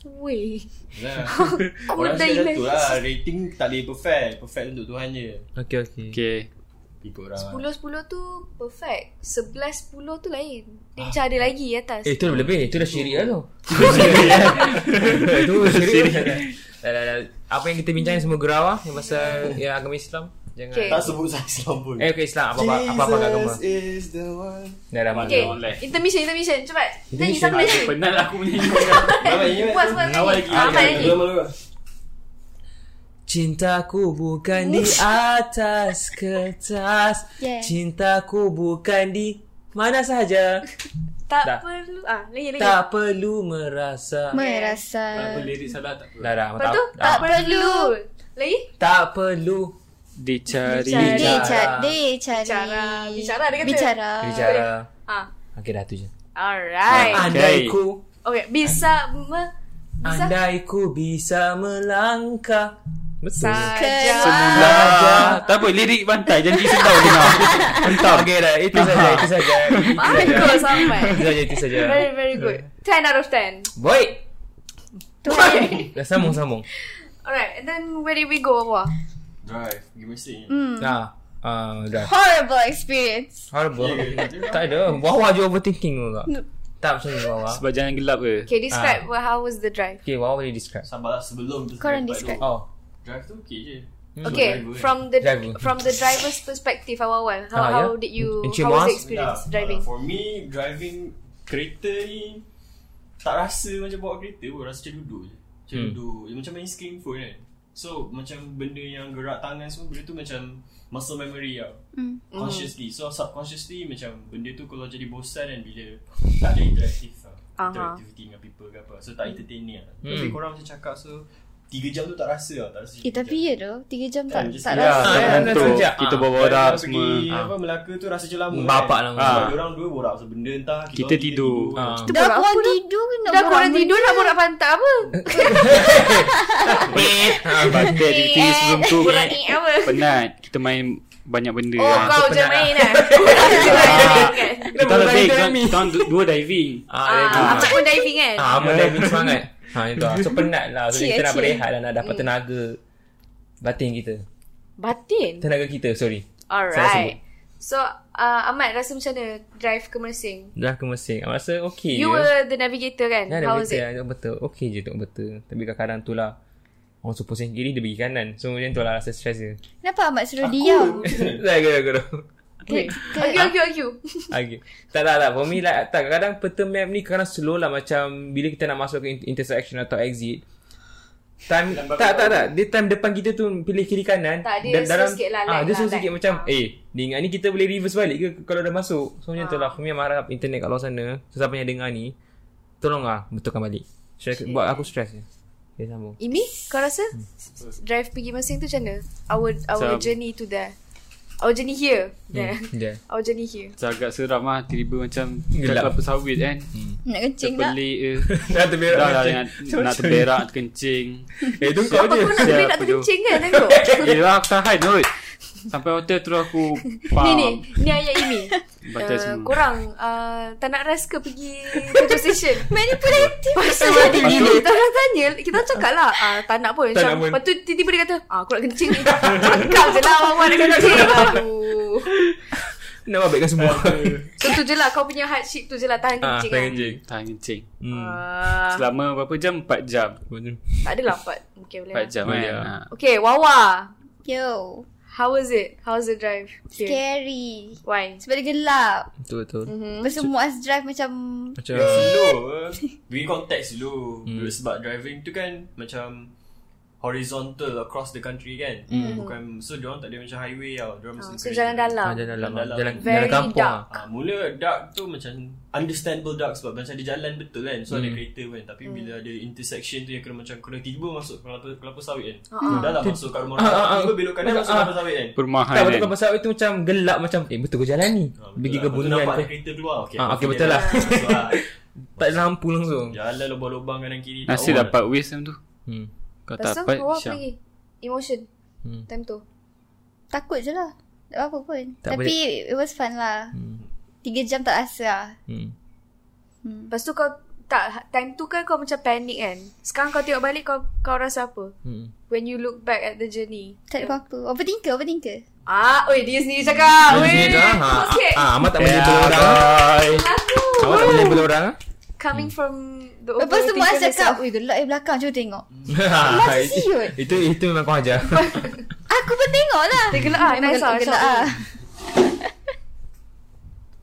Speaker 1: Weh.
Speaker 6: lah.
Speaker 1: Aku
Speaker 6: Orang
Speaker 1: dah
Speaker 6: sudah
Speaker 1: imagine.
Speaker 6: tu lah Rating tak boleh perfect Perfect untuk Tuhan je
Speaker 3: Okay okay
Speaker 4: Okay
Speaker 6: Tipu orang
Speaker 1: 10-10 tu perfect 11-10 tu lain Dia macam ada lagi atas
Speaker 3: Eh itu dah lebih Itu dah syirik lah tu Itu syirik lah. Dah, dah, dah. Apa yang kita bincang semua gerawa Yang pasal yang agama Islam Jangan
Speaker 1: Okay.
Speaker 6: Tak sebut saya Islam pun
Speaker 3: Eh okay Islam Apa-apa apa-apa agama
Speaker 6: Jesus is the one
Speaker 3: Dah dah
Speaker 1: Okay
Speaker 4: Orang lah. lain.
Speaker 1: Intermission Intermission Cepat Nyanyi
Speaker 3: Intermission.
Speaker 1: sama nyanyi
Speaker 4: Ah, Penat aku menyanyi
Speaker 6: Bapak ingat
Speaker 1: Puas puas
Speaker 4: Awal
Speaker 1: nyanyi
Speaker 4: lagi.
Speaker 1: Ahmad nyanyi
Speaker 3: Cintaku bukan di atas kertas
Speaker 2: Yeah.
Speaker 3: Cintaku bukan di mana sahaja
Speaker 1: Tak
Speaker 3: Dah.
Speaker 1: perlu Ah Nyanyi lagi
Speaker 3: Tak perlu merasa
Speaker 2: Merasa
Speaker 4: Apa lirik salah tak apa
Speaker 3: Dah dah
Speaker 1: Lepas tu Tak perlu Lagi
Speaker 3: Tak perlu
Speaker 4: Dicari
Speaker 1: Dicari.
Speaker 2: Dia
Speaker 3: Bicara.
Speaker 2: cari
Speaker 1: Bicara Bicara dia kata
Speaker 2: Bicara
Speaker 3: Bicara
Speaker 1: Ah,
Speaker 3: Okay dah tu je
Speaker 1: Alright
Speaker 4: Okay.
Speaker 3: Andai ku
Speaker 1: Okay Bisa me Bisa
Speaker 3: Andai ku bisa melangkah Betul
Speaker 1: Saja
Speaker 4: Lah, Tak apa lirik bantai Janji sedap dengar
Speaker 3: Entah Okay dah itu saja Itu saja Itu
Speaker 1: Ah,
Speaker 3: saja
Speaker 1: Good
Speaker 3: Itu
Speaker 1: sampai
Speaker 3: saja Itu saja
Speaker 1: Very very good 10 out of 10
Speaker 3: Baik
Speaker 1: Alright
Speaker 3: Dah sambung-sambung
Speaker 1: And then where did we go Wah
Speaker 6: Drive Pergi mesin
Speaker 1: Hmm.
Speaker 3: Nah uh, Dah
Speaker 2: Horrible experience
Speaker 3: Horrible Tak ada Wawa je overthinking tu kak Tak macam ni Wawa
Speaker 4: Sebab jangan gelap ke
Speaker 1: Okay describe
Speaker 3: Ah.
Speaker 1: well, How was the drive
Speaker 3: Okay Wawa boleh describe
Speaker 7: Sabarlah sebelum tu
Speaker 2: Korang
Speaker 7: sampai
Speaker 2: describe.
Speaker 7: tu.
Speaker 3: Oh
Speaker 7: Drive tu okey je
Speaker 3: Hmm.
Speaker 1: Okay,
Speaker 7: driver, eh?
Speaker 1: from the
Speaker 3: Driver.
Speaker 1: from the driver's perspective, awal-awal, how,
Speaker 3: Ah,
Speaker 1: how
Speaker 3: yeah.
Speaker 1: did you
Speaker 3: Encik
Speaker 1: how was the
Speaker 3: Muaz?
Speaker 1: experience
Speaker 7: Tak,
Speaker 1: driving?
Speaker 7: uh, For me Driving Kereta ni Tak rasa macam bawa kereta pun Rasa macam duduk je Macam
Speaker 3: Hmm.
Speaker 7: hmm. duduk Ya, Macam main screen phone kan So macam benda yang gerak tangan semua Benda tu macam Muscle memory tau
Speaker 2: Hmm.
Speaker 7: Consciously So subconsciously Macam benda tu kalau jadi bosan kan Bila tak ada interaktif tau
Speaker 1: Aha.
Speaker 7: Interactivity dengan people ke apa So tak entertaining lah
Speaker 3: Hmm.
Speaker 7: Tapi korang macam cakap so Tiga jam tu tak rasa tau Tak rasa
Speaker 2: Eh
Speaker 7: tiga
Speaker 2: tapi ya tu 3 jam tak
Speaker 7: Just-
Speaker 2: tak rasa
Speaker 4: Ya tak
Speaker 3: Ah,
Speaker 4: mengantuk
Speaker 3: dah sejak.
Speaker 4: Kita
Speaker 3: Ah,
Speaker 4: bawa
Speaker 7: Kadang-kadang
Speaker 4: orang
Speaker 7: pergi
Speaker 4: semua
Speaker 7: apa Melaka tu rasa je lama.
Speaker 3: Hmm. Bapak lah
Speaker 7: kan?
Speaker 3: lama.
Speaker 7: Sebab
Speaker 4: Ah.
Speaker 7: orang dua borak pasal benda entah
Speaker 4: Kita
Speaker 7: orang
Speaker 4: tidur.
Speaker 7: kan.
Speaker 3: Ah.
Speaker 2: Dah
Speaker 1: borak
Speaker 2: korang
Speaker 1: apa dah?
Speaker 2: tidur ke nak
Speaker 1: Dah korang
Speaker 2: borak
Speaker 1: tidur lah. nak borak pantat apa?
Speaker 4: Bakat aktiviti sebelum tu
Speaker 1: Borak Eh, ni apa?
Speaker 4: Penat Kita main banyak benda
Speaker 1: Oh
Speaker 4: lah.
Speaker 1: kau je
Speaker 3: penat
Speaker 1: main lah Kau je main kan
Speaker 4: Kita
Speaker 3: Bukan
Speaker 4: lebih
Speaker 3: itu,
Speaker 4: Kita
Speaker 3: Amy.
Speaker 4: kita orang du- dua diving
Speaker 1: Ah, Acak pun diving kan
Speaker 3: Ah, Amat dah punya semangat Ha itu lah So penat lah So
Speaker 2: Cia,
Speaker 3: kita nak
Speaker 2: cia.
Speaker 3: berehat lah Nak
Speaker 1: Hmm.
Speaker 3: dapat tenaga Batin kita
Speaker 1: Batin
Speaker 3: Tenaga kita sorry Salah sebut.
Speaker 1: Alright So uh, Ahmad rasa macam mana Drive ke Mersing
Speaker 3: Dah ke Mesing Awak Rasa okay
Speaker 1: You
Speaker 3: je
Speaker 1: were the navigator kan
Speaker 3: Ya, ada
Speaker 1: How was
Speaker 3: betul,
Speaker 1: it
Speaker 3: ada betul. Okey je tu betul. Tapi kadang-kadang tu lah. Orang suruh pusing kiri, dia pergi kanan. So, macam tu lah rasa stres dia.
Speaker 2: Kenapa Ahmad suruh diam
Speaker 3: Tak, aku, aku, aku.
Speaker 1: Argue argue argue
Speaker 3: Okay. Tak, tak, tak. For me, like, tak. Kadang peta map ni kadang slow lah. Macam bila kita nak masuk ke in- intersection atau exit. Time, tak, tak, tak. Dia time depan kita tu pilih kiri kanan.
Speaker 1: Tak, dia
Speaker 3: Da-
Speaker 1: slow sikit lah,
Speaker 3: Ah,
Speaker 1: lag
Speaker 3: dia
Speaker 1: lah,
Speaker 3: slow
Speaker 1: lag.
Speaker 3: sikit macam,
Speaker 1: Ah.
Speaker 3: eh, dia ingat ni kita boleh reverse balik ke kalau dah masuk. So, macam tu
Speaker 1: Ah.
Speaker 3: lah. For me, marah internet kat luar sana. So, siapa yang dengar ni, tolong lah betulkan balik. Stress, Buat aku stress je. Okay, sambung.
Speaker 1: Imi kau rasa Drive pergi Mersing tu macam mana Our, our
Speaker 4: Macam-
Speaker 1: journey to there Our journey here
Speaker 2: Ya.
Speaker 3: Hmm.
Speaker 1: there.
Speaker 3: Yeah.
Speaker 1: Our journey here
Speaker 4: Macam agak seram lah Tiba-tiba macam Kat
Speaker 3: Gelap.
Speaker 4: kelapa sawit kan
Speaker 1: Hmm.
Speaker 2: Nak kencing lah. tak
Speaker 4: Terpelik ke
Speaker 3: Dah terberak
Speaker 4: Dah lah
Speaker 3: macam-
Speaker 4: nak,
Speaker 3: macam
Speaker 4: nak
Speaker 3: mana?
Speaker 4: terberak Terkencing
Speaker 3: Eh tu
Speaker 1: Apa
Speaker 3: kau je
Speaker 1: kau nak boleh nak
Speaker 4: Siap, jom.
Speaker 1: terkencing kan Tengok
Speaker 4: Yelah aku tahan kot Sampai hotel tu aku
Speaker 1: Ni
Speaker 4: Pam
Speaker 1: ni Ni ayat Imi
Speaker 4: Baca
Speaker 1: Uh,
Speaker 4: semua
Speaker 1: korang uh, tak nak rest ke pergi petrol station?
Speaker 2: Manipulative
Speaker 1: Lepas tu ada gini Kita orang tanya Kita orang cakap lah ah, Tak nak pun
Speaker 3: Tak nak
Speaker 1: Macam,
Speaker 3: pun.
Speaker 1: Lepas tu tiba-tiba dia kata ah, Aku nak kencing ni Cakap je lah Awak nak kencing Aduh
Speaker 3: Nak babitkan semua
Speaker 1: So tu je lah Kau punya hardship tu je lah Tahan
Speaker 3: Ah,
Speaker 1: kencing
Speaker 3: tahan
Speaker 1: kan
Speaker 3: kencing.
Speaker 4: Tahan kencing
Speaker 3: Hmm
Speaker 1: Ah,
Speaker 4: Selama berapa jam? 4 jam
Speaker 1: Tak adalah empat Okay boleh
Speaker 4: 4
Speaker 1: lah
Speaker 4: jam
Speaker 3: Boleh
Speaker 4: kan
Speaker 3: lah.
Speaker 4: Ah.
Speaker 1: Okay Wawa
Speaker 2: Yo
Speaker 1: How was it? How was the drive? Here?
Speaker 2: Scary
Speaker 1: Why?
Speaker 2: Sebab dia gelap
Speaker 3: Betul-betul
Speaker 1: Mhm.
Speaker 2: Lepas tu Muaz drive macam
Speaker 3: Macam
Speaker 7: Slow eh. Bagi konteks dulu
Speaker 3: Hmm.
Speaker 7: Sebab driving tu kan Macam horizontal across the country kan
Speaker 3: Hmm.
Speaker 7: bukan so dia orang tak ada macam highway tau dia orang mesti
Speaker 1: So jalan dalam
Speaker 3: Ah, jalan dalam.
Speaker 7: Jalan dalam.
Speaker 3: Jalan,
Speaker 1: Very
Speaker 3: jalan kampung.
Speaker 1: dark.
Speaker 3: Dark.
Speaker 7: Ah, mula dark tu macam understandable dark sebab macam dia jalan betul kan so ada
Speaker 3: Hmm.
Speaker 7: kereta kan tapi
Speaker 1: Hmm.
Speaker 7: bila ada intersection tu yang kena macam kena tiba masuk kelapa, kelapa sawit kan
Speaker 1: Ah.
Speaker 7: dah lah masuk kat rumah
Speaker 3: Ah, ah, ah.
Speaker 7: orang tiba belok kanan
Speaker 3: Macam,
Speaker 7: masuk
Speaker 3: ah.
Speaker 7: kelapa sawit kan
Speaker 4: Perumahan
Speaker 3: Tak, betul
Speaker 4: kan
Speaker 3: kan pasal itu macam gelap macam eh betul ke jalan ni?
Speaker 7: Ah, betul lah.
Speaker 3: Pergi ke
Speaker 7: Lepas tu
Speaker 3: bundungan
Speaker 7: nampak
Speaker 3: ke.
Speaker 7: ada kereta keluar okay,
Speaker 3: Ah, okay,
Speaker 7: maksudnya
Speaker 3: betul lah.
Speaker 7: dah masuk lah.
Speaker 3: Tak ada lampu langsung.
Speaker 6: Ya.
Speaker 7: jalan lubang-lubang kanan kiri Oh. tak
Speaker 3: Oh.
Speaker 4: Nasib
Speaker 7: awal.
Speaker 4: dapat waste time tu
Speaker 3: Hmm.
Speaker 4: Kau
Speaker 1: Lepas
Speaker 4: tak
Speaker 1: tu
Speaker 4: dapat
Speaker 1: keluar apa
Speaker 4: Syah
Speaker 1: lagi Emotion
Speaker 3: Hmm.
Speaker 1: Time tu
Speaker 2: Takut je lah Tak apa pun
Speaker 3: Tak
Speaker 2: Tapi it was fun lah
Speaker 3: Hmm.
Speaker 2: Tiga jam tak rasa lah
Speaker 3: Hmm.
Speaker 1: Lepas tu kau tak time tu kan kau macam panik kan. Sekarang kau tengok balik kau kau rasa apa?
Speaker 3: Hmm.
Speaker 1: When you look back at the journey.
Speaker 2: Tak ada apa-apa Overthinker Overthinker
Speaker 1: Ah, oi dia sendiri
Speaker 2: Ah,
Speaker 1: cakap.
Speaker 3: Dia
Speaker 1: Oi.
Speaker 3: sini dah. Ha,
Speaker 1: terus sikit.
Speaker 3: ah, amat
Speaker 4: Eh,
Speaker 3: tak boleh
Speaker 4: Ya.
Speaker 3: bela orang.
Speaker 1: Aku.
Speaker 3: Amat tak boleh bela orang.
Speaker 1: Coming from the
Speaker 2: Lepas semua
Speaker 1: overthinker
Speaker 2: orang cakap
Speaker 1: herself.
Speaker 2: Ui gelap eh belakang Cuba tengok
Speaker 1: Hmm.
Speaker 3: ah.
Speaker 2: Last Lah, siut
Speaker 3: Itu itu memang kau ajar.
Speaker 2: Aku pun tengok lah
Speaker 1: Dia gelap ah,
Speaker 2: Memang
Speaker 1: nice ah,
Speaker 2: gelap, gelap ah.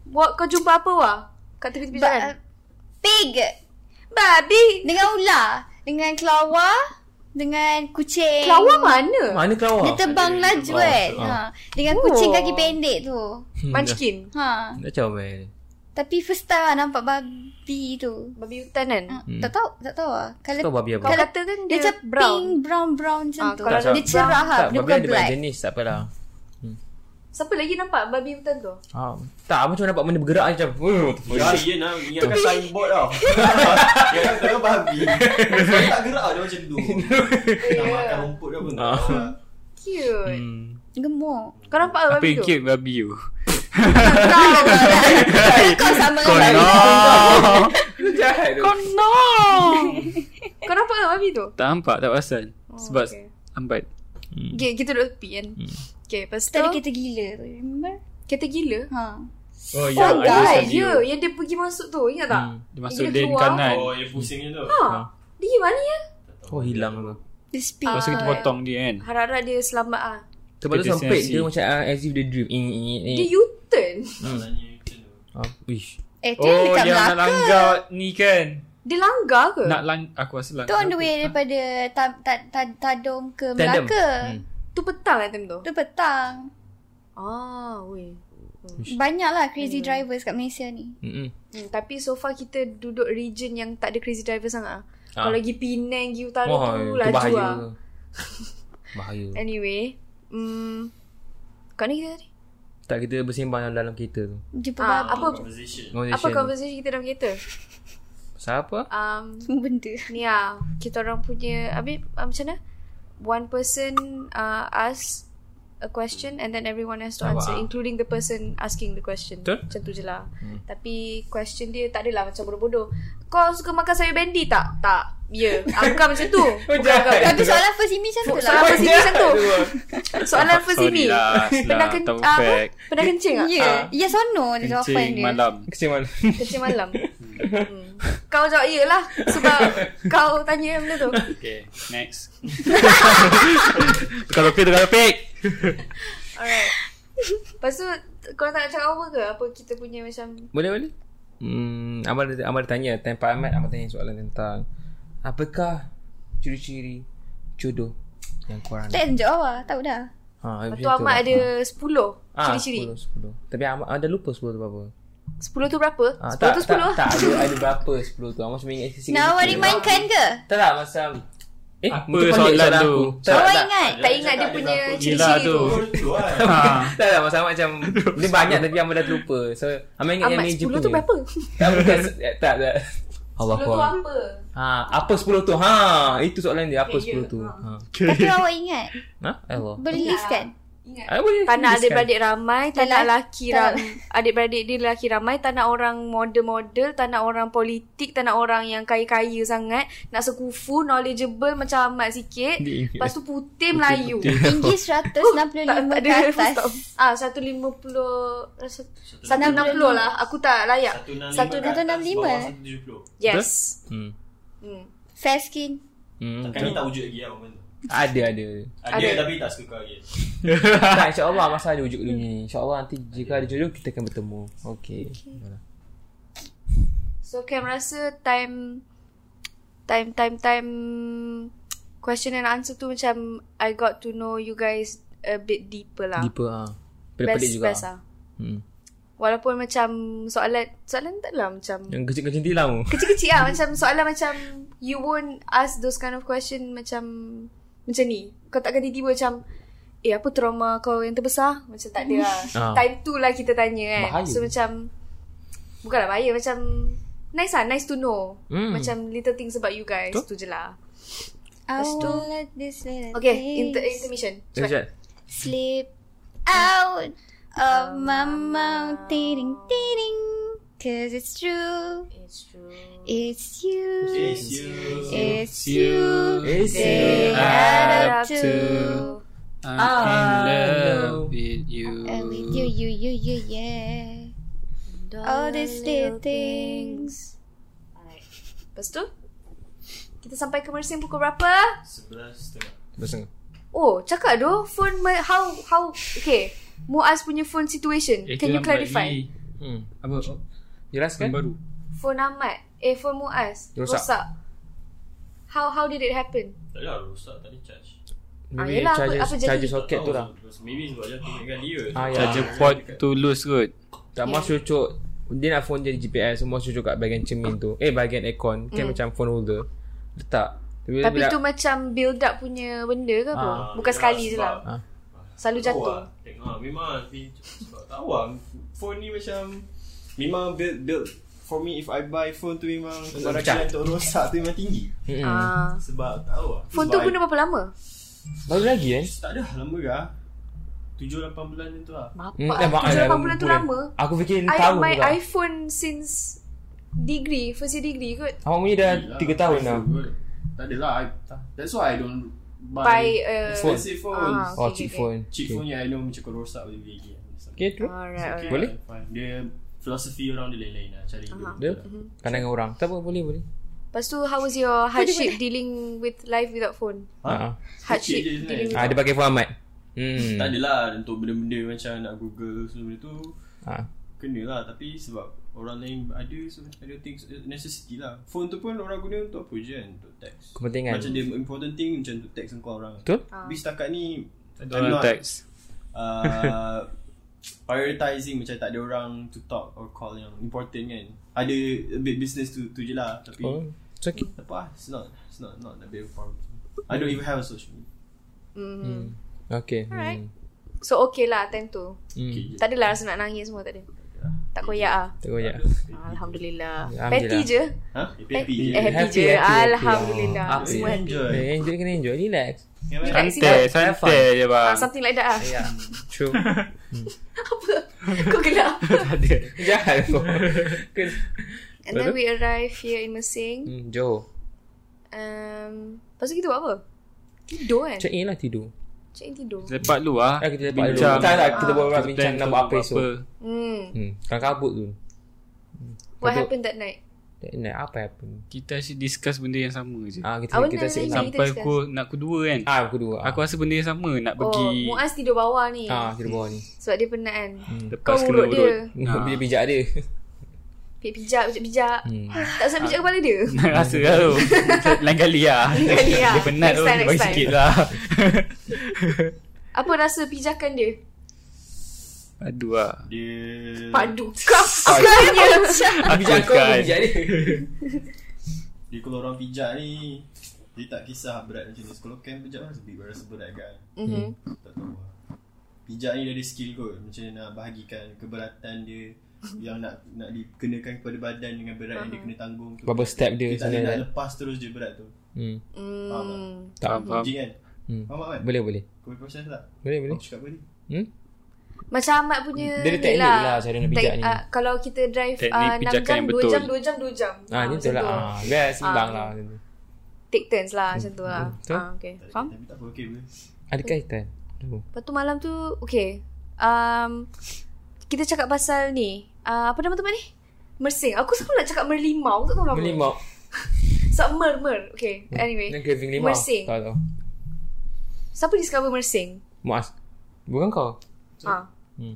Speaker 1: Wak, kau jumpa apa wah? Kat tepi-tepi
Speaker 2: Ba-
Speaker 1: jalan.
Speaker 2: Pig
Speaker 1: Babi.
Speaker 2: Dengan ular Dengan kelawar Dengan kucing
Speaker 1: Kelawar mana?
Speaker 3: Mana
Speaker 2: Dia
Speaker 3: kelawar?
Speaker 2: terbang laju
Speaker 3: kelawar.
Speaker 2: kan
Speaker 3: Ah.
Speaker 2: ha. Dengan kucing
Speaker 1: Oh.
Speaker 2: kaki pendek tu
Speaker 1: Manchin.
Speaker 2: ha.
Speaker 3: Hmm, Dah eh? comel.
Speaker 2: Tapi first time lah nampak babi tu
Speaker 1: Babi hutan kan?
Speaker 2: ha.
Speaker 3: Hmm.
Speaker 2: Tak tahu Tak tahu lah Kalau
Speaker 3: Kau babi
Speaker 1: Kau
Speaker 3: apa?
Speaker 1: kata kan dia
Speaker 2: dia, macam
Speaker 1: brown.
Speaker 2: pink brown brown macam
Speaker 1: Ah,
Speaker 2: tu
Speaker 1: kalau
Speaker 2: Dia
Speaker 1: brown-
Speaker 2: cerah lah
Speaker 3: Tak,
Speaker 2: Dia
Speaker 3: babi
Speaker 2: bukan
Speaker 3: ada
Speaker 2: black
Speaker 3: banyak jenis. Tak apalah.
Speaker 1: Siapa lagi nampak babi hutan tu?
Speaker 3: Ah, tak, macam nampak benda bergerak macam. Oh, what the fuck?
Speaker 7: Ya, ya nak ingatkan signboard tau. Ya kan kena babi. Dia tak gerak dia macam tu. Nak makan rumput dia pun. tak
Speaker 3: Ah.
Speaker 7: tahu lah.
Speaker 1: Cute.
Speaker 3: Hmm.
Speaker 2: Gemuk
Speaker 1: Kau nampak
Speaker 4: Apa
Speaker 1: babi
Speaker 4: yang
Speaker 1: tu?
Speaker 4: cute babi tu
Speaker 2: Kau sama
Speaker 4: Kau
Speaker 2: dengan babi
Speaker 4: nak
Speaker 3: Jahat tu.
Speaker 1: Kau no Kau nampak tak babi tu?
Speaker 4: Tak nampak tak pasal Sebab Hmm.
Speaker 1: okay.
Speaker 4: Ambat
Speaker 1: Okay, kita duduk tepi kan Okay, lepas tu
Speaker 2: Kita ada kereta gila tu Remember?
Speaker 1: Kereta gila
Speaker 2: Ha.
Speaker 4: Oh
Speaker 1: Oh
Speaker 4: ya
Speaker 1: god, ya Yang dia pergi masuk tu, ingat tak?
Speaker 3: Hmm.
Speaker 4: Dia masuk
Speaker 1: Dia
Speaker 4: lane
Speaker 1: keluar.
Speaker 4: kanan
Speaker 7: Oh, yang pusingnya tu.
Speaker 1: Ha, dia pergi mana ya?
Speaker 3: Oh, hilang tu.
Speaker 2: The speed
Speaker 4: Lepas tu kita
Speaker 1: Ah.
Speaker 4: potong dia kan
Speaker 1: Harap-harap dia selamat ah.
Speaker 3: Sebab tu
Speaker 4: Kita
Speaker 3: sampai
Speaker 4: senasi.
Speaker 3: dia macam uh, as if dia dream. Eh, eh, eh.
Speaker 1: Dia
Speaker 4: Hmm.
Speaker 1: U-turn
Speaker 7: Tanya macam tu.
Speaker 3: Ah, Ish.
Speaker 2: Eh tu yang
Speaker 4: Oh
Speaker 2: dekat
Speaker 4: yang nak
Speaker 2: Melaka
Speaker 4: langgar ni kan
Speaker 1: Dia langgar ke?
Speaker 4: Nak lang Aku rasa
Speaker 2: Tu
Speaker 4: langgar
Speaker 2: on the way daripada ta- ta- ta- Tadong ke
Speaker 3: Tandem.
Speaker 2: Melaka
Speaker 3: Hmm.
Speaker 1: Tu petang kan time tu?
Speaker 2: Tu petang
Speaker 1: Ah, weh
Speaker 2: Banyak lah crazy drivers kat Malaysia ni
Speaker 3: Mm-mm.
Speaker 1: hmm, Tapi so far kita duduk region yang tak ada crazy driver sangat ah.
Speaker 3: Ah.
Speaker 1: Kalau lagi Penang, pergi utara
Speaker 3: Wah,
Speaker 1: tu
Speaker 3: itu
Speaker 1: laju
Speaker 3: bahaya.
Speaker 1: lah
Speaker 3: bahaya.
Speaker 1: Anyway hmm, Kat ni kita tadi?
Speaker 3: Tak kita bersembang dalam, dalam kereta tu.
Speaker 2: Jumpa
Speaker 1: Ah,
Speaker 2: babi
Speaker 1: apa
Speaker 7: Conversation.
Speaker 1: apa
Speaker 3: Conversation.
Speaker 1: conversation kita dalam kereta?
Speaker 3: Pasal apa?
Speaker 1: Um,
Speaker 2: Semua benda
Speaker 1: ni lah kita orang punya habis uh, macam mana one person uh, ask a question and then everyone has to
Speaker 3: Nampak
Speaker 1: answer
Speaker 3: ah.
Speaker 1: including the person asking the question
Speaker 3: Betul.
Speaker 1: macam tu je lah hmm. tapi question dia tak adalah macam bodoh-bodoh kau suka makan sayur bendi tak? tak ya yeah. ah, bukan macam tu bukan, bukan, bukan.
Speaker 2: Tapi soalan first ini macam tu
Speaker 1: soalan
Speaker 2: lah
Speaker 1: first ini macam tu soalan first ini
Speaker 4: Sorry lah
Speaker 1: pernah,
Speaker 4: Pernah
Speaker 1: ken-
Speaker 4: Tahu
Speaker 1: apa?
Speaker 4: fact
Speaker 1: pernah kencing tak?
Speaker 2: Ya Ya sono dia jawapan
Speaker 4: Kencing
Speaker 2: dia
Speaker 4: malam
Speaker 3: Kesian mana?
Speaker 1: kencing malam hmm. kau jawab ya lah sebab kau tanya benda tu
Speaker 4: Okay Next Kalau pick Kalau pick
Speaker 1: Alright. Lepas tu korang tak nak cakap apa ke? Apa kita punya macam
Speaker 3: Boleh boleh. Hmm, Amal ada, Amal ada tanya Time Pak Ahmad Amal tanya soalan tentang Apakah Ciri-ciri Jodoh Yang korang
Speaker 2: Tak tunjuk awal Tahu dah
Speaker 3: ha,
Speaker 1: Lepas tu Ahmad ada 10 Ciri-ciri
Speaker 3: 10, 10. Ah, Tapi Ahmad ada lupa 10 tu berapa
Speaker 1: 10 tu berapa?
Speaker 3: ha,
Speaker 1: 10 tu 10
Speaker 3: tak,
Speaker 1: lah
Speaker 3: tak, ada, ada berapa 10 tu Amal cuma ingat sikit
Speaker 2: Nak awak
Speaker 3: sikit.
Speaker 2: dimainkan ke?
Speaker 3: Tak tak macam Eh
Speaker 4: Apa
Speaker 3: mungkin kau
Speaker 4: soalan
Speaker 3: ingat
Speaker 4: tu?
Speaker 3: aku.
Speaker 2: Awak
Speaker 3: Tak tak, tak
Speaker 2: ingat?
Speaker 1: Tak ingat dia punya
Speaker 4: Gila
Speaker 1: ciri-ciri tu
Speaker 4: tu
Speaker 7: Tu lah.
Speaker 4: Ha
Speaker 3: tak, tak masalah macam Dia banyak tapi Amal dah terlupa So Amal ingat yang
Speaker 1: Ahmad 10
Speaker 3: major punya
Speaker 1: tu berapa?
Speaker 3: Tak bukan eh, Tak tak Allah
Speaker 1: 10 tu apa?
Speaker 3: Ha, apa 10 tu? Ha, itu soalan dia. Apa
Speaker 1: Ya, ya.
Speaker 3: 10 tu? Ha.
Speaker 2: Tapi awak ingat
Speaker 3: Ha? Allah.
Speaker 2: Boleh list kan?
Speaker 1: Ingat
Speaker 3: Ah, boleh.
Speaker 1: tak nak
Speaker 3: tuliskan.
Speaker 1: adik-beradik ramai Tak nak
Speaker 2: Lelaki-
Speaker 1: lelaki ramai Adik-beradik dia lelaki ramai Tak nak orang model-model Tak nak orang politik Tak nak orang yang kaya-kaya sangat Nak sekufu Knowledgeable Macam amat sikit
Speaker 3: Dia ingat.
Speaker 1: Lepas tu putih Melayu
Speaker 2: Tinggi 165
Speaker 1: tak, tak
Speaker 2: ke
Speaker 1: ada
Speaker 2: atas
Speaker 1: stop. Ah, 150 satu 160 lah. Aku tak layak.
Speaker 2: 165.
Speaker 1: Yes.
Speaker 3: Hmm.
Speaker 1: Hmm.
Speaker 2: Fair skin
Speaker 7: 165. Kan
Speaker 3: Hmm. betul.
Speaker 7: ni tak wujud lagi lah moment tu.
Speaker 3: Ada ada.
Speaker 7: Ada
Speaker 1: Ada. Hmm.
Speaker 7: tapi tak suka kau lagi.
Speaker 3: tak insya-Allah masa ada wujud dunia ni. Insya-Allah nanti jika ada jodoh kita akan bertemu. Okey.
Speaker 1: So Cam rasa time time time time question and answer tu macam I got to know you guys a bit deeper lah.
Speaker 3: Deeper ah.
Speaker 1: best,
Speaker 3: Pelik-pelik juga.
Speaker 1: Best lah.
Speaker 3: Hmm.
Speaker 1: Walaupun macam soalan, soalan tak lah macam
Speaker 3: Yang kecil-kecil ni lah.
Speaker 1: kecil-kecil lah. macam soalan macam you won't ask those kind of question macam macam ni. Kau takkan tiba-tiba macam eh apa trauma kau yang terbesar? Macam tak ada lah.
Speaker 3: Ah.
Speaker 1: Time tu lah kita tanya kan.
Speaker 3: Bahaya.
Speaker 1: So macam bukanlah bahaya macam nice lah. Nice to know.
Speaker 3: Hmm.
Speaker 1: Macam little things about you guys. Tu je lah.
Speaker 2: I
Speaker 1: Lepas tu-
Speaker 2: won't let this little
Speaker 1: Okay,
Speaker 2: things
Speaker 1: inter- intermission. Cepat.
Speaker 3: Sekejap.
Speaker 2: slip out of my mouth. Ding, ding, cause it's true.
Speaker 1: It's true.
Speaker 2: It's you.
Speaker 7: Eh,
Speaker 6: Yes, you.
Speaker 1: Eh.
Speaker 2: It's you.
Speaker 3: It's
Speaker 2: They
Speaker 3: you.
Speaker 2: add up
Speaker 1: Up
Speaker 2: to.
Speaker 4: I'm
Speaker 3: Ah,
Speaker 4: in love
Speaker 3: no.
Speaker 4: with you.
Speaker 2: And with you, you, you, you, yeah. All these little things.
Speaker 1: Alright. Lepas tu kita sampai ke Mersing pukul berapa?
Speaker 6: Sebelas setengah.
Speaker 3: Bersama.
Speaker 1: Oh, cakap doh phone me- how how okay. Muaz punya phone situation.
Speaker 4: Eh,
Speaker 1: Can you
Speaker 4: kita nak
Speaker 1: clarify?
Speaker 4: bagi
Speaker 3: Hmm.
Speaker 4: Apa? Yang
Speaker 3: Jelaskan.
Speaker 4: baru.
Speaker 1: Phone Ahmad, eh phone Muaz
Speaker 3: Rosak.
Speaker 1: How how did it happen?
Speaker 6: Tak ada lah, rosak, tak ada charge.
Speaker 1: Ah,
Speaker 3: Maybe
Speaker 1: yelah, apa-
Speaker 3: charger,
Speaker 1: apa jadi?
Speaker 3: charger soket tu lah.
Speaker 6: Maybe sebab dia ingat dia.
Speaker 3: Ah, ya.
Speaker 4: Charger port tu loose kot.
Speaker 1: Oh.
Speaker 3: Tak mas cucuk Dia nak phone jadi GPS Semua cucuk kat bahagian cermin tu Eh bahagian aircon Kan macam phone holder Letak
Speaker 1: Hmm.
Speaker 3: Tapi,
Speaker 1: Tapi tu macam build up punya benda ke apa?
Speaker 3: Ah,
Speaker 1: Bukan
Speaker 6: yelah,
Speaker 1: sekali je
Speaker 6: sebab-
Speaker 1: lah.
Speaker 3: Ah.
Speaker 1: Selalu
Speaker 6: Tahu
Speaker 1: jatuh.
Speaker 6: lah. Tengok ah, memang pintu- sebab tahu lah phone ni macam memang build build for me if I buy phone tu memang
Speaker 3: pecah.
Speaker 6: kemarakan untuk rosak tu memang tinggi.
Speaker 3: Mm-mm.
Speaker 1: Ah.
Speaker 6: Sebab tahu lah.
Speaker 1: Phone tu
Speaker 6: Sebab
Speaker 1: guna
Speaker 6: I-
Speaker 1: berapa lama?
Speaker 3: Baru lagi kan
Speaker 6: tak ada lama ke ah. 7 8 bulan tu lah.
Speaker 3: Hmm,
Speaker 1: Bapak
Speaker 3: nampak
Speaker 1: hmm,
Speaker 3: lah,
Speaker 1: 7 bulan tu lama.
Speaker 3: Aku fikir
Speaker 1: I have
Speaker 3: tahun
Speaker 1: my
Speaker 3: juga
Speaker 1: iPhone since degree, first year degree kot.
Speaker 3: Awak punya dah 3 tahun lah. dah
Speaker 6: lah. Tak adalah. I, that's why I don't buy,
Speaker 1: Buy, uh,
Speaker 6: expensive phones.
Speaker 1: Ah,
Speaker 3: Oh
Speaker 1: Okay,
Speaker 3: cheap
Speaker 1: okay.
Speaker 3: phone
Speaker 6: Cheap phone yang I know macam kau rosak boleh beli lagi.
Speaker 3: Okay tu
Speaker 1: Alright,
Speaker 6: Okay,
Speaker 1: alright.
Speaker 3: Boleh?
Speaker 6: fine. Dia filosofi orang dia lain-lain lah Cara hidup
Speaker 3: Dia
Speaker 1: Mhm.
Speaker 3: Pandangan orang Tak apa boleh boleh
Speaker 1: Lepas tu, how was your hardship dealing with life without phone?
Speaker 3: Ha?
Speaker 1: Hardship
Speaker 6: je sebenarnya.
Speaker 1: dealing with
Speaker 3: Ah, Dia pakai phone amat
Speaker 6: Tak
Speaker 3: Hmm
Speaker 6: adalah Untuk benda-benda macam Nak google Semua benda tu
Speaker 3: Ah.
Speaker 6: Kena lah Tapi sebab Orang lain ada so, Ada things Necessity lah Phone tu pun orang guna Untuk apa je kan Untuk text
Speaker 3: Kepentingan.
Speaker 6: Macam the important thing Macam untuk text kau orang
Speaker 3: Betul?
Speaker 6: Tapi setakat ni I'm
Speaker 4: Dalam
Speaker 6: not
Speaker 4: teks.
Speaker 6: uh, prioritizing macam tak ada orang to talk or call yang important kan. Ada a bit business tu tu je lah tapi
Speaker 3: Oh
Speaker 6: oh.
Speaker 3: It's okay
Speaker 6: tak apa lah. it's not it's not not that big of a problem. I don't even have a social media.
Speaker 3: Hmm.
Speaker 1: Mm.
Speaker 3: Okay
Speaker 1: Alright.
Speaker 3: Hmm.
Speaker 1: So, okay lah time tu.
Speaker 3: Hmm.
Speaker 6: Okay. je.
Speaker 1: Tak adalah rasa nak nangis semua, tak ada. Tak koyak ah.
Speaker 3: Tak koyak
Speaker 1: Alhamdulillah.
Speaker 3: Alhamdulillah.
Speaker 1: Petty je.
Speaker 6: Ha? Happy
Speaker 1: Eh, happy,
Speaker 6: je.
Speaker 3: Happy,
Speaker 1: je.
Speaker 3: happy, happy.
Speaker 1: Alhamdulillah.
Speaker 3: Ah,
Speaker 1: Semua
Speaker 6: Semua
Speaker 1: happy.
Speaker 6: enjoy.
Speaker 3: Eh, Enjoy kena enjoy Relax
Speaker 6: Yeah, man.
Speaker 1: Relax.
Speaker 4: Santai, santai eh, je
Speaker 1: Ah,
Speaker 4: bang.
Speaker 1: something like that ah.
Speaker 3: Ya True
Speaker 1: Kau gelap.
Speaker 3: Jahat kau Kena
Speaker 1: And then we arrive here in Mesing.
Speaker 3: Hmm, Johor
Speaker 1: Um, lepas tu kita buat apa? Tidur kan?
Speaker 3: Check in lah tidur
Speaker 1: Check in tidur.
Speaker 4: Lepak dulu lah.
Speaker 3: Ah, kita dapat dulu
Speaker 4: Bincang.
Speaker 3: Tak tak kita berbual
Speaker 4: Kita
Speaker 3: bincang
Speaker 4: plan
Speaker 3: nak
Speaker 4: untuk
Speaker 3: buat apa esok
Speaker 1: Hmm.
Speaker 3: Hmm, Kan kabut tu
Speaker 1: What
Speaker 3: Patut-
Speaker 1: happened that night?
Speaker 3: Tak nak apa happen
Speaker 4: Kita asyik discuss benda yang sama je.
Speaker 3: Ah
Speaker 1: Ah,
Speaker 3: kita
Speaker 1: benar,
Speaker 3: kita
Speaker 1: benar,
Speaker 3: asyik
Speaker 1: benar.
Speaker 3: ulang.
Speaker 1: kita
Speaker 4: Sampai
Speaker 1: discuss.
Speaker 4: aku nak kedua kan.
Speaker 3: Ah aku dua.
Speaker 4: Aku rasa benda yang sama nak
Speaker 1: Oh,
Speaker 4: pergi
Speaker 1: Muaz tidur bawah ni.
Speaker 3: ah Hmm, kita bawah ni.
Speaker 1: Sebab dia penat kan.
Speaker 4: lepas
Speaker 1: kau
Speaker 4: kena
Speaker 1: urut
Speaker 4: urut.
Speaker 3: Dia bijak dia.
Speaker 1: Pijak, pijak, pijak, pijak.
Speaker 3: Hmm.
Speaker 1: Tak usah pijak kepala dia.
Speaker 4: Nak rasa lah tu. Lain kali lah.
Speaker 1: kali lah.
Speaker 4: Dia penat
Speaker 1: Next
Speaker 4: tu.
Speaker 1: time,
Speaker 4: Dia bagi
Speaker 1: next time.
Speaker 4: sikit lah.
Speaker 1: Apa rasa pijakan dia?
Speaker 3: Hmm.
Speaker 4: Aduh lah.
Speaker 6: Dia
Speaker 1: Padu. Kau sekarang
Speaker 4: Aku
Speaker 3: Bijak kau aku
Speaker 4: kan.
Speaker 3: bijak dia.
Speaker 6: dia kalau orang pijak ni dia tak kisah berat macam ni. Kalau camp pijak kan sebab rasa berat kan.
Speaker 3: Hmm.
Speaker 1: Mhm.
Speaker 6: Tak tahu lah Pijak ni dia ada skill kot Macam mana nak bahagikan keberatan dia Yang nak nak dikenakan kepada badan Dengan berat yang dia kena tanggung tu
Speaker 3: Berapa step dia
Speaker 6: Dia
Speaker 3: sana
Speaker 6: tak boleh nak
Speaker 3: kan?
Speaker 6: lepas terus je berat tu
Speaker 3: Hmm.
Speaker 6: Faham tak?
Speaker 3: Tak
Speaker 4: Faham, faham.
Speaker 6: Jing kan?
Speaker 3: Hmm.
Speaker 6: Faham tak kan?
Speaker 3: boleh boleh.
Speaker 6: Kau boleh proses tak?
Speaker 3: Boleh boleh.
Speaker 6: Kau cakap apa ni?
Speaker 3: Hmm?
Speaker 1: Macam Ahmad punya
Speaker 3: Dia ada
Speaker 1: ni
Speaker 3: teknik lah cara nak pijak
Speaker 1: Tek-
Speaker 3: ni.
Speaker 1: ah, Kalau kita drive
Speaker 4: Teknik
Speaker 1: uh, 6
Speaker 4: pijakan
Speaker 1: jam, 2
Speaker 4: yang betul.
Speaker 1: jam, 2 jam, 2 jam
Speaker 3: Ah ni tu
Speaker 1: macam
Speaker 3: lah. Ah best sembang
Speaker 1: Ah.
Speaker 3: lah. macam tu.
Speaker 1: Take turns lah macam tu lah
Speaker 3: Hmm, Betul.
Speaker 1: ah, okay.
Speaker 6: Tak ada
Speaker 1: Faham?
Speaker 6: Tapi tak apa, okay boleh
Speaker 3: Ada kaitan. Oh.
Speaker 1: Lepas tu malam tu Okay um, Kita cakap pasal ni uh, Apa nama tempat ni? Mersing Aku selalu nak cakap merlimau Tak tahu kenapa
Speaker 3: Melimau.
Speaker 1: Sebab mer mer Okay
Speaker 3: Hmm.
Speaker 1: anyway
Speaker 3: Dan craving limau.
Speaker 1: Mersing
Speaker 3: Tak tahu.
Speaker 1: Siapa discover Mersing?
Speaker 3: Muas. Bukan kau.
Speaker 1: Ha.
Speaker 3: Hmm.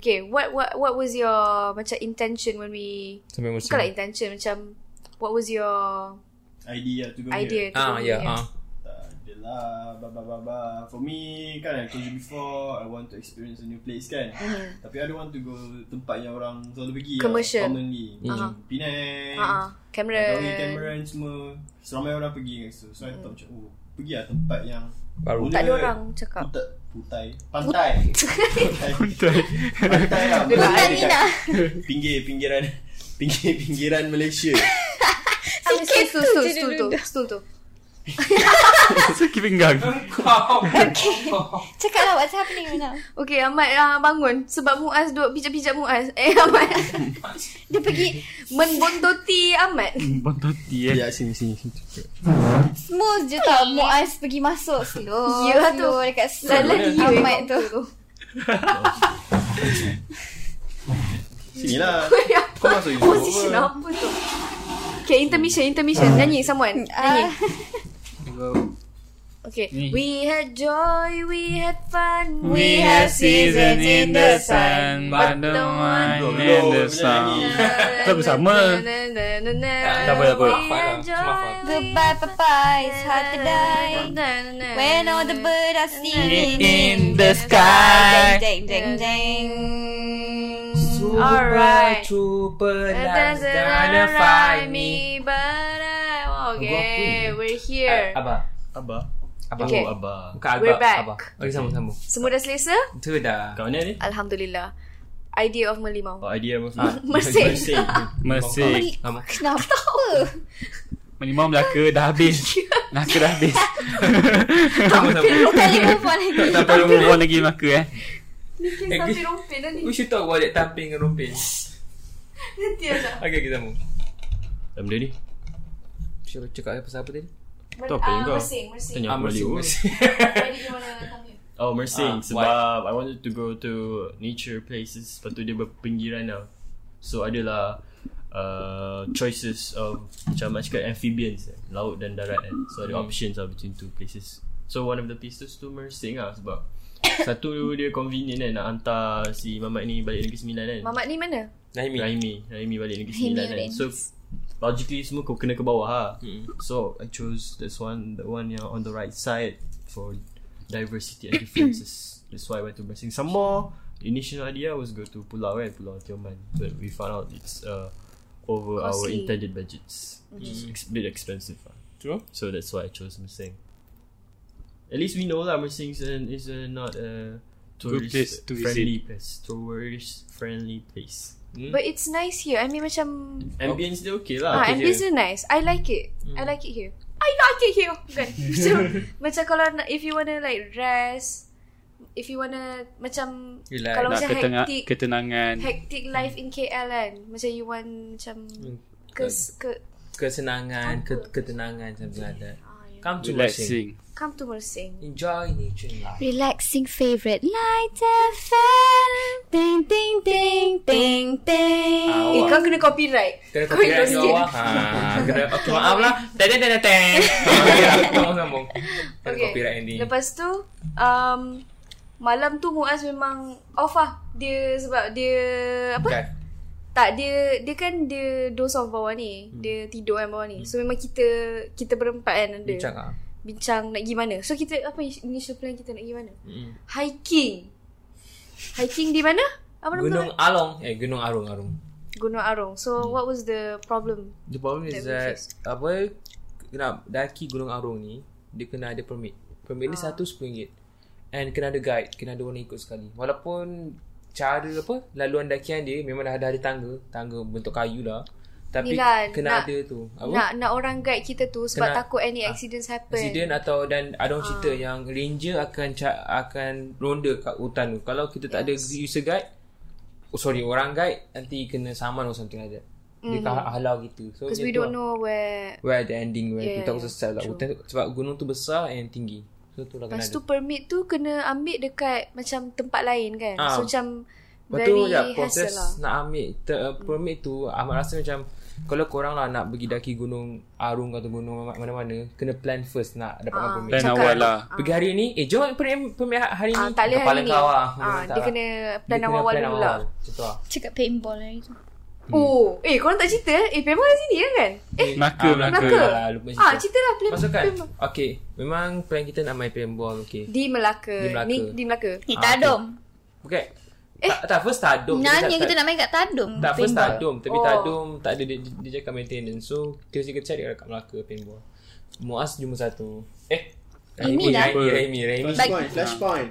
Speaker 1: Okay, what what what was your macam intention when we
Speaker 3: Sampai musim.
Speaker 1: bukanlah intention macam what was your
Speaker 6: Idea lah tu kau
Speaker 1: idea to
Speaker 3: Ah
Speaker 1: go
Speaker 3: ya
Speaker 1: here?
Speaker 3: ah.
Speaker 6: Tak ada lah blah, blah, blah, blah. For me kan I told you before I want to experience a new place kan Tapi I don't want to go tempat yang orang selalu pergi
Speaker 1: Mhm. Commercial.
Speaker 6: lah, Commonly Macam Penang
Speaker 1: Ha ah. Cameron.
Speaker 6: Langkawi, Cameron semua Seramai orang pergi kat situ So I thought macam oh Pergi lah tempat yang
Speaker 3: Baru.
Speaker 6: mula
Speaker 1: Mhm. Tak ada orang cakap.
Speaker 6: Putai Putai Pantai Pantai Pantai lah Pantai
Speaker 2: Bukan Nina
Speaker 6: Pinggir pinggiran Pinggir pinggiran Malaysia
Speaker 1: Sikit
Speaker 2: tu
Speaker 1: tu
Speaker 2: je
Speaker 1: tu
Speaker 2: dia
Speaker 1: tu tu tu tu.
Speaker 4: Sakit pinggang.
Speaker 2: Cakap lah what's happening right now
Speaker 1: Okay Ahmad uh, bangun Sebab Muaz duduk pijak-pijak Muaz Eh Ahmad Dia pergi Membondoti Ahmad
Speaker 4: Bontoti eh.
Speaker 6: Ya sini sini sini.
Speaker 2: Smooth je tau Muaz pergi masuk Slow
Speaker 1: Ya
Speaker 2: yeah,
Speaker 1: tu.
Speaker 2: Slow dekat slow
Speaker 1: Salah dia
Speaker 2: Amat tu
Speaker 6: Sini lah
Speaker 1: Apa?
Speaker 6: Kau masuk you
Speaker 1: Position apa tu Okay intermission
Speaker 4: Ah.
Speaker 1: Intermission Nyanyi someone Nyanyi
Speaker 2: Ah.
Speaker 1: Okay
Speaker 4: Ni.
Speaker 1: We had joy We had fun
Speaker 4: We had season in the sun, but the
Speaker 1: one
Speaker 4: wine in the sun. Tak bersama.
Speaker 1: Tak
Speaker 4: tak apa, tak apa.
Speaker 2: Goodbye Papa It's hard to die When all the birds are singing
Speaker 4: In the sky.
Speaker 2: Dang dang dang
Speaker 1: Alright
Speaker 3: Super
Speaker 1: It
Speaker 3: that's
Speaker 1: doesn't
Speaker 3: gonna find me.
Speaker 1: but I Oh, okay. We're here.
Speaker 3: Abah.
Speaker 7: Abah
Speaker 3: Abah.
Speaker 1: Okay.
Speaker 7: Oh, Abah
Speaker 3: Bukan Abah.
Speaker 1: We're back.
Speaker 3: Abah. Okay, sama-sama.
Speaker 1: Semua dah selesa?
Speaker 3: Itu dah.
Speaker 7: Kat mana ni?
Speaker 1: Alhamdulillah. Idea of melimau.
Speaker 7: Oh idea apa ah,
Speaker 1: Mersing.
Speaker 4: Ah, Mesir.
Speaker 3: Lama.
Speaker 2: Kenapa?
Speaker 4: Menimau Melaka dah habis. Melaka dah habis.
Speaker 2: Tak boleh move on lagi
Speaker 4: tak perlu move on lagi Melaka eh.
Speaker 1: Bikin
Speaker 3: Eh,
Speaker 1: sampai
Speaker 3: gi-
Speaker 1: rompin dah ni.
Speaker 3: We should talk about that tamping dengan rompin.
Speaker 1: Nanti lah.
Speaker 3: Okay, kita sambung.
Speaker 7: Apa benda ni?
Speaker 3: Siapa cakap pasal apa tadi?
Speaker 1: Mer-
Speaker 7: Tak apa
Speaker 1: ah,
Speaker 7: juga.
Speaker 1: Mersing, mersing.
Speaker 7: Tanya aku balik
Speaker 3: Mersing,
Speaker 7: oh.
Speaker 3: Mersing.
Speaker 1: Why did you wanna come here?
Speaker 7: Oh Mersing
Speaker 3: Ah,
Speaker 7: Sebab I wanted to go to Nature places Lepas tu dia berpinggiran lah So adalah uh, Choices of Macam macam cakap amphibians eh, Laut dan darat kan So ada options lah Between two places So one of the places tu Mersing lah Sebab Satu dia convenient kan Nak hantar si Mamat ni Balik Negeri Sembilan kan
Speaker 1: Mamat ni mana?
Speaker 3: Naimi.
Speaker 7: Raimi Raimi balik Negeri
Speaker 2: Raimi
Speaker 7: Sembilan kan
Speaker 2: balik
Speaker 7: So Logically semua kau kena ke bawah ha. So I chose this one The one yang on the right side For diversity and differences That's why I went to Blessing Some more The initial idea was go to Pulau kan Pulau Tioman But we found out it's uh, Over our
Speaker 1: Costly.
Speaker 7: intended budgets Which is ex- bit expensive lah.
Speaker 3: True.
Speaker 7: So that's why I chose Mersing At least we know lah Mersing is, an, is a, not a Tourist
Speaker 4: place to
Speaker 7: friendly place Tourist friendly place
Speaker 1: But it's nice here. I mean macam
Speaker 6: Oh.
Speaker 7: Ambience dia okay lah
Speaker 1: Ah, Hmm. and this is nice. I like it. I like it here. I like it here. Bukan. macam, macam kalau nak- if you wanna like rest, if you wanna macam
Speaker 3: Relax.
Speaker 1: kalau
Speaker 4: Nak
Speaker 1: macam
Speaker 4: ketengah,
Speaker 1: hectic,
Speaker 4: ketenangan.
Speaker 1: hectic life in KL kan. Macam you want macam
Speaker 3: Hmm.
Speaker 1: ke
Speaker 3: Kan.
Speaker 1: ke
Speaker 3: Kesenangan, ke, ketenangan something like that.
Speaker 1: ah, yeah.
Speaker 3: Come to Mersing.
Speaker 4: Relaxing.
Speaker 1: come to Mersing.
Speaker 3: Enjoy nature and life.
Speaker 2: Relaxing favorite Light FM Ding ding ding ding ding
Speaker 3: Ah,
Speaker 1: Eh,
Speaker 3: Awak.
Speaker 1: kau kena copyright.
Speaker 3: Kena
Speaker 1: Kau hilang
Speaker 3: copyright dengan
Speaker 1: sikit.
Speaker 3: awak. Ha, kena, okay, maaf lah. Teng, teng, teng, teng. Tolong sambung. Kena copyright yang ni.
Speaker 1: Lepas tu um, malam tu Muaz memang off lah. Dia sebab dia apa?
Speaker 3: Kan?
Speaker 1: Tak dia dia kan dia doze off bawah ni.
Speaker 3: Hmm.
Speaker 1: Dia tidur kan bawah ni. So memang kita kita berempat kan ada.
Speaker 3: Bincang ah.
Speaker 1: Bincang nak pergi mana. So kita apa initial plan kita nak pergi mana?
Speaker 3: Hmm.
Speaker 1: Hiking. Hiking di mana? Apa nama
Speaker 3: Gunung
Speaker 1: tu?
Speaker 3: Along. Eh, Gunung Arung, Arung.
Speaker 1: Gunung Arung. So
Speaker 3: Hmm.
Speaker 1: what was the problem?
Speaker 3: The problem
Speaker 1: That
Speaker 3: is
Speaker 1: we
Speaker 3: that apa kena daki Gunung Arung ni dia kena ada permit. Permit
Speaker 1: Ah.
Speaker 3: ni satu RM10. And kena ada guide, kena ada orang ikut sekali. Walaupun cara apa laluan dakian dia memang dah ada ada tangga, tangga bentuk kayu lah. Tapi
Speaker 1: Yelah,
Speaker 3: kena
Speaker 1: kan, nak-
Speaker 3: ada tu. Apa?
Speaker 1: Nak nak orang guide kita tu sebab
Speaker 3: Kena- Ah,
Speaker 1: takut any accidents happen.
Speaker 3: Presiden atau dan ada
Speaker 1: Ah.
Speaker 3: orang cerita yang ranger akan ca- akan ronda kat hutan tu. Kalau kita tak ada user guide, oh sorry orang guide nanti kena saman or something like that. Dia akan halau gitu. So
Speaker 1: Mm. Because
Speaker 3: macam
Speaker 1: we
Speaker 3: tu lah.
Speaker 1: don't know where
Speaker 3: Where the ending where
Speaker 1: Yeah,
Speaker 3: yeah, kita takut
Speaker 1: yeah.
Speaker 3: sesat lah hutan tu, sebab gunung tu besar and tinggi. So tu lah kena
Speaker 1: Lepas
Speaker 3: ada.
Speaker 1: tu permit tu kena ambil dekat macam tempat lain kan.
Speaker 3: Ah.
Speaker 1: So macam
Speaker 3: Lepas
Speaker 1: very
Speaker 3: tu ya,
Speaker 1: hassle
Speaker 3: proses
Speaker 1: lah.
Speaker 3: nak ambil ter, uh, permit tu amat rasa macam kalau korang lah nak pergi daki gunung Arung atau gunung ma- mana-mana kena plan first nak dapatkan
Speaker 1: Ah,
Speaker 3: permit.
Speaker 4: Plan
Speaker 1: Cakap.
Speaker 4: awal lah.
Speaker 3: Pergi hari ni Eh jom permit, permit hari ni
Speaker 1: Ah, tak boleh
Speaker 3: Kepala
Speaker 1: hari ni.
Speaker 3: kau lah
Speaker 1: Ah,
Speaker 3: Memang tak
Speaker 1: dia
Speaker 3: lah.
Speaker 1: kena
Speaker 3: Dia
Speaker 1: plan
Speaker 3: kena
Speaker 1: awal-awal
Speaker 3: plan Hmm.
Speaker 1: dulu lah.
Speaker 3: Macam tu lah Ah,
Speaker 2: Cakap paintball hari tu
Speaker 1: Oh, eh korang tak cerita eh? Eh, Pema dah sini kan? kan? Eh,
Speaker 4: Melaka
Speaker 3: Ah,
Speaker 4: Melaka
Speaker 1: Melaka.
Speaker 3: Alah, lupa cerita.
Speaker 1: ah, cerita lah Pema.
Speaker 3: Masukkan. Okay. Memang plan kita nak main paintball. Okay.
Speaker 1: Di Melaka.
Speaker 3: Di Melaka.
Speaker 1: Ni di Melaka.
Speaker 2: Ni
Speaker 3: Ah,
Speaker 2: tadum.
Speaker 3: Bukan. Eh. Tak, tak first tadum.
Speaker 2: Nanya kita nak main kat tadum.
Speaker 3: Tak first
Speaker 2: paintball.
Speaker 3: tadum Tapi
Speaker 1: Oh.
Speaker 3: oh. tadum Tak ada dia, dia cakap maintenance So kita kita cari kat Melaka paintball Muaz jumpa satu Eh
Speaker 2: Ini
Speaker 1: lah.
Speaker 2: dah.
Speaker 3: Raimi Raimi Raimi
Speaker 6: Flashpoint, flashpoint.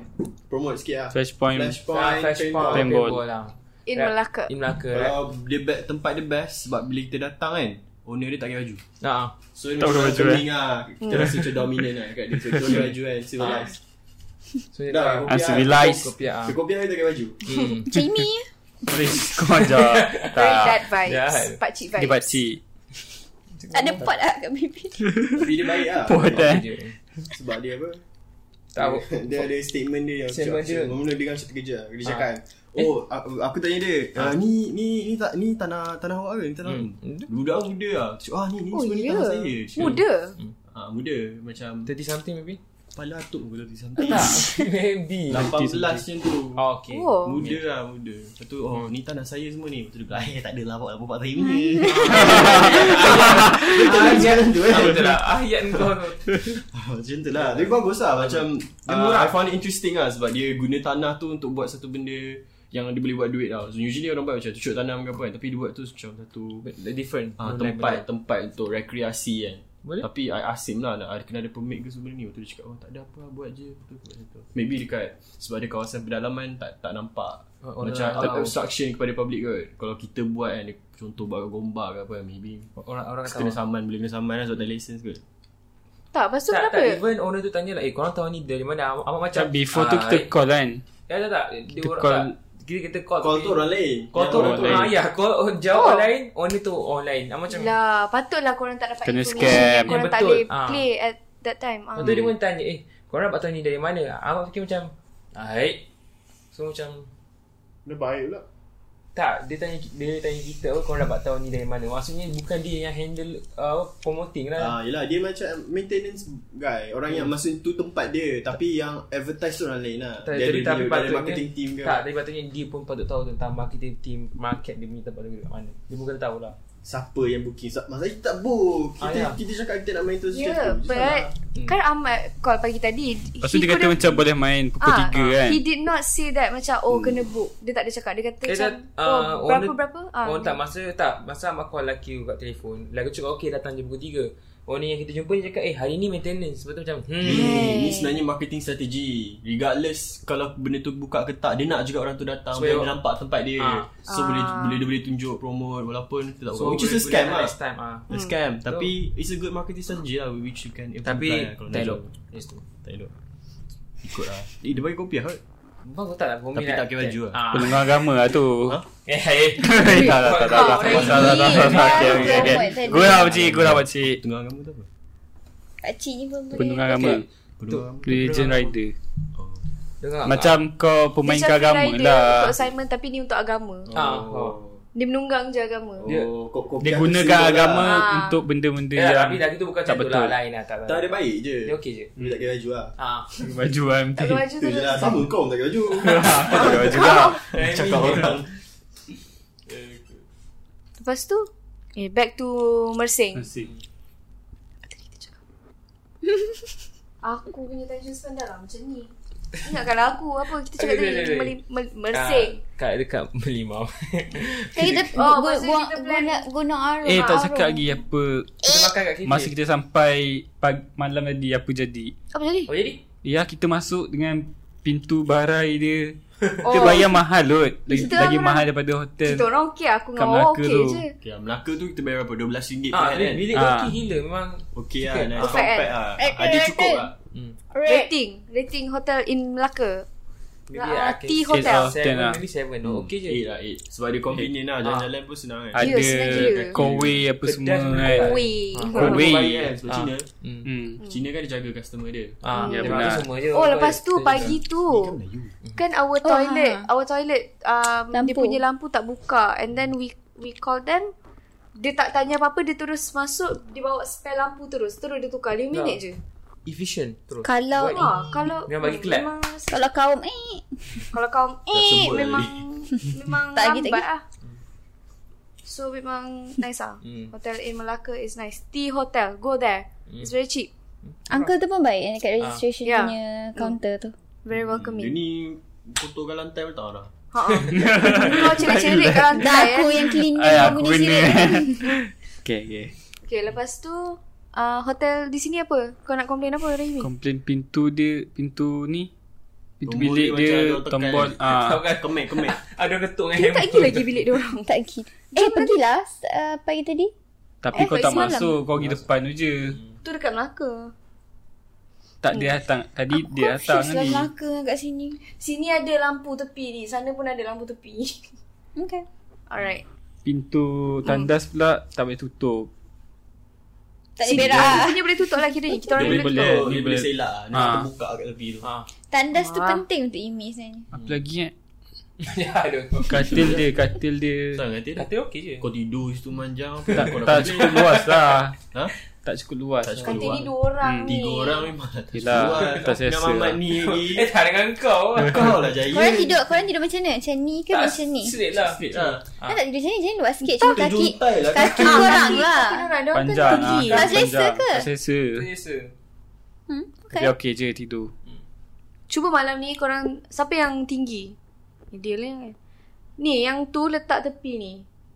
Speaker 6: Promote sikit lah.
Speaker 4: Flashpoint
Speaker 6: Ah, Flashpoint,
Speaker 3: Flashpoint
Speaker 6: paintball.
Speaker 3: Ah,
Speaker 4: Paintball.
Speaker 3: Paintball lah
Speaker 1: In
Speaker 3: Right.
Speaker 1: Melaka.
Speaker 3: In Melaka eh. right
Speaker 6: Kalau dia be- tempat dia best sebab bila kita datang kan, owner dia tak pakai baju.
Speaker 3: Haa
Speaker 6: So dia
Speaker 4: Tak pakai
Speaker 6: macam
Speaker 4: baju, eh.
Speaker 6: pening lah. Kita rasa macam dominant lah kat dia. So dia pakai baju kan, civilized.
Speaker 3: So dia
Speaker 6: Dah,
Speaker 3: dah
Speaker 6: kopi
Speaker 4: Uncivilized
Speaker 3: Kopi ah.
Speaker 6: So kopi hari tak pakai baju.
Speaker 3: Hmm.
Speaker 2: Macam ini.
Speaker 4: Please Kau ajar
Speaker 1: Very
Speaker 4: Tak
Speaker 1: dad vibes.
Speaker 3: Jahat.
Speaker 1: Pakcik vibes.
Speaker 4: Dia pakcik
Speaker 2: Ada pot lah kat bibir.
Speaker 6: Tapi dia baik lah.
Speaker 4: Pot eh
Speaker 3: Dia-
Speaker 6: Sebab dia apa?
Speaker 3: Tak apa.
Speaker 6: dia ada statement dia yang
Speaker 3: Statement
Speaker 6: statement
Speaker 3: dia.
Speaker 6: dia. Mula dia kan cerita kerja. Dia
Speaker 3: Ah.
Speaker 6: cakap kan, Oh, a- aku tanya dia, ah, ni ni ni tak ni tanah tanah awak ke? Ni tanah.
Speaker 3: Hmm.
Speaker 6: Hmm. Budak orang muda ah. Cakap, ah ni ni
Speaker 1: Oh,
Speaker 6: semua ni
Speaker 1: ya.
Speaker 6: tanah saya. Cakap,
Speaker 1: Muda.
Speaker 6: Ah muda macam
Speaker 3: 30 something maybe
Speaker 6: kepala atuk pun tu something.
Speaker 3: Tak Maybe
Speaker 6: 18 macam tu.
Speaker 3: Oh okay
Speaker 1: Oh.
Speaker 6: Muda lah muda Lepas tu oh, ni tanah saya semua ni Lepas tu dia bilang Eh tak ada lah Bapak bapak saya punya
Speaker 3: Ayat
Speaker 6: tu eh.
Speaker 3: Ah, Hmm. Betul lah Ayat kau tu.
Speaker 6: Ah, Macam tu lah Tapi bagus lah Macam
Speaker 3: Dia
Speaker 6: uh,
Speaker 3: murah.
Speaker 6: I found it interesting lah Sebab dia guna tanah tu Untuk buat satu benda Yang dia boleh buat duit tau so, Usually orang buat macam Cucuk tanam ke apa kan Tapi dia buat tu macam satu
Speaker 3: Different
Speaker 6: ah,
Speaker 3: Online
Speaker 6: Tempat Tempat untuk rekreasi kan
Speaker 3: Boleh.
Speaker 6: Tapi I ask him lah nak, Kena ada permit ke sebelum ni Lepas tu dia cakap Oh tak ada apa lah, Buat je Lepas tu aku buat macam tu. Maybe dekat Sebab ada kawasan pedalaman Tak tak nampak
Speaker 3: Oh, orang-
Speaker 6: Macam tak
Speaker 3: orang-
Speaker 6: obstruction kepada public kot Kalau kita buat kan dia, Contoh buat kat Gombak ke apa kan Maybe
Speaker 3: benda. Orang orang kata
Speaker 6: Kena saman Boleh kena saman lah Sebab tak ada license kot
Speaker 1: Tak, lepas tu
Speaker 3: tak,
Speaker 1: kenapa?
Speaker 3: tak, even owner tu tanya lah Eh korang tahu ni dari mana Amat, amat macam
Speaker 4: Macam before tu
Speaker 3: ah,
Speaker 4: kita call kan
Speaker 3: Ya tak tak Dia
Speaker 4: Kita
Speaker 3: orang
Speaker 4: call-
Speaker 3: tak Kita kita call
Speaker 6: Call
Speaker 3: tapi-
Speaker 6: tu orang lain
Speaker 3: Call tu orang
Speaker 4: orang lain.
Speaker 3: lain Ya call oh, jawab
Speaker 1: Oh.
Speaker 3: online Owner tu online Amat macam
Speaker 1: Lah, patutlah korang tak dapat
Speaker 4: Kena
Speaker 1: information
Speaker 4: scam.
Speaker 1: yang Korang
Speaker 3: Ya,
Speaker 1: tak
Speaker 3: betul.
Speaker 1: boleh
Speaker 3: Ah.
Speaker 1: play at that time. Ah.
Speaker 3: Lepas tu dia pun tanya Eh korang dapat tahu ni dari mana Amat fikir macam Baik So macam
Speaker 6: Dia baik pula
Speaker 3: tak, dia tanya dia tanya kita apa korang dapat tahu ni dari mana. Maksudnya bukan dia yang handle uh, promoting lah.
Speaker 6: Ah, yelah dia macam maintenance guy Orang yang masuk tu tempat dia Tapi yang advertise tu orang lain lah
Speaker 3: Hmm. Tak,
Speaker 6: Dia
Speaker 3: jadi
Speaker 6: ada
Speaker 3: tapi
Speaker 6: dia ada
Speaker 3: patutnya
Speaker 6: marketing team ke
Speaker 3: Tak, tapi patutnya dia pun patut tahu tentang marketing team, market dia punya tempat tu kat mana. Dia bukan tahu lah.
Speaker 6: Siapa yang booking Sebab Masa kita tak book
Speaker 3: Ah,
Speaker 6: Kita,
Speaker 3: ya.
Speaker 6: kita cakap kita nak main tu
Speaker 1: Ya, yeah, but
Speaker 3: Hmm.
Speaker 1: kan Ahmad call pagi tadi.
Speaker 4: Lepas
Speaker 1: he
Speaker 4: tu dia kata
Speaker 1: couldn't- Ah,
Speaker 4: macam boleh main pukul 3 kan Hmm.
Speaker 1: He did not say that macam oh kena book. Dia tak ada cakap. Dia kata
Speaker 3: Dia
Speaker 1: macam oh
Speaker 3: dah, ah,
Speaker 1: berapa
Speaker 3: owner-
Speaker 1: berapa? Ah,
Speaker 3: Oh tak masa tak masa mak call lelaki kat telefon. Lelaki cakap okey datang je pukul 3. Orang yang kita jumpa dia cakap eh hari ni maintenance. Lepas tu macam hmm.
Speaker 6: Ni, ni sebenarnya marketing strategi Regardless Kalau benda tu buka ke tak Dia nak juga orang tu datang
Speaker 3: So,
Speaker 6: Biar
Speaker 3: yo-
Speaker 6: dia nampak tempat dia
Speaker 3: Ah.
Speaker 6: So boleh, boleh dia boleh tunjuk promote Walaupun kita tak
Speaker 3: So
Speaker 6: so, Which is a
Speaker 3: Oh, boleh-
Speaker 6: scam
Speaker 3: boleh
Speaker 6: lah
Speaker 3: Next time ah.
Speaker 6: A scam Tapi it's a good marketing strategy lah Which you can
Speaker 3: Tapi
Speaker 6: implement lah kalau nak
Speaker 3: tak elok.
Speaker 6: jual.
Speaker 3: Yes tu.
Speaker 6: Tak elok Ikut lah Eh dia bagi kopi lah kot
Speaker 3: Bagus tak lah Bumi
Speaker 6: Tapi tak pakai baju lah.
Speaker 3: ah.
Speaker 4: Pelenggar agama lah tu
Speaker 3: Eh eh.
Speaker 4: Eh, tak tak tak tak tak tak tak tak tak tak tak okay, okay, okay. Gurau pakcik Gurau pakcik
Speaker 6: Tengah kamu tu apa?
Speaker 2: Pakcik ni pun
Speaker 4: Pendengar
Speaker 2: boleh.
Speaker 4: agama
Speaker 6: Pendengar kamu
Speaker 4: Religion rider
Speaker 3: Dengar.
Speaker 4: Macam kau
Speaker 1: Dia
Speaker 4: pemain
Speaker 1: macam
Speaker 4: agama
Speaker 1: free rider
Speaker 4: lah
Speaker 1: Untuk assignment tapi ni untuk agama.
Speaker 3: ah. Oh.
Speaker 1: Dia menunggang je agama.
Speaker 3: Dia-
Speaker 6: Oh, kok- kopi
Speaker 4: Dia
Speaker 6: aku
Speaker 4: gunakan
Speaker 6: single lah.
Speaker 4: agama
Speaker 1: Ah.
Speaker 4: untuk benda-benda
Speaker 3: Ya, tapi
Speaker 4: yang
Speaker 3: lagi tu bukan macam
Speaker 4: tak
Speaker 3: tu
Speaker 4: betul.
Speaker 3: lah lain lah tak
Speaker 6: Tak ada baik je
Speaker 3: Dia okey je.
Speaker 6: Dia tak pakai baju lah
Speaker 3: Ah.
Speaker 4: baju kan
Speaker 1: Tak keluar je
Speaker 6: Itu
Speaker 1: tu.
Speaker 6: je lah Sama kau pun tak pakai baju
Speaker 4: Aku tak ada juga
Speaker 3: Ah.
Speaker 6: Cakap orang
Speaker 1: Lepas tu eh, back to
Speaker 4: Hmm.
Speaker 1: Mersing. Aku punya tension span dah lah macam ni. Ingat kalau aku apa kita cakap
Speaker 3: Aduh, aduh,
Speaker 1: tadi
Speaker 3: aduh.
Speaker 1: Meli- Mel- Mersing.
Speaker 3: Ah, Kat dekat Melimau.
Speaker 2: Kan kita
Speaker 1: Oh,
Speaker 2: bu-
Speaker 1: maksudnya
Speaker 2: buang
Speaker 1: kita plan-
Speaker 2: guna guna arung.
Speaker 4: Eh tak
Speaker 1: Ah,
Speaker 2: arung.
Speaker 4: cakap lagi apa
Speaker 3: Kita makan kat kafe.
Speaker 4: Masa kita sampai pag- malam tadi apa jadi
Speaker 1: Apa jadi?
Speaker 3: Oh jadi?
Speaker 4: Ya kita masuk dengan pintu barai dia Kita
Speaker 1: Oh.
Speaker 4: bayar mahal kot Lagi,
Speaker 1: Kita
Speaker 4: lagi
Speaker 1: orang-
Speaker 4: mahal daripada hotel
Speaker 1: Kita orang okey aku dengan
Speaker 4: Kat
Speaker 1: awak
Speaker 4: Melaka
Speaker 1: okey
Speaker 4: tu.
Speaker 1: je.
Speaker 6: Okay, lah, Melaka tu kita bayar berapa?
Speaker 3: Ah,
Speaker 6: RM12 per head kan?
Speaker 3: bilik
Speaker 4: Ah.
Speaker 3: okey gila memang.
Speaker 6: Okay lah
Speaker 3: Perfect.
Speaker 6: nice.
Speaker 1: Perfect kan?
Speaker 6: Compact lah
Speaker 2: Eh,
Speaker 6: Ada
Speaker 2: eh,
Speaker 6: cukup
Speaker 2: eh.
Speaker 6: lah
Speaker 1: Rating, rating hotel in Melaka.
Speaker 3: Maybe
Speaker 1: Ah,
Speaker 3: I can
Speaker 1: tea
Speaker 3: say
Speaker 1: hotel.
Speaker 4: Yes,
Speaker 3: Seven,
Speaker 4: Hotel lah.
Speaker 3: maybe seven. Oh, okey je. Ah.
Speaker 6: 8 lah 8 Sebab dia convenient lah Jalan-jalan pun senang kan
Speaker 4: Ada
Speaker 1: senang gila.
Speaker 4: Kowe apa
Speaker 3: Kedai
Speaker 4: semua
Speaker 3: semua
Speaker 4: kan
Speaker 3: Kowe.
Speaker 1: Wei.
Speaker 6: Orang
Speaker 4: Kowe.
Speaker 6: bayar kan Sebab
Speaker 3: Ah.
Speaker 6: Cina
Speaker 3: Hmm.
Speaker 4: hmm.
Speaker 6: Cina kan dia jaga customer dia
Speaker 3: Ah,
Speaker 4: Ya,
Speaker 3: memang
Speaker 4: benar.
Speaker 3: tu semua je.
Speaker 1: Oh lepas tu
Speaker 3: Betul je.
Speaker 1: pagi tu kan our toilet,
Speaker 2: ha.
Speaker 1: our toilet um, dia
Speaker 2: Lampu.
Speaker 1: punya lampu tak buka and then we we call them dia tak tanya apa-apa dia terus masuk dia bawa spare lampu terus terus dia tukar 5 minit je.
Speaker 3: efficient terus.
Speaker 2: Kalau
Speaker 3: Buat
Speaker 1: Ha kalau
Speaker 3: Memang bagi clap.
Speaker 1: memang
Speaker 2: kalau kaum eh
Speaker 1: kalau kau
Speaker 6: sebut
Speaker 1: eh
Speaker 6: lagi.
Speaker 1: memang memang
Speaker 2: Tak lagi, tak
Speaker 1: lambat
Speaker 2: lagi.
Speaker 1: ah. So So memang nice ah.
Speaker 3: Hmm.
Speaker 1: Hotel in Melaka is nice. T Hotel, go there. It's very cheap,
Speaker 2: Uncle tu pun baik eh,
Speaker 4: Ah.
Speaker 2: Dekat registration
Speaker 1: yeah.
Speaker 2: punya counter tu
Speaker 1: very
Speaker 7: Dia
Speaker 1: welcoming.
Speaker 7: ni kotor kat lantai pun tak marah.
Speaker 1: Ha. ah. Kau celik-celik kat
Speaker 2: Dah
Speaker 1: lantai.
Speaker 2: aku
Speaker 1: eh.
Speaker 2: yang clean
Speaker 4: Ay,
Speaker 2: Ay,
Speaker 4: aku
Speaker 2: Aku
Speaker 4: ni.
Speaker 2: ni
Speaker 4: okay, okay.
Speaker 1: Okay, lepas tu uh, hotel di sini apa? Kau nak complain apa Rahimi?
Speaker 4: Komplain pintu dia, pintu ni. Pintu
Speaker 7: Tombol
Speaker 4: bilik
Speaker 7: dia macam kan.
Speaker 4: dia,
Speaker 7: orang tekan.
Speaker 4: tombol. Ah,
Speaker 7: Kemek, kemek.
Speaker 3: Ada ketuk dengan
Speaker 1: Kita tak pergi lagi bilik dia orang.
Speaker 2: Tak pergi Eh pergilah uh, Pagi tadi
Speaker 4: tapi
Speaker 2: Eh,
Speaker 4: kau tak
Speaker 2: semalam.
Speaker 4: masuk, kau pergi depan tu je.
Speaker 7: Hmm.
Speaker 1: Tu dekat Melaka.
Speaker 4: Tak dia datang. Tadi dia datang
Speaker 2: Confused lah
Speaker 4: tadi.
Speaker 2: Melaka kat sini
Speaker 1: Sini ada lampu tepi ni. Sana pun ada lampu tepi.
Speaker 2: Okay
Speaker 1: Alright.
Speaker 2: Hmm.
Speaker 4: Pintu tandas pula tak boleh tutup.
Speaker 2: Tak ada
Speaker 1: Sini
Speaker 2: berak ah.
Speaker 1: punya boleh tutup lah kira ni. Kita orang
Speaker 4: Dia
Speaker 1: boleh
Speaker 4: boleh.
Speaker 1: tutup.
Speaker 4: Eh,
Speaker 7: Oh, dia
Speaker 4: ni boleh-
Speaker 7: boleh selak lah. Dia
Speaker 4: Ah.
Speaker 7: terbuka kat tepi tu.
Speaker 2: Tandas tu
Speaker 1: Ah.
Speaker 2: penting untuk image sebenarnya
Speaker 4: Apa
Speaker 7: Hmm.
Speaker 4: lagi eh?
Speaker 3: Ya, ada.
Speaker 4: Katil dia, katil dia.
Speaker 7: Sang kata dia.
Speaker 3: Kata okey je.
Speaker 7: Kau tidur situ manjang. apa
Speaker 4: Tak,
Speaker 7: kau nak
Speaker 4: tak
Speaker 7: complain?
Speaker 4: cukup luas lah.
Speaker 7: Ha?
Speaker 4: Tak cukup luas.
Speaker 7: Tak cukup
Speaker 1: Kata
Speaker 7: luas.
Speaker 1: ni dua orang
Speaker 4: Hmm,
Speaker 1: ni.
Speaker 7: Tiga orang memang tak
Speaker 4: Yelah,
Speaker 7: sesuai.
Speaker 4: tak selesa
Speaker 7: Yang mamat
Speaker 4: lah.
Speaker 7: ni lagi.
Speaker 3: Eh, tak dengan kau lah.
Speaker 7: Kau lah jaya.
Speaker 2: Korang tidur Korang tidur macam mana? Macam ni ke
Speaker 3: Tak,
Speaker 2: macam ni?
Speaker 3: Straight lah.
Speaker 7: Straight lah.
Speaker 2: Kan tak tidur macam ni Macam ni luas sikit Cuma
Speaker 7: Tu
Speaker 2: kaki
Speaker 7: juntai lah.
Speaker 2: Kaki
Speaker 1: Ah,
Speaker 2: korang
Speaker 1: kaki-
Speaker 2: lah
Speaker 1: kaki dia orang, dia orang kan
Speaker 4: Panjang
Speaker 1: tinggi.
Speaker 4: ah,
Speaker 2: Tak selesa
Speaker 4: panjang.
Speaker 2: ke?
Speaker 4: Tak selesa.
Speaker 3: Biasa.
Speaker 2: Hmm, bukan.
Speaker 4: Tapi okey je tidur.
Speaker 1: Cuba malam ni korang Siapa yang tinggi? Dia lah yang Ni yang tu letak tepi ni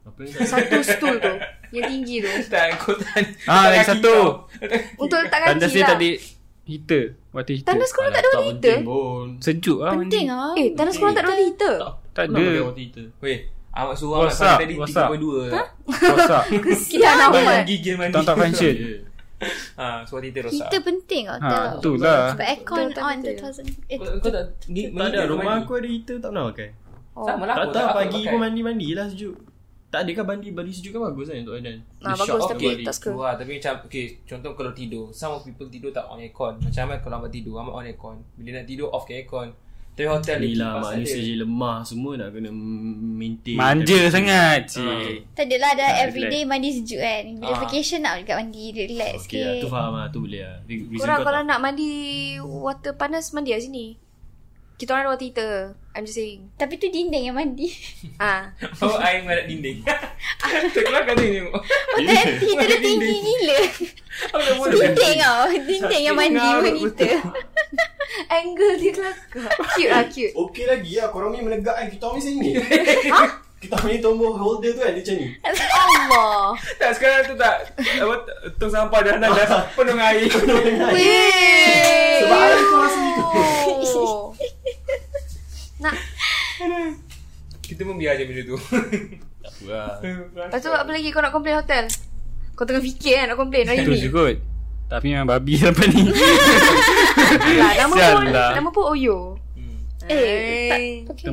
Speaker 7: Apa ni?
Speaker 1: Satu stool tu Yang tinggi tu
Speaker 3: Tak, kau tak.
Speaker 4: Ah, lagi satu.
Speaker 1: Untuk letak kaki
Speaker 4: Tandas dia
Speaker 1: lah
Speaker 4: tadi heater. Water heater.
Speaker 1: Tandas korang tak
Speaker 6: Ah,
Speaker 1: ada
Speaker 7: Tak
Speaker 1: orang heater?
Speaker 7: penting pun.
Speaker 4: Sejuk lah mandi.
Speaker 2: Penting ah.
Speaker 1: Eh tandas korang tak ada orang heater?
Speaker 4: Tak
Speaker 7: Kenapa dia
Speaker 4: ada.
Speaker 7: orang cerita?
Speaker 3: Weh, Ahmad Surah nak
Speaker 4: What's up?
Speaker 3: pakai tadi
Speaker 4: What's up?
Speaker 3: 3.2 lah.
Speaker 4: Rosak.
Speaker 1: Kita nak
Speaker 2: Apa?
Speaker 1: buat
Speaker 3: Gigi mandi.
Speaker 4: Tak tak function.
Speaker 7: Ya.
Speaker 3: Ha, suara kita rosak.
Speaker 2: Heater penting kau
Speaker 4: Ha,
Speaker 2: tahu
Speaker 4: tu lah.
Speaker 2: Sebab aircon
Speaker 1: Betul, tak
Speaker 2: on
Speaker 1: betul.
Speaker 2: 2000 Eh
Speaker 3: Kau, kau tak ni,
Speaker 7: Tak ada rumah aku ada heater tak pernah pakai.
Speaker 1: oh.
Speaker 3: Sama lah
Speaker 7: Tak
Speaker 3: aku
Speaker 7: tahu
Speaker 3: aku
Speaker 7: pagi
Speaker 3: pakai.
Speaker 7: pun mandi-mandi lah sejuk. Tak ada kan mandi mandi sejuk kan bagus kan untuk badan.
Speaker 1: Nah,
Speaker 7: Dia
Speaker 1: Ah, bagus
Speaker 7: shock
Speaker 1: tapi
Speaker 7: body.
Speaker 1: tak suka
Speaker 3: Wah, Ah, tapi macam okay, contoh kalau tidur, some of people tidur tak on aircon. Macam Ahmad kalau Ahmad tidur, Ahmad on aircon. Bila nak tidur off ke aircon. Tapi hotel ni
Speaker 7: Yelah
Speaker 3: kipas
Speaker 7: manusia
Speaker 3: ada.
Speaker 7: je lemah semua nak kena maintain
Speaker 4: Manja sangat.
Speaker 7: Ah.
Speaker 4: Cik.
Speaker 2: Tak adalah dah
Speaker 4: Tak,
Speaker 2: everyday mandi sejuk kan Bila
Speaker 3: Ah.
Speaker 2: vacation nak dekat mandi Relax
Speaker 7: Okay
Speaker 6: ah,
Speaker 7: lah tu
Speaker 2: sikit
Speaker 7: faham lah tu boleh lah Re- Reason
Speaker 1: Korang
Speaker 7: kau
Speaker 1: kalau
Speaker 7: tak
Speaker 1: nak mandi Water panas mandi kat sini Kita orang ada water heater I'm just saying
Speaker 2: Tapi tu dinding yang mandi
Speaker 1: Ah,
Speaker 3: Oh, air mengadap dinding. Terkeluar kat dinding.
Speaker 2: Water empty Oh, tu dah tinggi gila Dinding tau Dinding yang mandi pun kita
Speaker 1: Angle dia kelakar Cute lah cute
Speaker 6: Okey lagi lah Korang ni menegak kan Kita orang ni sini Kita orang ni tombol holder tu kan Dia macam ni
Speaker 1: Allah
Speaker 3: Tak, sekarang tu tak. Apa, tong sampah dah nak dah penuh dengan air.
Speaker 1: Weh
Speaker 6: Sebab air tu masih gitu
Speaker 1: Oh. Nak
Speaker 3: Kita pun biar je benda tu.
Speaker 7: apa lah
Speaker 1: Lepas tu apa lagi kau nak complain hotel Kau tengah fikir kan nak complain hari
Speaker 4: Itu
Speaker 1: ni
Speaker 4: je kot. Tapi memang babi apa ni.
Speaker 1: lah, Nama pun
Speaker 4: Sial lah.
Speaker 1: Nama pun Oyo Hmm.
Speaker 2: Eh, tak- Okay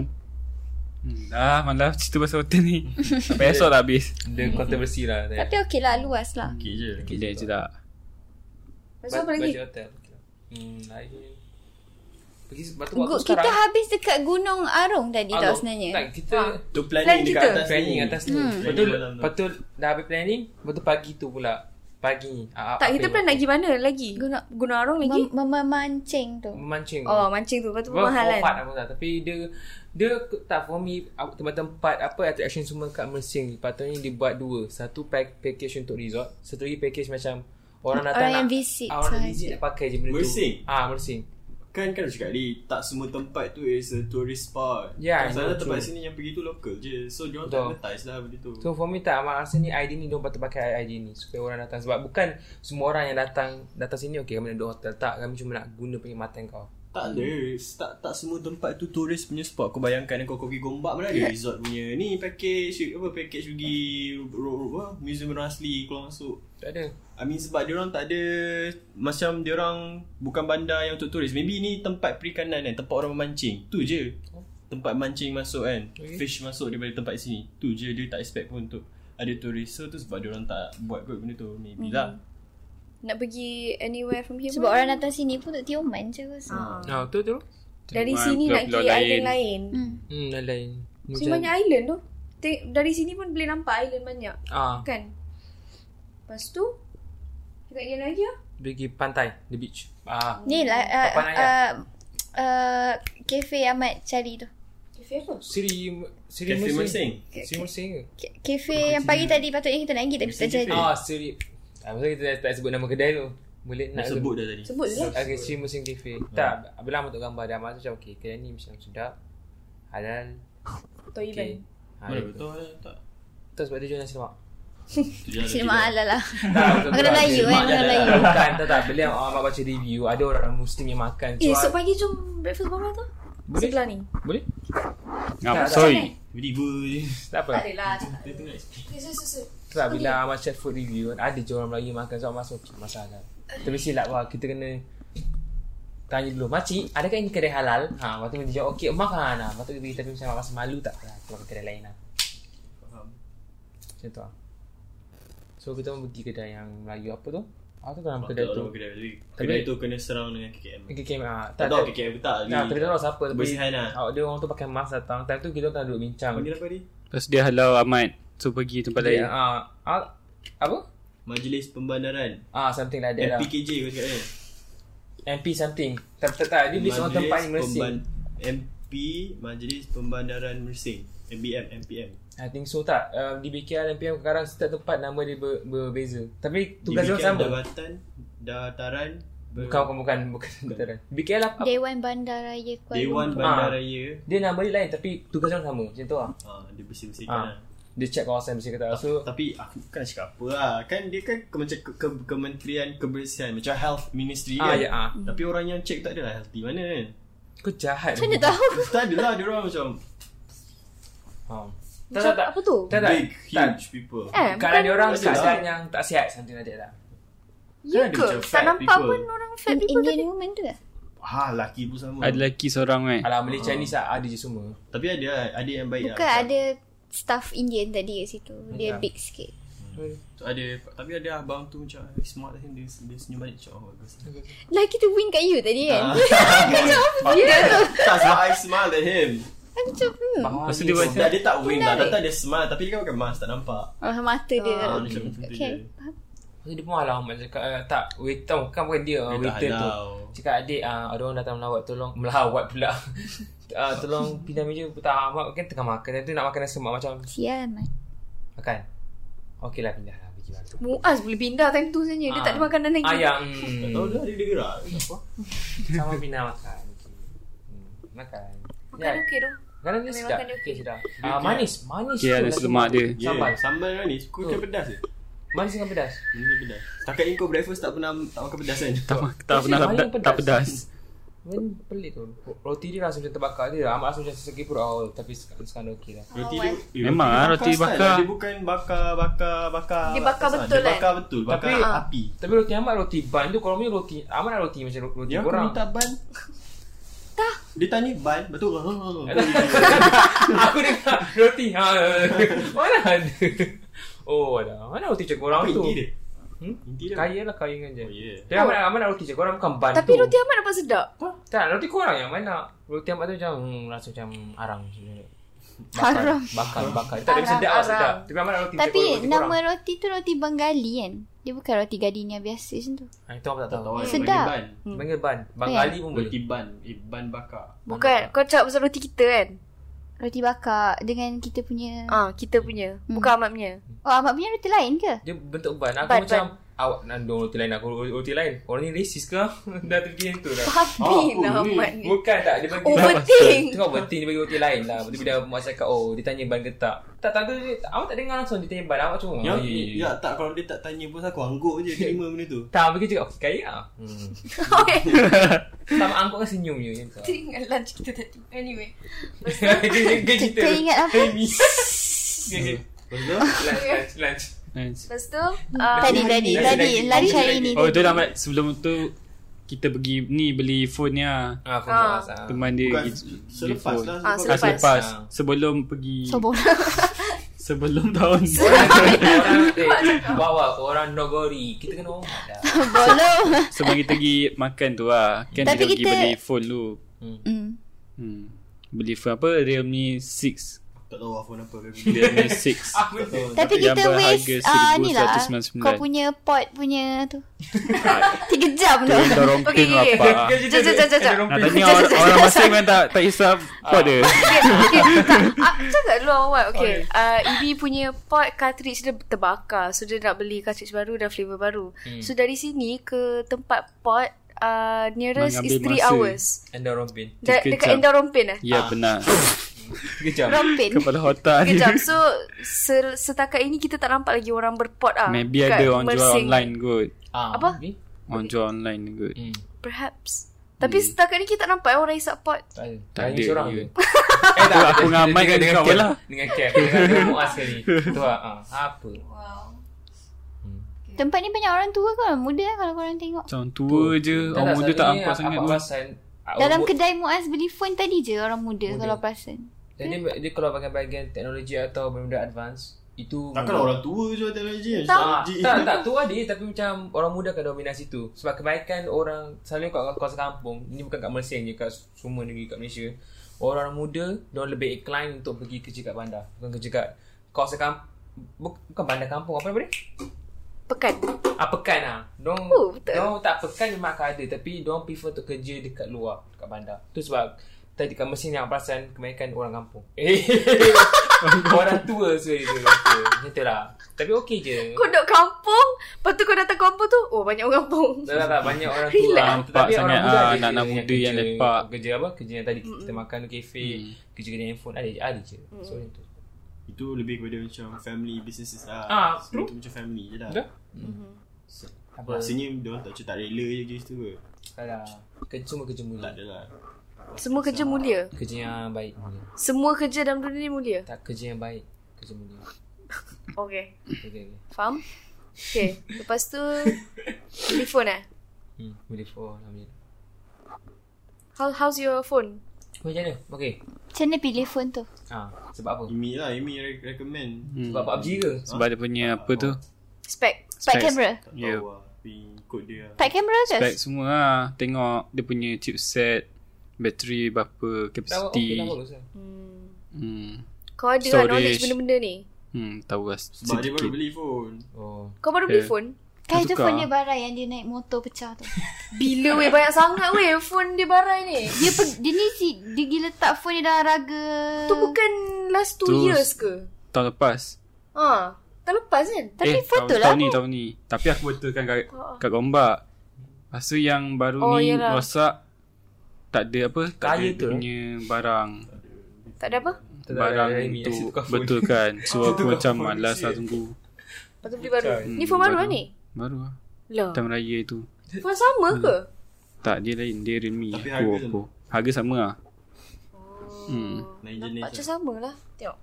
Speaker 4: Hmm, Dah malah cerita pasal hotel ni. Sampai esok lah habis.
Speaker 3: Dia kontroversi lah.
Speaker 2: Tapi okey lah Luas lah
Speaker 7: Okay je
Speaker 4: Gila je tak.
Speaker 1: Lepas tu apa lagi
Speaker 3: Budget hotel. Hmm, lain. Pergi batu waktu
Speaker 2: Gu-
Speaker 3: sekarang.
Speaker 2: Kita habis dekat Gunung Arung tadi
Speaker 3: Alok.
Speaker 2: tau
Speaker 3: Tak,
Speaker 2: sebenarnya
Speaker 3: kita
Speaker 7: Tu
Speaker 1: Plan
Speaker 7: planning dekat
Speaker 1: kita.
Speaker 7: atas
Speaker 3: planning
Speaker 7: ni.
Speaker 1: Hmm.
Speaker 3: atas ni. Lepas tu,
Speaker 7: Planning malam tu.
Speaker 3: lepas tu dah habis planning, lepas tu pagi tu pula. Pagi ni. ah,
Speaker 1: Tak
Speaker 3: apa
Speaker 1: kita
Speaker 3: yang-
Speaker 1: plan nak pergi mana lagi Guna, Guna Arong lagi
Speaker 2: Mem- Memancing tu
Speaker 3: Memancing.
Speaker 1: Oh mancing tu kan? Lepas tu
Speaker 3: Well,
Speaker 1: permahalan
Speaker 3: format aku tak. Tapi dia dia ke- tak for me aku- tempat-tempat apa attraction semua kat Mersing patutnya dia buat dua. Satu pack, package untuk resort, satu lagi package macam orang datang
Speaker 2: Orang yang
Speaker 3: nak,
Speaker 2: visit
Speaker 3: ah, orang yang
Speaker 2: sahaja.
Speaker 3: visit nak pakai je benda
Speaker 6: Mersing?
Speaker 3: tu. Ah, Mersing.
Speaker 6: Kan kan dah cakap tadi Tak semua tempat tu Is a tourist spot
Speaker 3: Yeah,
Speaker 6: Masalah
Speaker 3: true.
Speaker 6: tempat sini Yang pergi tu local je So dia orang
Speaker 3: Betul.
Speaker 6: tak advertise lah Benda tu
Speaker 3: So for me tak Amal rasa ni idea ni Diorang patut pakai idea ni Supaya orang datang Sebab bukan Semua orang yang datang Datang sini Okay kami nak duduk hotel Tak kami cuma nak Guna perkhidmatan kau
Speaker 6: Tak ada tak, tak semua tempat tu Tourist punya spot Kau bayangkan Kau, kau pergi Gombak Mana ada resort punya Ni package Apa package pergi ro, ro, apa, Museum Rasli Kalau masuk
Speaker 3: Tak ada
Speaker 6: I mean sebab dia orang tak ada macam dia orang bukan bandar yang untuk turis. Maybe ni tempat perikanan kan, tempat orang memancing. Tu je. Tempat mancing masuk kan.
Speaker 3: Okay.
Speaker 6: Fish masuk daripada tempat sini. Tu je dia tak expect pun untuk ada turis. So tu sebab dia orang tak buat kot benda tu. Maybe lah.
Speaker 3: Hmm.
Speaker 1: Nak pergi anywhere from here
Speaker 2: Sebab orang datang sini pun untuk tioman je rasa.
Speaker 1: ha.
Speaker 3: Ha betul tu
Speaker 1: Dari sini nak pergi
Speaker 4: Pulau-pulau
Speaker 1: island lain
Speaker 3: Hmm lain lain
Speaker 1: So banyak island tu Teng- Dari sini pun boleh nampak island banyak
Speaker 3: Ah
Speaker 1: Kan Lepas tu Kita nak pergi mana lagi lah
Speaker 3: Pergi pantai The beach Ah
Speaker 2: Ni lah ah, uh,
Speaker 3: Papan Ayah.
Speaker 2: uh, uh, Cafe Ahmad cari tu
Speaker 1: Kafe apa?
Speaker 3: Seri Seri
Speaker 6: Cafe Mersing
Speaker 3: Seri Mersing ke?
Speaker 2: Ke- Kafe yang pagi tadi patutnya kita nak pergi tapi tak
Speaker 6: Mesti
Speaker 2: jadi.
Speaker 6: cafe.
Speaker 3: Ah Seri Ah masa kita dah tak sebut nama kedai tu. Boleh nak
Speaker 6: Dah
Speaker 3: Ah.
Speaker 6: sebut dah tadi
Speaker 1: Sebut lah.
Speaker 3: Okay, Sri Muslim Cafe. Tak, bila ambil gambar dah masa macam okey, kedai ni macam sedap. Halal.
Speaker 1: Toiban.
Speaker 3: Okey. Ha,
Speaker 6: Mana
Speaker 3: itu.
Speaker 6: betul eh? tak
Speaker 3: Tak sebab dia jual nasi lemak.
Speaker 6: Tu je lah,
Speaker 2: Cik
Speaker 6: tu je lah.
Speaker 2: mahal lah.
Speaker 3: Tak, betul-
Speaker 2: Makanan
Speaker 3: betul.
Speaker 2: Melayu eh,
Speaker 3: Mak
Speaker 2: makanan
Speaker 3: jalan.
Speaker 2: Melayu.
Speaker 3: Bukan, tak tak. Bila orang mak baca review, ada orang muslim yang makan.
Speaker 1: Eh,
Speaker 3: cuak.
Speaker 1: esok pagi jom breakfast barang tu.
Speaker 3: Boleh.
Speaker 1: Sebelah ni.
Speaker 3: Boleh? Tak,
Speaker 4: Ah,
Speaker 3: tak.
Speaker 4: sorry.
Speaker 6: Tiba-tiba je
Speaker 3: Tak apa.
Speaker 1: lah.
Speaker 6: Dia tengah explain
Speaker 1: Susu, susu.
Speaker 3: Tak, bila Ahmad Chef food review, ada je orang Melayu makan so masuk okey, masalah. Tapi silap lah, kita kena tanya dulu, Makcik, adakah ini kedai halal? Ha, waktu dia jawab, okey, makan lah. Lepas tu kita pergi, tapi macam awak rasa malu tak? Ha, kita makan kedai lain lah. Macam tu lah. So, kita pun pergi kedai yang Melayu apa tu? Apa tu nama kedai
Speaker 6: Kedai tu
Speaker 3: tu?
Speaker 6: kedai tu
Speaker 3: Tapi-
Speaker 6: Kedai tu kena serang dengan KKM
Speaker 3: KKM, ah,
Speaker 6: Tak
Speaker 3: tak,
Speaker 6: tahu
Speaker 3: tak.
Speaker 6: KKM ke tak
Speaker 3: Nah, tapi tak tahu siapa. Tapi,
Speaker 6: Bersihan lah
Speaker 3: oh, dia orang tu pakai mask datang. Time tu kita kan duduk bincang.
Speaker 6: Panggil apa ni?
Speaker 4: Lepas dia halau Ahmad. So pergi tempat
Speaker 3: Dia,
Speaker 4: lain.
Speaker 3: ah, ah, apa?
Speaker 6: Majlis Pembandaran
Speaker 3: Ah, something like that lah.
Speaker 6: MPKJ kau cakap kan
Speaker 3: MP something. Tak, tak, tak. Dia beli seorang tempat yang mesin.
Speaker 6: Pemban- MP Majlis Pembandaran Mersing MBM MPM
Speaker 3: I think so tak uh, Di BKR dan PM sekarang setiap tempat nama dia ber, berbeza Tapi tugas dia
Speaker 6: DBKM
Speaker 3: orang sama
Speaker 6: Dawatan Dataran Ber-
Speaker 3: Bukan bukan bukan bukan Bukan BKR lah apa-
Speaker 2: Dewan Bandaraya Kuala
Speaker 6: Dewan
Speaker 3: Ah.
Speaker 2: Lumpur.
Speaker 6: Bandaraya
Speaker 3: Dia nama dia lain tapi tugas dia orang sama Macam tu lah
Speaker 6: ha, Dia bersih-bersihkan
Speaker 3: Ah.
Speaker 6: lah
Speaker 3: Dia check kawasan bersih kata So
Speaker 6: Tapi aku bukan cakap apa lah Kan dia kan ke, macam ke, ke, Kementerian Kebersihan Macam Health Ministry
Speaker 3: Ah
Speaker 6: kan
Speaker 3: ya ah
Speaker 6: Tapi
Speaker 2: Hmm.
Speaker 6: orang yang check tak adalah healthy mana kan
Speaker 3: Kau jahat
Speaker 2: Macam mana tahu?
Speaker 6: Tak adalah dia orang macam
Speaker 3: ha. Tak
Speaker 1: Macam
Speaker 3: tak tak
Speaker 1: apa tu?
Speaker 3: Tak tak
Speaker 6: Big
Speaker 3: tak.
Speaker 6: huge people
Speaker 1: Eh,
Speaker 3: Kadang dia orang
Speaker 6: Tak
Speaker 3: keadaan
Speaker 6: jelas.
Speaker 3: yang tak sihat Something like that lah
Speaker 1: Ya
Speaker 6: Kan ada
Speaker 1: ke?
Speaker 6: macam
Speaker 1: Tak
Speaker 6: fat
Speaker 1: nampak
Speaker 6: people.
Speaker 1: pun orang fat
Speaker 2: In-
Speaker 1: people tadi.
Speaker 2: Indian woman tu lah.
Speaker 6: Ha laki pun sama
Speaker 4: Ada lelaki seorang kan.
Speaker 3: Alah Malaysia ni sah lah, ada je semua
Speaker 6: Tapi ada lah, ada yang baik
Speaker 2: Bukan
Speaker 6: lah Macam-
Speaker 2: ada staff Indian tadi kat situ. Dia
Speaker 3: Ya.
Speaker 2: big sikit.
Speaker 6: Tu ada tapi ada abang tu macam smart lah dia, dia senyum balik macam oh bagus.
Speaker 2: Eh. Lelaki tu wink Lah, kat you tadi kan?
Speaker 6: Ah.
Speaker 2: Kau jawab dia tu.
Speaker 6: tak sebab I smile at him.
Speaker 2: Aku Macam hmm.
Speaker 4: Lepas tu dia
Speaker 6: Dia,
Speaker 4: baca.
Speaker 6: dia tak wink lah.
Speaker 2: Menarik.
Speaker 6: Datang dia smile tapi dia kan pakai mask tak nampak.
Speaker 2: Oh, mata dia. Ah,
Speaker 6: Ah, dia macam macam tu je.
Speaker 2: okay. Faham.
Speaker 3: Lepas tu dia pun alah Ahmad cakap eh, Tak waiter Bukan bukan dia, ah,
Speaker 6: Dia tak
Speaker 3: Waiter tu
Speaker 6: halau.
Speaker 3: Cakap adik uh, Ada orang datang melawat Tolong Melawat pula uh, Tolong pindah meja Tak amat Kan tengah makan Dan tu nak makan nasi lemak Macam
Speaker 2: Sial, man.
Speaker 3: makan Okey lah pindah lah Pergi balik
Speaker 1: Muaz boleh pindah time tu saja. Dia
Speaker 3: Ah.
Speaker 1: tak ada makanan lagi.
Speaker 3: Ah yang
Speaker 6: Tak tahu dah dia, dia gerak. Tak apa.
Speaker 3: Sama pindah makan Okey. Hmm, Makan
Speaker 1: Makan
Speaker 3: Ya.
Speaker 1: okey tu.
Speaker 3: Makanan dia
Speaker 1: Ambil
Speaker 3: sedap
Speaker 1: makan dia
Speaker 3: Okey
Speaker 1: okey.
Speaker 3: sedap Ah, Manis Manis
Speaker 4: Okay,
Speaker 3: tu
Speaker 4: ada
Speaker 3: nasi
Speaker 4: selemak dia.
Speaker 6: Yeah.
Speaker 3: Sambal.
Speaker 6: Sambal. Sambal kan ni. Kau kan pedas je.
Speaker 3: Manis dengan pedas
Speaker 6: Ini pedas. Takkan ni kau breakfast tak pernah tak makan pedas kan?
Speaker 4: Tak, tak pernah tak, pedas- tak pedas.
Speaker 3: Kan pelik tu Roti dia rasa macam terbakar dia Amat rasa macam sesegi pun oh, Tapi sekarang, sekarang okey lah
Speaker 6: Roti
Speaker 2: Oh,
Speaker 6: dia eh,
Speaker 4: Memang
Speaker 6: dia
Speaker 4: ah, roti
Speaker 6: style
Speaker 4: bakar.
Speaker 6: lah. Dia bukan bakar bakar bakar.
Speaker 1: Dia bakar
Speaker 6: tak,
Speaker 1: betul,
Speaker 6: Dia
Speaker 1: kan?
Speaker 6: bakar betul. Bakar
Speaker 3: Tapi-
Speaker 6: api.
Speaker 3: Tapi roti Ahmad roti bun tu Kalau punya roti Ahmad nak roti macam roti
Speaker 6: Dia
Speaker 3: korang
Speaker 6: orang Ya, minta ban. Tak. Dia tanya ban, betul.
Speaker 3: Aku dengar roti ha. Mana ada Oh ada Mana roti cikgu orang
Speaker 6: Apa
Speaker 3: tu
Speaker 6: inti dia?
Speaker 3: Hmm?
Speaker 6: Inti dia.
Speaker 3: Kaya lah kaya dengan je
Speaker 6: Oh, yeah.
Speaker 3: Tapi amat, amat nak roti cikgu orang bukan ban
Speaker 1: Tapi
Speaker 3: Ah, tu
Speaker 1: roti amat nampak sedap.
Speaker 3: Tak roti korang yang mana Roti amat tu macam hmm, Rasa macam arang macam ni.
Speaker 2: Haram.
Speaker 3: Bakar bakar Tak ada
Speaker 1: Arang,
Speaker 3: sedap lah
Speaker 1: arang.
Speaker 3: sedap Tapi amat nak roti
Speaker 2: Tapi
Speaker 3: cikgu
Speaker 2: nama roti tu roti Bengali kan? Dia bukan roti gardenia biasa macam tu.
Speaker 3: ha, Itu aku tak tahu
Speaker 6: Tahu kan,
Speaker 2: Sedap.
Speaker 6: panggil Ban.
Speaker 3: Panggil ban Bang
Speaker 2: Ya.
Speaker 3: Ali pun boleh
Speaker 6: Roti ban, eh, ban bakar.
Speaker 1: Bukan. Kau cakap pasal roti kita kan?
Speaker 2: Roti bakar dengan kita punya...
Speaker 1: Ah, kita punya.
Speaker 2: Hmm.
Speaker 1: Bukan amat punya.
Speaker 2: Oh, Ahmad punya roti lain ke?
Speaker 3: Dia bentuk ban Aku
Speaker 1: Ban,
Speaker 3: macam Awak nak dong roti lain Aku roti lain Orang ni racist ke Dah terfikir macam tu dah
Speaker 1: Habis
Speaker 6: Oh,
Speaker 1: lah
Speaker 6: ni.
Speaker 1: amat ni.
Speaker 3: Bukan tak Dia
Speaker 1: Oh,
Speaker 3: bagi
Speaker 1: Overthink.
Speaker 3: Tengok penting dia bagi roti lain lah Dia bila Mak cakap Oh dia tanya ban getah Tak tak tu dia Awak tak dengar langsung Dia tanya ban Awak cuma
Speaker 6: Ya,
Speaker 3: "Oh, ya, ya,
Speaker 6: ya, tak kalau dia tak tanya pun aku angguk je dia terima benda tu.
Speaker 3: Tak pergi cakap Okay kaya lah hmm. Sama angkut kan senyum je macam tu.
Speaker 1: Teringat lunch kita lah tadi. Anyway.
Speaker 3: Dia dia
Speaker 2: Kita
Speaker 3: cerita
Speaker 2: ingat apa?
Speaker 3: Okay, okay.
Speaker 6: Lepas tu,
Speaker 3: Lunch
Speaker 1: Ya.
Speaker 3: lunch lunch
Speaker 4: Nice.
Speaker 1: Lepas tu,
Speaker 2: Hmm.
Speaker 1: ah,
Speaker 2: Tadi, tadi, tadi.
Speaker 3: Lagi, lagi.
Speaker 2: Lunch hari
Speaker 3: Lagi.
Speaker 2: ni.
Speaker 4: Oh tu lah Mat. Sebelum tu kita pergi ni beli phone ni lah.
Speaker 3: Ah, Aku
Speaker 1: Ah.
Speaker 3: malas ah.
Speaker 4: Teman dia
Speaker 6: bukan
Speaker 4: pergi beli
Speaker 6: selepas
Speaker 4: phone.
Speaker 6: lah.
Speaker 1: Ah,
Speaker 4: Ah,
Speaker 1: selepas.
Speaker 4: selepas.
Speaker 3: Ah.
Speaker 4: Sebelum pergi
Speaker 2: Sobor.
Speaker 4: sebelum tahun
Speaker 3: Orang eh, Bawa orang Nogori Kita kena hormat dah
Speaker 2: Bolong.
Speaker 4: sebelum kita pergi makan tu lah. Kan
Speaker 2: Tapi
Speaker 4: kita pergi
Speaker 2: kita-
Speaker 4: beli phone dulu.
Speaker 2: Hmm.
Speaker 4: Hmm. Beli phone apa Realme 6.
Speaker 8: Tak tahu
Speaker 6: lah
Speaker 8: apa apa
Speaker 4: Dia punya 6
Speaker 8: Tak tahu
Speaker 2: Tapi kita
Speaker 4: Yang
Speaker 2: waste
Speaker 4: berharga
Speaker 2: uh, ni lah
Speaker 4: 1199.
Speaker 2: Kau punya pot punya tu Tiga jam
Speaker 4: Tu
Speaker 2: tu
Speaker 4: yang dorong
Speaker 1: Okay,
Speaker 4: ping
Speaker 1: okay, okay.
Speaker 4: lapar
Speaker 1: Jom, jom, jom, jom, jom. Ah.
Speaker 4: Nak tanya orang, orang masing kan tak, tak hisap pot dia
Speaker 1: Okay, okay. tak, ah, cakap dulu awal Okay uh, Ibi punya pot cartridge dia terbakar So dia nak beli cartridge baru dan flavour baru
Speaker 4: Hmm.
Speaker 1: So dari sini ke tempat pot uh, Nearest is 3
Speaker 4: Mengambil masa.
Speaker 1: hours
Speaker 3: Anda rompin
Speaker 1: da-
Speaker 4: Tiga
Speaker 1: Dekat
Speaker 4: jam.
Speaker 1: Endor Rompin eh
Speaker 4: Ya benar
Speaker 3: Kejam
Speaker 2: Rompin
Speaker 4: Kepala otak ni
Speaker 1: Kejap So se- Setakat ini kita tak nampak lagi orang berpot ah.
Speaker 4: Maybe
Speaker 1: dekat
Speaker 4: ada orang jual
Speaker 1: Mersing.
Speaker 4: online kot
Speaker 3: ah,
Speaker 1: Apa?
Speaker 3: ni?
Speaker 4: Orang jual online kot
Speaker 3: Hmm,
Speaker 1: Perhaps Tapi
Speaker 4: Hmm.
Speaker 1: setakat ni kita tak nampak eh, orang isap pot
Speaker 3: tak ada
Speaker 4: Tak
Speaker 3: Nangis
Speaker 4: ada
Speaker 3: orang
Speaker 4: ya.
Speaker 3: je. Eh tak
Speaker 4: Aku ngamai kan
Speaker 3: dengan
Speaker 4: kau
Speaker 3: Kev.
Speaker 4: lah.
Speaker 3: Dengan Kev Dengan dengan Muaz sekali Tu lah ah, Apa
Speaker 2: Tempat ni banyak orang tua ke orang muda eh, Kalau korang tengok
Speaker 4: Macam tua je Orang muda tak nampak sangat kot.
Speaker 2: Dalam kedai Muaz beli phone tadi je Orang muda,
Speaker 3: Muda.
Speaker 2: kalau perasan
Speaker 3: Jadi dia kalau bagian-bagian teknologi atau benda-benda advance itu
Speaker 6: lah
Speaker 3: Ah,
Speaker 8: Takkanlah orang tua jual teknologi kan?
Speaker 3: tak,
Speaker 8: Teknologi.
Speaker 3: tak, tak tua dia tapi macam orang muda akan dominasi tu sebab kebaikan orang selalunya kat kawasan kampung ini bukan kat Mersing je kat semua negeri kat Malaysia orang muda dia lebih incline untuk pergi kerja kat bandar bukan kerja kat kawasan kampung bukan bandar kampung apa nama dia
Speaker 1: Pekan
Speaker 3: ah pekan ah dong
Speaker 1: Oh, betul.
Speaker 3: dong tak pekan memang akan ada tapi dong prefer untuk kerja dekat luar dekat bandar tu sebab tadi kat Mersing yang perasan kebaikan orang kampung eh orang tua sekali tu orang tua. macam tu lah tapi okey je
Speaker 1: Kau duduk kampung Lepas tu kau datang kampung tu Oh banyak orang kampung
Speaker 3: Tak, tak, tak. Banyak orang tua.
Speaker 1: Relax.
Speaker 4: Nampak
Speaker 3: Tapi
Speaker 4: sangat,
Speaker 3: muda
Speaker 4: ah,
Speaker 3: ada je
Speaker 4: anak-anak
Speaker 3: yang
Speaker 4: muda yang
Speaker 3: kerja-
Speaker 4: lepak. Mm.
Speaker 3: Kerja apa? Kerja yang tadi
Speaker 1: Mm.
Speaker 3: kita makan di kafe. Kerja-kerja handphone. Ada je. Ada je. So, macam tu.
Speaker 8: Itu lebih kepada macam family businesses lah
Speaker 3: Ah,
Speaker 8: So,
Speaker 3: true.
Speaker 8: Itu macam family je lah
Speaker 3: Betul. Apa?
Speaker 8: Rasanya diorang tak, macam tak rela je kerja situ ke
Speaker 3: Alah. Kerja, semua kerja mulia.
Speaker 8: Tak ada lah
Speaker 1: Semua kerja mulia
Speaker 3: Kerja yang baik. mulia.
Speaker 1: Semua kerja dalam dunia ni mulia
Speaker 3: Tak kerja yang baik. Kerja mulia.
Speaker 1: Okay
Speaker 3: Okay, okay. okay.
Speaker 1: Faham? Okay Lepas tu Beli phone eh
Speaker 3: Hmm. Boleh for. Alhamdulillah.
Speaker 1: How, How's your phone?
Speaker 3: Macam mana? Okay.
Speaker 2: Macam mana pilih phone tu
Speaker 3: Ha. Sebab
Speaker 6: Hmm.
Speaker 3: apa?
Speaker 8: Imi lah Imi re- recommend
Speaker 4: Hmm.
Speaker 3: Sebab PUBG ke?
Speaker 4: Sebab dia punya apa tu
Speaker 1: Spec
Speaker 2: Pack
Speaker 4: Specs.
Speaker 2: kamera
Speaker 8: Tak
Speaker 4: Ya.
Speaker 8: tahu lah Tapi ikut dia lah
Speaker 2: Pack kamera ke?
Speaker 4: Spec semua lah Tengok dia punya chipset Bateri berapa
Speaker 3: Dah okay
Speaker 4: Capacity
Speaker 3: lah bagus lah.
Speaker 1: hmm.
Speaker 4: Hmm
Speaker 1: Kau ada lah
Speaker 4: Storage.
Speaker 1: knowledge benda-benda ni
Speaker 4: Hmm tahu lah
Speaker 8: Sebab dia baru
Speaker 4: sedikit
Speaker 8: beli phone
Speaker 3: Oh.
Speaker 1: Kau baru beli
Speaker 4: Eh.
Speaker 1: phone?
Speaker 2: Kan
Speaker 4: Kau
Speaker 2: itu
Speaker 4: tukar.
Speaker 2: phone dia barang yang dia naik motor pecah tu
Speaker 1: Bila weh banyak sangat weh phone dia barai ni
Speaker 2: Dia pe- dia ni si Dia gila letak phone dia dalam raga
Speaker 1: Tu bukan last 2
Speaker 4: Terus.
Speaker 1: years ke?
Speaker 4: Tahun lepas
Speaker 1: Ha, tak lepas kan?
Speaker 2: Tapi
Speaker 4: Eh
Speaker 2: phone
Speaker 4: tahun,
Speaker 2: tu lah
Speaker 4: tahun ni tahun ni Tapi aku betulkan kat,
Speaker 1: Oh.
Speaker 4: kat gombak Lepas tu yang baru
Speaker 1: Oh,
Speaker 4: ni
Speaker 1: yelah.
Speaker 4: rosak Tak ada apa Tak ada
Speaker 3: Kaya
Speaker 4: dia
Speaker 3: tu.
Speaker 4: punya barang
Speaker 1: Tak ada apa?
Speaker 3: Tak ada
Speaker 4: Barang
Speaker 3: Redmi, asyik
Speaker 4: tu
Speaker 3: tukar phone.
Speaker 4: Betul kan So aku macam malas lah tunggu
Speaker 1: Lepas tu beli baru.
Speaker 3: Bukan.
Speaker 1: Ni phone baru lah ni?
Speaker 4: Baru lah
Speaker 1: Lah.
Speaker 4: Time raya tu
Speaker 1: Phone sama ke?
Speaker 4: Tak dia lain Dia Realme
Speaker 8: Tapi
Speaker 4: Pro
Speaker 8: harga
Speaker 4: Pro Harga sama lah Hmm
Speaker 8: Nine
Speaker 1: Nampak
Speaker 8: jenis
Speaker 1: macam
Speaker 8: lah.
Speaker 1: sama lah. Tengok.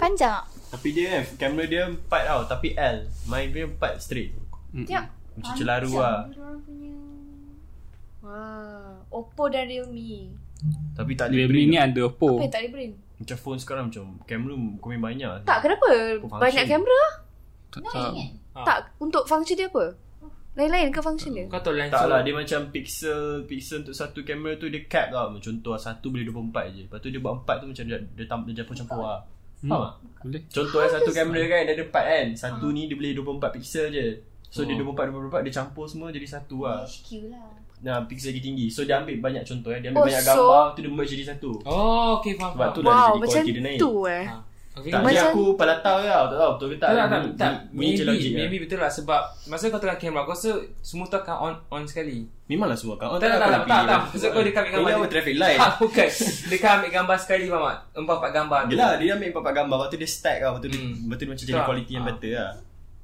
Speaker 2: Panjang tak?
Speaker 8: Tapi dia kan Kamera dia 4 tau Tapi L Main dia 4 straight
Speaker 1: Tengok.
Speaker 3: Ah,
Speaker 8: Macam celaru lah
Speaker 1: Wah, Oppo dan Realme.
Speaker 6: Tapi tak ada
Speaker 4: Realme
Speaker 6: brain
Speaker 4: ni
Speaker 6: lah.
Speaker 4: ada Oppo
Speaker 1: Apa yang tak ada brain?
Speaker 6: Macam phone sekarang macam Kamera kau main banyak
Speaker 1: Tak, kenapa?
Speaker 6: function.
Speaker 1: Banyak kamera?
Speaker 4: Tak tahu
Speaker 3: Ah.
Speaker 1: Tak, untuk function dia apa? Lain-lain ke function dia?
Speaker 3: Kau tahu lain
Speaker 6: Tak lah dia macam pixel Pixel untuk satu kamera tu dia cap lah Contoh lah, satu boleh 24 je Lepas tu dia buat 4 tu macam dia, dia, tam, dia campur-campur lah
Speaker 3: Hmm.
Speaker 6: Faham tak?
Speaker 4: Boleh
Speaker 6: Contoh lah satu kamera kan dia ada 4 kan Satu
Speaker 1: Hmm.
Speaker 6: ni dia boleh 24 pixel je So
Speaker 3: Hmm.
Speaker 6: dia 24-24 dia campur semua jadi satu lah
Speaker 2: HQ lah
Speaker 6: Nah pixel lagi tinggi So dia ambil banyak contoh eh Dia ambil
Speaker 1: Oh,
Speaker 6: banyak
Speaker 1: so-
Speaker 6: gambar tu dia buat jadi satu
Speaker 3: Oh, okay faham.
Speaker 6: Sebab
Speaker 3: faham.
Speaker 6: tu lah
Speaker 1: Wow,
Speaker 6: jadi
Speaker 1: macam
Speaker 6: quality dia naik
Speaker 1: tu eh.
Speaker 3: Ha. Okay.
Speaker 6: Tak ni
Speaker 1: Macam-
Speaker 6: aku palatau je tau Tak tahu betul ke tak
Speaker 3: Tak tak tak,
Speaker 6: Bunyi-
Speaker 3: tak.
Speaker 6: bunyi je
Speaker 3: Maybe,
Speaker 6: logik lah.
Speaker 3: maybe betul lah sebab masa kau tengah kamera kau rasa semua tu akan on on sekali.
Speaker 6: Memanglah semua kawan
Speaker 3: tak tak tak tak tak.
Speaker 6: lah?
Speaker 3: Sebab kau dekat ambil gambar.
Speaker 6: Ini
Speaker 3: dia-
Speaker 6: Eh, apa traffic light
Speaker 3: Ah, bukan. Dekat ambil gambar sekali faham tak? Empat empat gambar. tu.
Speaker 6: Yelah Lah, dia ambil empat-empat gambar Lepas tu dia stack lah Lepas tu, dia,
Speaker 3: Hmm.
Speaker 6: lepas tu dia macam
Speaker 3: Betul
Speaker 6: jadi
Speaker 3: lah.
Speaker 6: quality yang
Speaker 3: Ah.
Speaker 6: better lah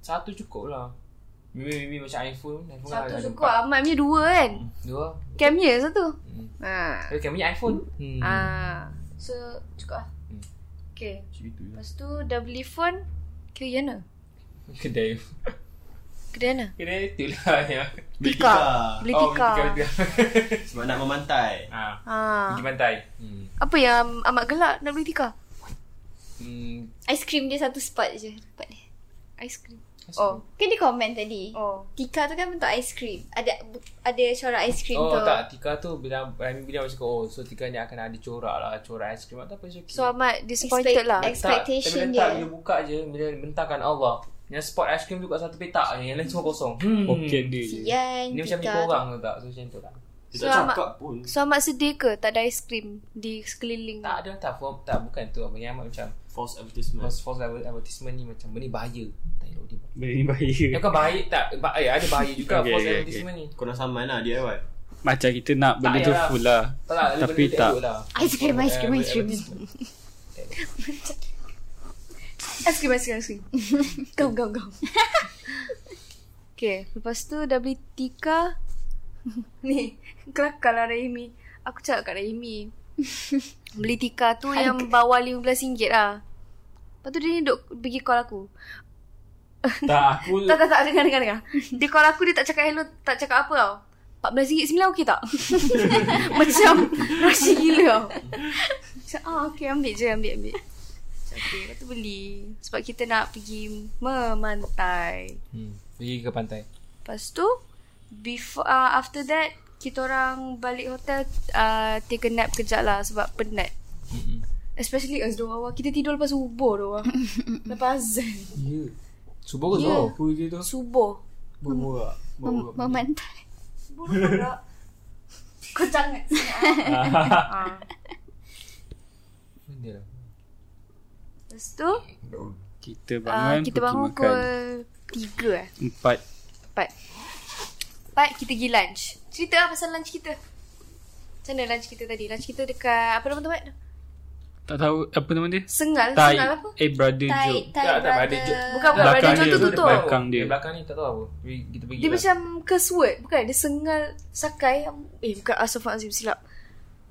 Speaker 3: Satu cukup lah. Maybe, maybe macam iPhone. iPhone
Speaker 1: Satu
Speaker 3: ada
Speaker 1: cukup.
Speaker 3: empat.
Speaker 1: Amat punya dua kan?
Speaker 3: Dua.
Speaker 1: Camnya satu.
Speaker 3: Hmm.
Speaker 1: Ha.
Speaker 3: Okay, punya iPhone. Hmm.
Speaker 1: Ah. So, cukup lah.
Speaker 3: Hmm.
Speaker 1: Okay.
Speaker 6: Macam gitu je.
Speaker 1: Lepas tu dah beli phone, kira yang mana?
Speaker 3: Kedai.
Speaker 1: Kedai mana?
Speaker 3: Kedai tu lah ya.
Speaker 6: Beli
Speaker 1: Tikar.
Speaker 6: tikar.
Speaker 1: Beli
Speaker 3: Oh,
Speaker 1: tikar.
Speaker 3: beli tikar.
Speaker 6: Sebab nak memantai
Speaker 3: Ah,
Speaker 1: Ha.
Speaker 3: pergi pantai. Hmm.
Speaker 1: Apa yang amat gelak nak beli tikar?
Speaker 3: Hmm.
Speaker 2: Ice cream dia satu spot je tempat dia.
Speaker 1: Ice cream. Oh,
Speaker 2: Kan dia komen tadi
Speaker 1: oh.
Speaker 2: Tika tu kan bentuk ice cream Ada ada corak ice cream
Speaker 3: Oh
Speaker 2: tu
Speaker 3: tak Tika tu bila Rami bila macam oh so Tika ni akan ada corak lah corak ice cream atau apa so
Speaker 1: So amat disappointed lah.
Speaker 2: Expect- expectation dia.
Speaker 3: tak, Bila buka je bila bentakan Allah yang spot ice cream tu kat satu petak je yang lain semua kosong. Hmm.
Speaker 4: Poket dia je
Speaker 2: Sian
Speaker 3: Ni macam ni
Speaker 2: Tika
Speaker 3: korang tu tak so macam tu lah. tak.
Speaker 1: So amat,
Speaker 6: pun
Speaker 1: so amat sedih ke tak ada aiskrim di sekeliling?
Speaker 3: Tak ada tak form tak bukan tu apa yang amat macam
Speaker 6: Hmm.
Speaker 9: False advertisement
Speaker 3: false false advertisement ni macam benda bahaya. Tak elok dia.
Speaker 4: Beri bahaya
Speaker 3: Yang bukan bahaya tak ba- eh, ada bahaya juga
Speaker 4: Okay,
Speaker 3: false
Speaker 4: okay,
Speaker 3: advertisement ni.
Speaker 6: Korang saman lah DIY
Speaker 4: Macam kita nak benda
Speaker 3: Tak
Speaker 4: tu
Speaker 3: payah lah.
Speaker 4: full lah
Speaker 3: Tak lah ada
Speaker 4: Tapi
Speaker 3: benda
Speaker 4: tak.
Speaker 3: elok lah.
Speaker 2: Ice cream, ice cream,
Speaker 3: Eh,
Speaker 2: ice cream.
Speaker 3: advertisement.
Speaker 1: Aiskrim, aiskrim, aiskrim. Gom, gom, gom. okay, lepas tu dah beli Tika. ni, kelakar lah Rahimi. Aku cakap kat Rahimi. beli Tika tu yang bawah RM15 lah. Lepas tu dia ni duk pergi call aku.
Speaker 4: Tak aku
Speaker 1: Tak, tak, tak. Dengar, dengar, dengar. Dia call aku, dia tak cakap hello, tak cakap apa tau. RM14.9 okey tak? Macam rush gila tau. Macam, ah okey ambil je, ambil, ambil. Macam, Okey, lepas tu beli. Sebab kita nak pergi memantai.
Speaker 3: Hmm. Pergi ke pantai.
Speaker 1: Lepas tu, before, uh, after that, kita orang balik hotel uh, take a nap kejap lah sebab penat. Especially us dua awal. Kita tidur lepas subuh dua. lepas azan.
Speaker 3: Ya. Subuh ke
Speaker 1: Ya.
Speaker 3: subuh? oh. Aku je tu.
Speaker 1: Subuh.
Speaker 6: Bermurah
Speaker 2: Mem- Memantai
Speaker 1: Buruk pula. Kau jangan sangat. ah.
Speaker 3: Benda lah.
Speaker 1: Lepas tu,
Speaker 4: Kita
Speaker 1: uh,
Speaker 4: bangun
Speaker 1: kita
Speaker 4: pergi
Speaker 1: bangun
Speaker 4: makan.
Speaker 1: pukul 3 eh.
Speaker 4: Empat
Speaker 1: 4. 4 kita pergi lunch. Cerita lah pasal lunch kita. Macam mana lunch kita tadi? Lunch kita dekat, apa nama tempat?
Speaker 4: Tak tahu apa nama dia
Speaker 1: Sengal.
Speaker 4: Thai
Speaker 1: Sengal apa?
Speaker 4: Eh brother
Speaker 2: Tai
Speaker 4: Joe
Speaker 2: Tai
Speaker 3: Ya, Tak, tak, ada
Speaker 2: brother
Speaker 3: joke.
Speaker 1: Bukan, bukan.
Speaker 4: Belakang
Speaker 1: Brother
Speaker 4: dia
Speaker 1: Joe tu, tu, tu.
Speaker 4: Belakang dia
Speaker 3: Yang belakang ni tak tahu apa. Pergi- Kita pergi
Speaker 1: Dia
Speaker 3: lah.
Speaker 1: macam curse word. Bukan, dia sengal sakai. Eh, bukan Astaghfirullahalazim silap.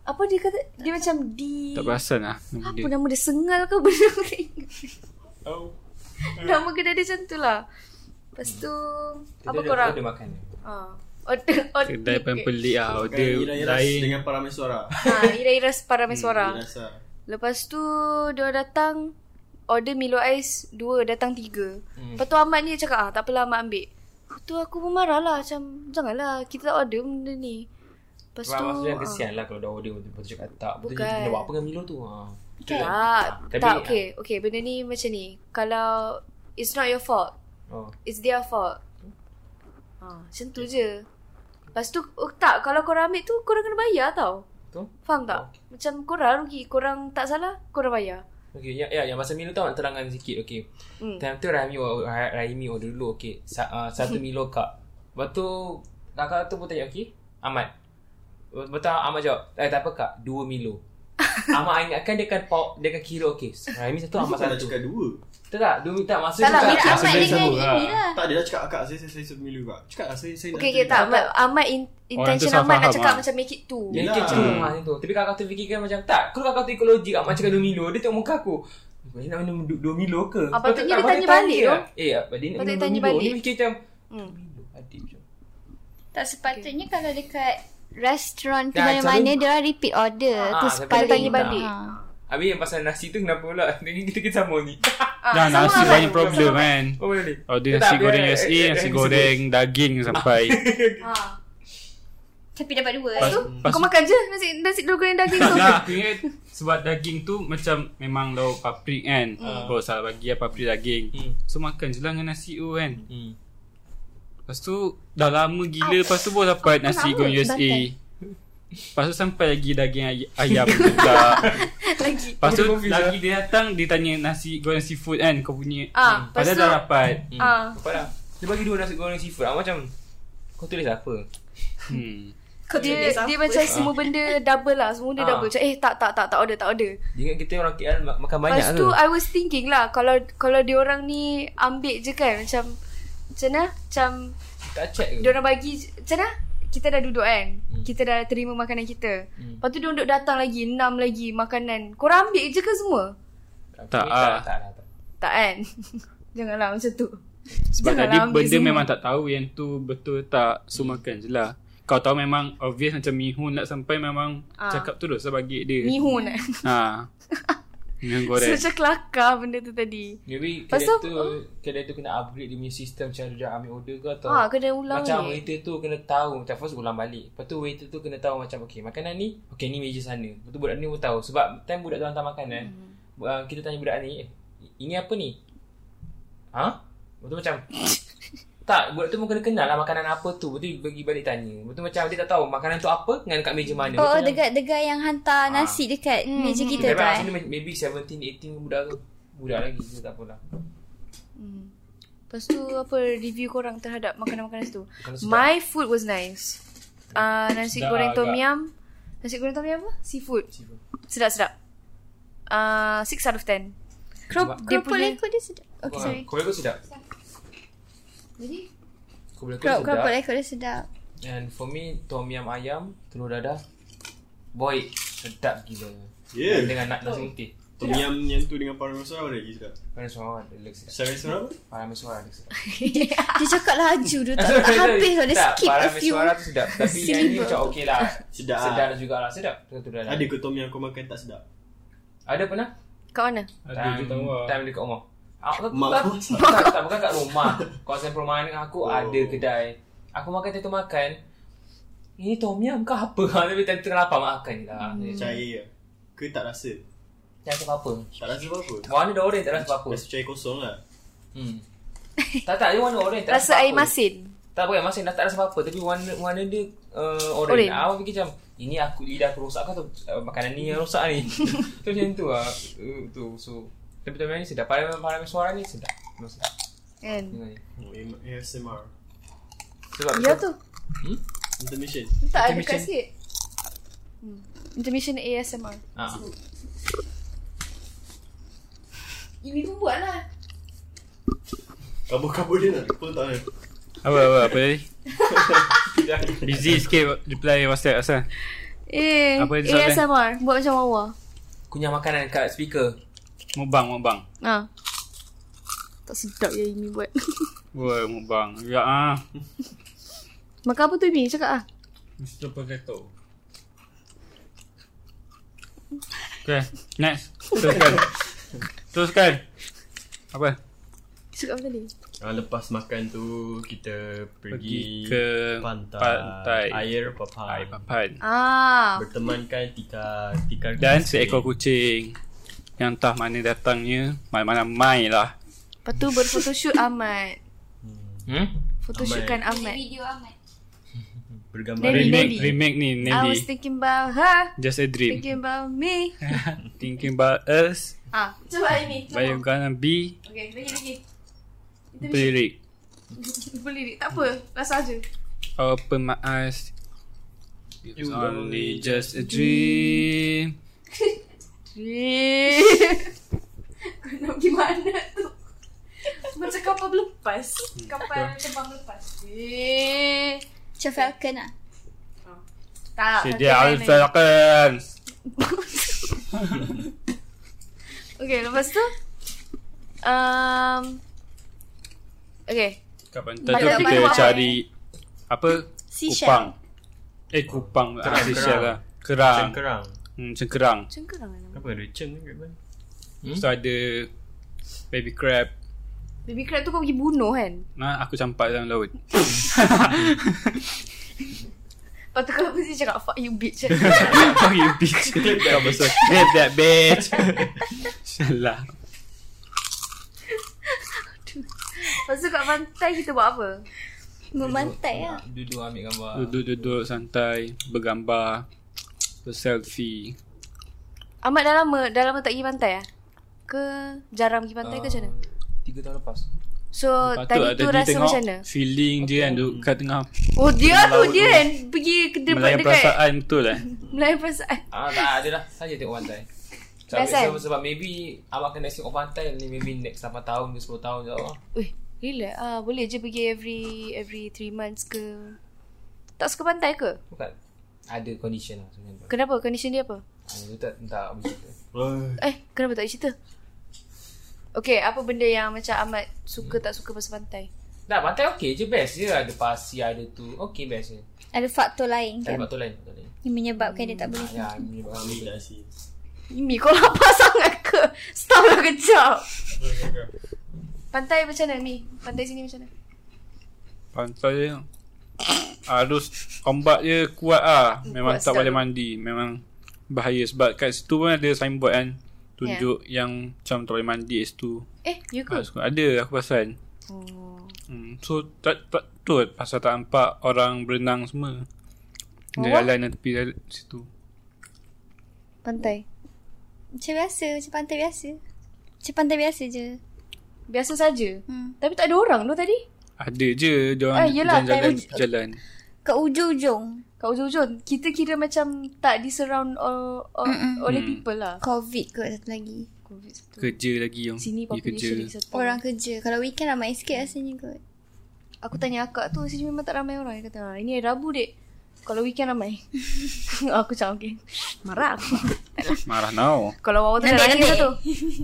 Speaker 1: Apa dia kata? Dia macam di...
Speaker 4: Tak perasan lah nama
Speaker 1: Apa
Speaker 4: dia
Speaker 1: nama dia? Sengal ke benda aku tak ingat. Nama kedai dia macam tu lah. Lepas tu,
Speaker 3: Kita
Speaker 1: apa
Speaker 3: dah-
Speaker 1: korang?
Speaker 3: Kita makan dia.
Speaker 1: Ah. Order, order.
Speaker 4: Kedai paling pelik lah Order
Speaker 6: Ira-ira
Speaker 4: lain
Speaker 6: dengan paramai suara
Speaker 1: Ha, ira-ira separamai suara.
Speaker 6: Rasa
Speaker 1: Lepas tu dia datang order Milo ais dua datang tiga. Hmm. Lepas tu Ahmad ni cakap ah tak apalah Ahmad ambil. Lepas tu aku pun marah lah macam janganlah kita tak order benda ni. Lepas
Speaker 3: Sebab
Speaker 1: tu
Speaker 3: maksudnya
Speaker 1: ah,
Speaker 3: kesian lah kalau dah order betul-betul cakap tak. Betul
Speaker 1: Bukan.
Speaker 3: jadi nak buat apa dengan Milo tu? Ha.
Speaker 1: tak,
Speaker 3: Tapi-
Speaker 1: tak okay. Okay benda ni macam ni. Kalau it's not your fault.
Speaker 3: Oh.
Speaker 1: It's their fault. Ha, macam tu je. Lepas tu, oh, tak, kalau korang ambil tu, korang kena bayar tau.
Speaker 3: Betul.
Speaker 1: Faham tak? Macam korang rugi, korang tak salah, korang bayar.
Speaker 3: Okay, ya, ya, yang pasal Milo tu nak terangkan sikit. Okay.
Speaker 1: Hmm.
Speaker 3: Time tu Rahmi, Ra- Rahimi order dulu. Okay. Sa, uh, satu Milo kak. Lepas tu kakak tu pun tanya, okay? Ahmad. Lepas tu Ahmad jawab, eh tak apa kak, dua Milo. Ahmad ingatkan dia akan pau, dia akan kira okay. Rahimi satu, Ahmad
Speaker 6: Bukan dah
Speaker 3: satu.
Speaker 6: cakap dua
Speaker 3: Betul tak? Dua minta masa
Speaker 1: Tak lah,
Speaker 3: tu
Speaker 1: Mira
Speaker 3: tak-
Speaker 2: Ahmad
Speaker 4: sebelah
Speaker 2: dengan
Speaker 4: sama lah.
Speaker 2: ini lah
Speaker 6: Tak dia dah cakap akak Saya saya saya semilu kak Cakap lah saya saya nak
Speaker 1: Okay,
Speaker 6: tanya
Speaker 1: okay, tak.
Speaker 3: tak.
Speaker 1: Ahmad, Ahmad in, intention
Speaker 4: salah
Speaker 1: Ahmad nak
Speaker 4: faham,
Speaker 1: cakap
Speaker 4: ah.
Speaker 1: macam make it two.
Speaker 3: Dia
Speaker 6: Yelah.
Speaker 3: fikir macam rumah macam tu Tapi kakak tu fikirkan macam Tak Kalau kakak tu ikut logik Mak cakap 2 Milo Dia tengok muka aku Kau ni nak minum 2 Milo ke?
Speaker 1: Ah, patutnya
Speaker 3: Patut-
Speaker 1: dia tanya
Speaker 3: patut
Speaker 1: balik
Speaker 3: dia.
Speaker 1: dong.
Speaker 3: Eh dia nak
Speaker 1: Patut
Speaker 3: minum 2
Speaker 1: tanya
Speaker 3: Milo
Speaker 1: balik.
Speaker 3: Dia fikir macam
Speaker 1: Hmm.
Speaker 3: Milo adik macam
Speaker 2: Tak sepatutnya kalau dekat Restoran
Speaker 3: Dah,
Speaker 2: pergi mana-mana
Speaker 3: selalu-
Speaker 2: Dia orang repeat order
Speaker 1: Ah,
Speaker 2: Tu
Speaker 3: Ya, tapi
Speaker 2: sekali
Speaker 1: dia tanya balik.
Speaker 2: Ah.
Speaker 3: Habis yang pasal nasi tu kenapa pula? Ini kita kena sama ni
Speaker 1: Ah,
Speaker 4: Dah
Speaker 1: sama
Speaker 4: nasi
Speaker 1: Ahmad.
Speaker 4: banyak problem kan
Speaker 3: Oh boleh ni
Speaker 4: Order
Speaker 3: Tak,
Speaker 4: nasi
Speaker 3: tak,
Speaker 4: goreng
Speaker 3: eh,
Speaker 4: USA
Speaker 3: eh,
Speaker 4: Nasi
Speaker 3: eh,
Speaker 4: goreng Daging sampai
Speaker 1: Ha.
Speaker 2: Tapi dapat dua
Speaker 1: Lepas tu,
Speaker 4: pas-
Speaker 1: kau makan je nasi, nasi dua goreng daging tu.
Speaker 4: Dah lah, aku ingat Sebab daging tu Macam memang lauk paprik kan Kalau salah bagi lah paprik daging
Speaker 3: Hmm.
Speaker 4: So makan je lah dengan nasi tu kan
Speaker 3: Hmm.
Speaker 4: Lepas tu Dah lama
Speaker 1: Ah,
Speaker 4: gila Lepas tu baru dapat nasi
Speaker 2: lama?
Speaker 4: goreng USA
Speaker 2: Batal.
Speaker 4: Lepas tu sampai lagi daging ay- ayam juga
Speaker 1: Lagi.
Speaker 4: Lepas tu lagi dia datang Dia tanya nasi goreng seafood kan Kau punya
Speaker 1: Ah, lepas
Speaker 4: Padahal
Speaker 1: tu-
Speaker 4: dah dapat
Speaker 1: Ah,
Speaker 3: Apa dah? Dia bagi dua nasi goreng seafood Aku macam Kau tulis apa?
Speaker 4: hmm.
Speaker 2: Kau
Speaker 1: dia, dia macam semua benda double lah. Semua benda
Speaker 3: Ah.
Speaker 1: double. Macam eh tak, tak, tak, tak order, tak order.
Speaker 3: Dia ingat kita orang KL mak- makan banyak
Speaker 1: Lepas
Speaker 3: ke?
Speaker 1: tu I was thinking lah Kalau kalau diorang ni Ambil je kan Macam Macam mana Macam
Speaker 3: Tak check ke?
Speaker 1: Diorang bagi je- Macam mana Kita dah duduk kan hmm. Kita dah terima makanan kita hmm. Lepas tu diorang duk datang lagi Enam lagi makanan Korang ambil je ke semua
Speaker 3: Aku
Speaker 4: Tak,
Speaker 3: ni
Speaker 4: ah.
Speaker 3: Tak lah tak.
Speaker 1: Tak kan Janganlah macam tu
Speaker 4: Sebab
Speaker 1: Janganlah
Speaker 4: tadi
Speaker 1: ambil
Speaker 4: benda
Speaker 1: semua.
Speaker 4: memang tak tahu Yang tu betul tak So makan je lah Kau tahu memang Obvious macam mihun nak sampai Memang
Speaker 1: Ah.
Speaker 4: Cakap terus lah bagi dia
Speaker 1: Mihun eh.
Speaker 4: ha.
Speaker 1: So
Speaker 4: Minyak goreng
Speaker 1: macam kelakar benda tu tadi
Speaker 3: Maybe kedai
Speaker 1: Pasal-
Speaker 3: tu Kedai tu kena upgrade dia punya sistem Cara dia ambil order ke atau
Speaker 1: Ha kena ulang
Speaker 3: Macam
Speaker 1: balik.
Speaker 3: waiter tu kena tahu Macam first ulang balik Lepas tu waiter tu kena tahu Macam okay makanan ni Okay ni meja sana Lepas tu budak ni pun tahu Sebab time budak tu hantar makanan
Speaker 2: Hmm.
Speaker 3: mm. uh, Kita tanya budak ni eh, Ini apa ni? Ha? Lepas tu macam Tak budak tu pun kena kenal lah Makanan apa tu Lepas tu dia pergi balik tanya Lepas tu macam dia tak tahu Makanan tu apa Dengan kat meja mana
Speaker 2: Oh, oh
Speaker 3: Lepas tu
Speaker 2: dekat dekat yang
Speaker 3: Ah.
Speaker 2: hantar nasi dekat
Speaker 1: Hmm,
Speaker 2: meja
Speaker 1: hmm.
Speaker 2: kita tu
Speaker 3: Memang
Speaker 2: kan.
Speaker 3: asli maybe 17, 18 budak tu Budak lagi so tak apalah
Speaker 1: Lepas tu apa review korang terhadap makanan-makanan situ?
Speaker 3: Makanan sedap.
Speaker 1: My food was nice. Ah uh, nasi
Speaker 3: Sedap
Speaker 1: goreng tom
Speaker 3: agak.
Speaker 1: yum. Nasi goreng tom yum apa? Seafood.
Speaker 3: Seafood.
Speaker 1: Sedap-sedap. Ah uh, 6 out of 10.
Speaker 2: Kerop-
Speaker 1: Dia
Speaker 2: Keropok
Speaker 1: punya-
Speaker 2: leko dia sedap. Okay, sorry.
Speaker 3: Kau boleh sedap
Speaker 2: Jadi?
Speaker 3: Kau boleh
Speaker 2: Kerop- Keropok
Speaker 3: sedap
Speaker 2: leko dia sedap.
Speaker 3: And for me Tom yam ayam Telur dadah Boy Sedap gila
Speaker 6: Yeah.
Speaker 3: Dengan na- nasi
Speaker 2: Oh.
Speaker 3: putih
Speaker 6: Ya. Tom yum yang tu dengan parang masara ada lagi sedap.
Speaker 3: Panas suara Dia lagi sedap
Speaker 6: Saya rasa apa?
Speaker 3: Panas suara Dia sedap
Speaker 2: Dia cakap laju tu tak, tak habis tu. Dia
Speaker 3: Tak,
Speaker 2: skip a
Speaker 3: parang
Speaker 2: few.
Speaker 3: suara tu sedap Tapi yang ni
Speaker 2: Seliver.
Speaker 3: macam okey lah
Speaker 6: Sedap.
Speaker 3: Sedap juga lah Sedap Telur dadah
Speaker 6: Ada ke tom yum kau makan tak sedap?
Speaker 3: Ada pernah
Speaker 1: Kat mana?
Speaker 3: Time
Speaker 4: lah.
Speaker 3: Time dekat rumah Aku
Speaker 6: Mak
Speaker 3: tak,
Speaker 6: kau masak.
Speaker 3: tak, tak, bukan kat rumah Kawasan perumahan aku
Speaker 6: Oh.
Speaker 3: ada kedai Aku makan tentu makan Ini tom yum ke apa Tapi time tengah lapar makan je lah
Speaker 2: Hmm.
Speaker 6: Macam air ke? Ke tak rasa?
Speaker 3: Tak rasa apa-apa
Speaker 6: Tak rasa apa-apa?
Speaker 3: Warna dia orange tak rasa apa-apa
Speaker 6: Rasa cair kosong lah.
Speaker 3: hmm. Tak tak dia warna orange tak
Speaker 1: Rasa air
Speaker 3: apa-apa.
Speaker 1: masin.
Speaker 3: Tak bukan masin dah tak rasa apa-apa Tapi warna warna dia uh,
Speaker 1: Orange.
Speaker 3: orange Awak fikir macam Ini aku lidah aku rosak ke atau uh, Makanan ni yang rosak ni Tu macam tu lah uh, tu, So Tapi tapi ni sedap Parang parang suara ni sedap Memang sedap
Speaker 1: Kan?
Speaker 3: Dengar ni.
Speaker 6: Oh, AM- ASMR.
Speaker 3: Sebab
Speaker 1: Ya tu.
Speaker 6: Intermission.
Speaker 1: Tak ada
Speaker 3: Intermission.
Speaker 1: kat sikit. Hmm. Intermission ASMR.
Speaker 3: Ah.
Speaker 1: Ini pun buat lah.
Speaker 6: Kabur-kabur dia nak pun tak ada.
Speaker 4: Apa apa apa tadi Busy sikit Reply whatsapp asal
Speaker 1: Eh,
Speaker 4: Apa dia soalan?
Speaker 1: ASMR. Buat macam Wawa.
Speaker 3: Kunyah makanan kat speaker
Speaker 4: Mukbang mukbang
Speaker 1: Ha. Tak sedap yang ini buat.
Speaker 4: Woi mukbang Ya ah
Speaker 1: Makan apa tu Imi? Cakap lah.
Speaker 4: Mr. Potato Okay Next Teruskan Teruskan Apa
Speaker 1: Cakap apa tadi?
Speaker 10: Ah, lepas makan tu kita pergi,
Speaker 4: Pergi ke
Speaker 10: pantai,
Speaker 4: pantai.
Speaker 10: air papan.
Speaker 4: Air papan
Speaker 1: Ah.
Speaker 10: Bertemankan tikar tikar
Speaker 4: Dan seekor kucing Yang entah mana datangnya Mana-mana mai lah
Speaker 1: Lepas tu berphotoshoot Ahmad.
Speaker 3: Hmm?
Speaker 1: Photoshootkan Ahmad.
Speaker 2: Video amat.
Speaker 10: bergambar
Speaker 1: Nelly,
Speaker 4: Remake Ah.
Speaker 1: Nelly.
Speaker 4: remake ni
Speaker 1: I was
Speaker 4: Nelly
Speaker 1: thinking about her.
Speaker 4: Just a dream
Speaker 1: Thinking about me.
Speaker 4: Thinking about us
Speaker 1: ah, cuba ini.
Speaker 4: But you gonna be
Speaker 1: Okay, lagi lagi.
Speaker 4: Beric
Speaker 1: Boleh tak apa. Rasa aja.
Speaker 4: Open my eyes It was only just a dream
Speaker 1: Kau nak pergi mana tu? Macam kapal lepas. Kapal terbang lepas. Eh.
Speaker 2: Macam Falcon lah.
Speaker 1: Tak.
Speaker 4: Sedia
Speaker 1: nanti lain lagi.
Speaker 4: Al-Falcon
Speaker 1: Okay, lepas tu. Um, okay.
Speaker 4: Kat pantai
Speaker 1: Pada
Speaker 4: tu kita
Speaker 1: pantai.
Speaker 4: cari Apa
Speaker 2: Seashell.
Speaker 4: Kupang Eh kupang pula
Speaker 10: Kerang,
Speaker 4: Seashell
Speaker 10: kerang.
Speaker 4: lah Kerang
Speaker 10: cengkerang.
Speaker 4: Hmm, Macam kerang
Speaker 1: Macam kau orang
Speaker 10: Apa ada ceng kat mana?
Speaker 4: Lepas tu ada Baby crab
Speaker 1: Baby crab tu kau pergi bunuh kan?
Speaker 4: Nah, aku campak dalam laut
Speaker 1: Lepas tu kau mesti cakap fuck you bitch.
Speaker 4: Oh you bitch Kau besar Clip that bitch Salah
Speaker 1: Lepas tu kat pantai kita buat apa?
Speaker 2: Memantai lah.
Speaker 3: Ah, Duduk ambil gambar
Speaker 4: Duduk-duduk santai Bergambar Berselfie
Speaker 1: Amat dah lama, dah lama tak pergi pantai lah? Ke jarang pergi pantai ke macam mana?
Speaker 3: Ah, Tiga tahun lepas
Speaker 1: So Oh,
Speaker 4: Lepas tu
Speaker 1: tadi
Speaker 4: ada
Speaker 1: tu
Speaker 4: dia
Speaker 1: rasa
Speaker 4: tengok
Speaker 1: macam mana?
Speaker 4: Feeling dia kan Duduk kat tengah
Speaker 1: Oh dia tu
Speaker 4: laut
Speaker 1: dia
Speaker 4: tu.
Speaker 1: kan pergi ke dekat
Speaker 4: Melayan
Speaker 1: dekat
Speaker 4: perasaan betul eh
Speaker 1: Melayu perasaan.
Speaker 3: Ah tak ada lah Saja tengok pantai sebab,
Speaker 1: Best, kan?
Speaker 3: sebab, sebab maybe Awak kena tengok pantai ni Maybe next 8 tahun ke 10 tahun je Allah
Speaker 1: Weh, relax ah boleh je pergi every every 3 months ke. Tak suka pantai ke?
Speaker 3: Bukan Ada condition lah sebenarnya
Speaker 1: Kenapa? Condition dia apa?
Speaker 3: Ah, Itu tak Entah apa cerita
Speaker 1: Eh, kenapa tak cerita? Okay, apa benda yang macam amat suka tak suka pasal pantai?
Speaker 3: Dah pantai okey je Best je Ada pasir ada tu Okey best je
Speaker 2: lah. Ada faktor lain
Speaker 3: Tak
Speaker 2: kan
Speaker 3: ada faktor lain faktor lain.
Speaker 6: lah
Speaker 2: yang menyebabkan dia tak boleh.
Speaker 3: Ya ni
Speaker 6: Ambil nasi.
Speaker 1: Imi kau lapar sangat ke? ke? Stop lah kejap. Pantai macam mana ni? Pantai sini macam mana?
Speaker 4: Pantai dia Arus ombak dia kuat ah. Memang
Speaker 1: Kuat
Speaker 4: tak boleh
Speaker 1: sekali.
Speaker 4: mandi Memang bahaya Sebab kat situ pun ada signboard kan Tunjuk
Speaker 1: Ya.
Speaker 4: yang macam tak boleh mandi kat situ
Speaker 1: Eh, you
Speaker 4: ah,
Speaker 1: ke?
Speaker 4: so, Ada aku perasan
Speaker 1: Oh.
Speaker 4: hmm. So tak, tak tu pasal tak nampak orang berenang semua Dia
Speaker 1: Oh.
Speaker 4: jalan dan tepi jalan- situ
Speaker 1: Pantai.
Speaker 2: Macam biasa Macam pantai biasa Macam pantai biasa je
Speaker 1: Biasa saja.
Speaker 2: hmm.
Speaker 1: Tapi tak ada orang tu tadi.
Speaker 4: Ada je dia
Speaker 1: Ah,
Speaker 4: orang
Speaker 1: yelah,
Speaker 4: jalan-jalan
Speaker 1: time-
Speaker 4: jalan.
Speaker 2: Kat ujung-ujung
Speaker 1: Kat ujung-ujung. Kita kira macam tak disurround all, all,
Speaker 2: Mm-mm.
Speaker 1: oleh
Speaker 4: Hmm.
Speaker 1: people lah.
Speaker 2: Covid kot satu lagi
Speaker 1: Covid satu.
Speaker 4: Kerja lagi yang
Speaker 1: Sini
Speaker 4: pergi kerja.
Speaker 1: population lagi satu.
Speaker 2: Orang kerja Kalau weekend ramai sikit rasanya kot
Speaker 1: Aku tanya akak tu Sini memang tak ramai orang Dia kata "Ah, Ini hari Rabu dek Kalau weekend ramai Aku macam okay Marah aku
Speaker 4: Marah now.
Speaker 1: Kalau Wawa tu dah
Speaker 2: Nanti,
Speaker 1: nangis
Speaker 2: nanti.
Speaker 1: satu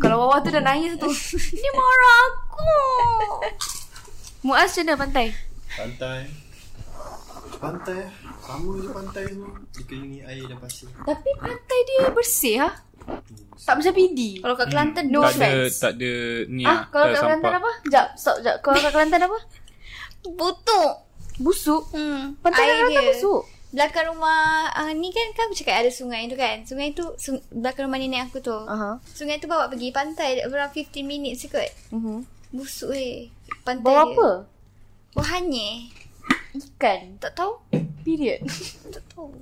Speaker 1: Kalau Wawa tu dah nangis satu Dia marah aku Muaz macam mana pantai?
Speaker 6: Pantai Pantai lah. Sama je pantai semua Dikelilingi air dan pasir
Speaker 1: Tapi pantai dia bersih ha? Tak macam PD
Speaker 2: Kalau kat Kelantan
Speaker 1: No
Speaker 4: tak ada
Speaker 1: offense.
Speaker 4: tak ada ni
Speaker 1: Ah,
Speaker 4: ah.
Speaker 1: kalau
Speaker 4: tak
Speaker 1: kat
Speaker 4: sampak.
Speaker 1: Kelantan apa? Jap, stop jap. Kalau kat Kelantan apa?
Speaker 2: Butuk
Speaker 1: Busuk.
Speaker 2: hmm.
Speaker 1: Pantai kat
Speaker 2: Air
Speaker 1: Kelantan
Speaker 2: dia
Speaker 1: busuk.
Speaker 2: Belakang rumah uh, Ni kan kan aku cakap ada sungai tu kan Sungai tu sung, Belakang rumah nenek aku tu uh-huh.
Speaker 1: Aha.
Speaker 2: Sungai tu bawa pergi pantai Around 15 minutes je kot
Speaker 1: Mhm.
Speaker 2: Busuk eh Pantai
Speaker 1: Bawa
Speaker 2: dia
Speaker 1: apa?
Speaker 2: Bawa hanyir
Speaker 1: Ikan.
Speaker 2: Tak tahu
Speaker 1: Period.
Speaker 2: Tak tahu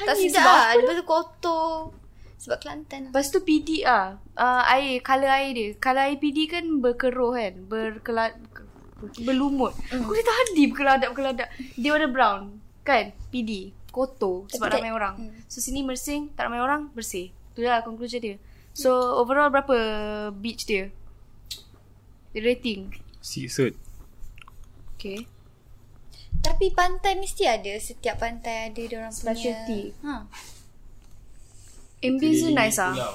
Speaker 1: Tak
Speaker 2: Tak sedap
Speaker 1: sebab
Speaker 2: lah
Speaker 1: apa
Speaker 2: Lepas tu kotor Sebab Kelantan lah
Speaker 1: Lepas tu PD ah uh, air color air dia. Color air PD kan berkeruh kan, berkelat berlumut. Mm. Kau ni tadi berkeladak-berkeladak. Dia warna brown kan PD. Kotor sebab
Speaker 2: Tapi tak-
Speaker 1: ramai orang.
Speaker 2: mm.
Speaker 1: So sini mersing, tak ramai orang, bersih. Itulah conclusion dia. So overall berapa beach dia? Dia rating.
Speaker 4: Seafood.
Speaker 1: Okay.
Speaker 2: Tapi pantai mesti ada Setiap pantai ada orang punya
Speaker 1: Specialty.
Speaker 2: ha.
Speaker 1: Ambience dia nice ah.
Speaker 6: Pulau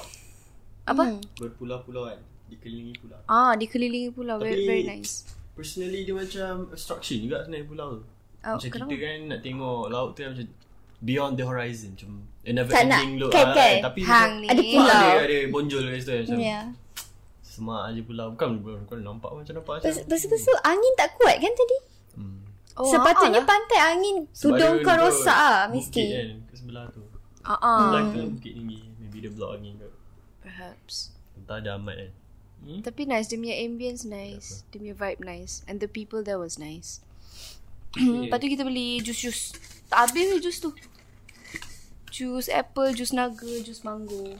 Speaker 1: Apa?
Speaker 6: Berpulau-pulau kan Dikelilingi pulau
Speaker 1: Ah, dikelilingi pulau. Very,
Speaker 6: Tapi-
Speaker 1: very nice.
Speaker 6: Personally dia macam Obstruction juga sebenarnya pulau tu
Speaker 1: Oh,
Speaker 7: Macam
Speaker 1: kenapa?
Speaker 7: kita kan nak tengok laut tu kan macam beyond the horizon macam a never
Speaker 2: Tak nak,
Speaker 7: ending look
Speaker 2: kan,
Speaker 7: ah,
Speaker 2: kan?
Speaker 7: tapi
Speaker 1: Hang
Speaker 7: macam
Speaker 1: ni.
Speaker 2: Ada
Speaker 7: nampak
Speaker 2: pulau.
Speaker 7: ada, ada bonjol kat situ kan, macam yeah.
Speaker 2: Ya
Speaker 7: semak aje pulau bukan bukan kau nampak macam nampak macam
Speaker 2: Lepas tu angin tak kuat kan tadi
Speaker 7: hmm.
Speaker 1: Oh,
Speaker 2: Sepatutnya
Speaker 1: ah,
Speaker 2: pantai angin
Speaker 7: Sebab
Speaker 2: Tudung
Speaker 7: dia
Speaker 2: kau
Speaker 7: duduk
Speaker 2: rosak lah
Speaker 7: bukit
Speaker 2: Mesti
Speaker 7: kan ke sebelah tu
Speaker 1: ah. ah, ah.
Speaker 7: sebelah tu bukit tinggi maybe dia block angin kot
Speaker 1: Perhaps.
Speaker 7: entah ada amat kan
Speaker 1: Tapi nice Dia punya ambience nice Dia punya vibe nice And the people there was nice Lepas tu kita beli jus-jus Tak habis ke jus tu Jus apple Jus naga Jus mango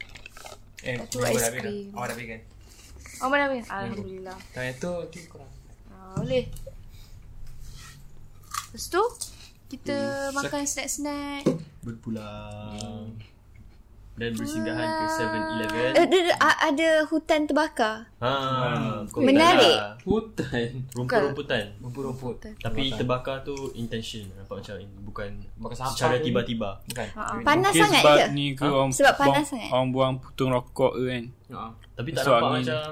Speaker 5: Eh,
Speaker 1: Lepas tu
Speaker 5: memang
Speaker 1: ice
Speaker 5: dah habis kan?
Speaker 1: cream.
Speaker 5: Awak dah habis kan?
Speaker 1: Oh mana habis Alhamdulillah
Speaker 5: Tanya tu, nanti korang.
Speaker 1: ah, Boleh Lepas tu Kita makan snack-snack
Speaker 7: berpulang dan bersinggahan ke 7-Eleven
Speaker 2: Eh, ada, a- ada hutan terbakar
Speaker 7: ha kau
Speaker 2: Menarik.
Speaker 7: tak nak.
Speaker 5: Hutan.
Speaker 7: rumput-rumputan
Speaker 5: Rumput-rumput.
Speaker 7: tapi terbakar tu intention nampak macam in- bukan
Speaker 5: Bukan sampah
Speaker 7: secara
Speaker 5: ni.
Speaker 7: tiba-tiba
Speaker 5: Bukan.
Speaker 1: Ha,
Speaker 2: Panas
Speaker 4: Mungkin
Speaker 2: sangat
Speaker 4: sebab
Speaker 2: ke
Speaker 4: ni ke orang
Speaker 2: Sebab panas
Speaker 4: buang,
Speaker 2: sangat?
Speaker 4: Orang buang putung rokok ke kan.
Speaker 5: Ha.
Speaker 3: Ya.
Speaker 7: Tapi tak
Speaker 4: Masuk
Speaker 7: nampak
Speaker 4: angin.
Speaker 7: macam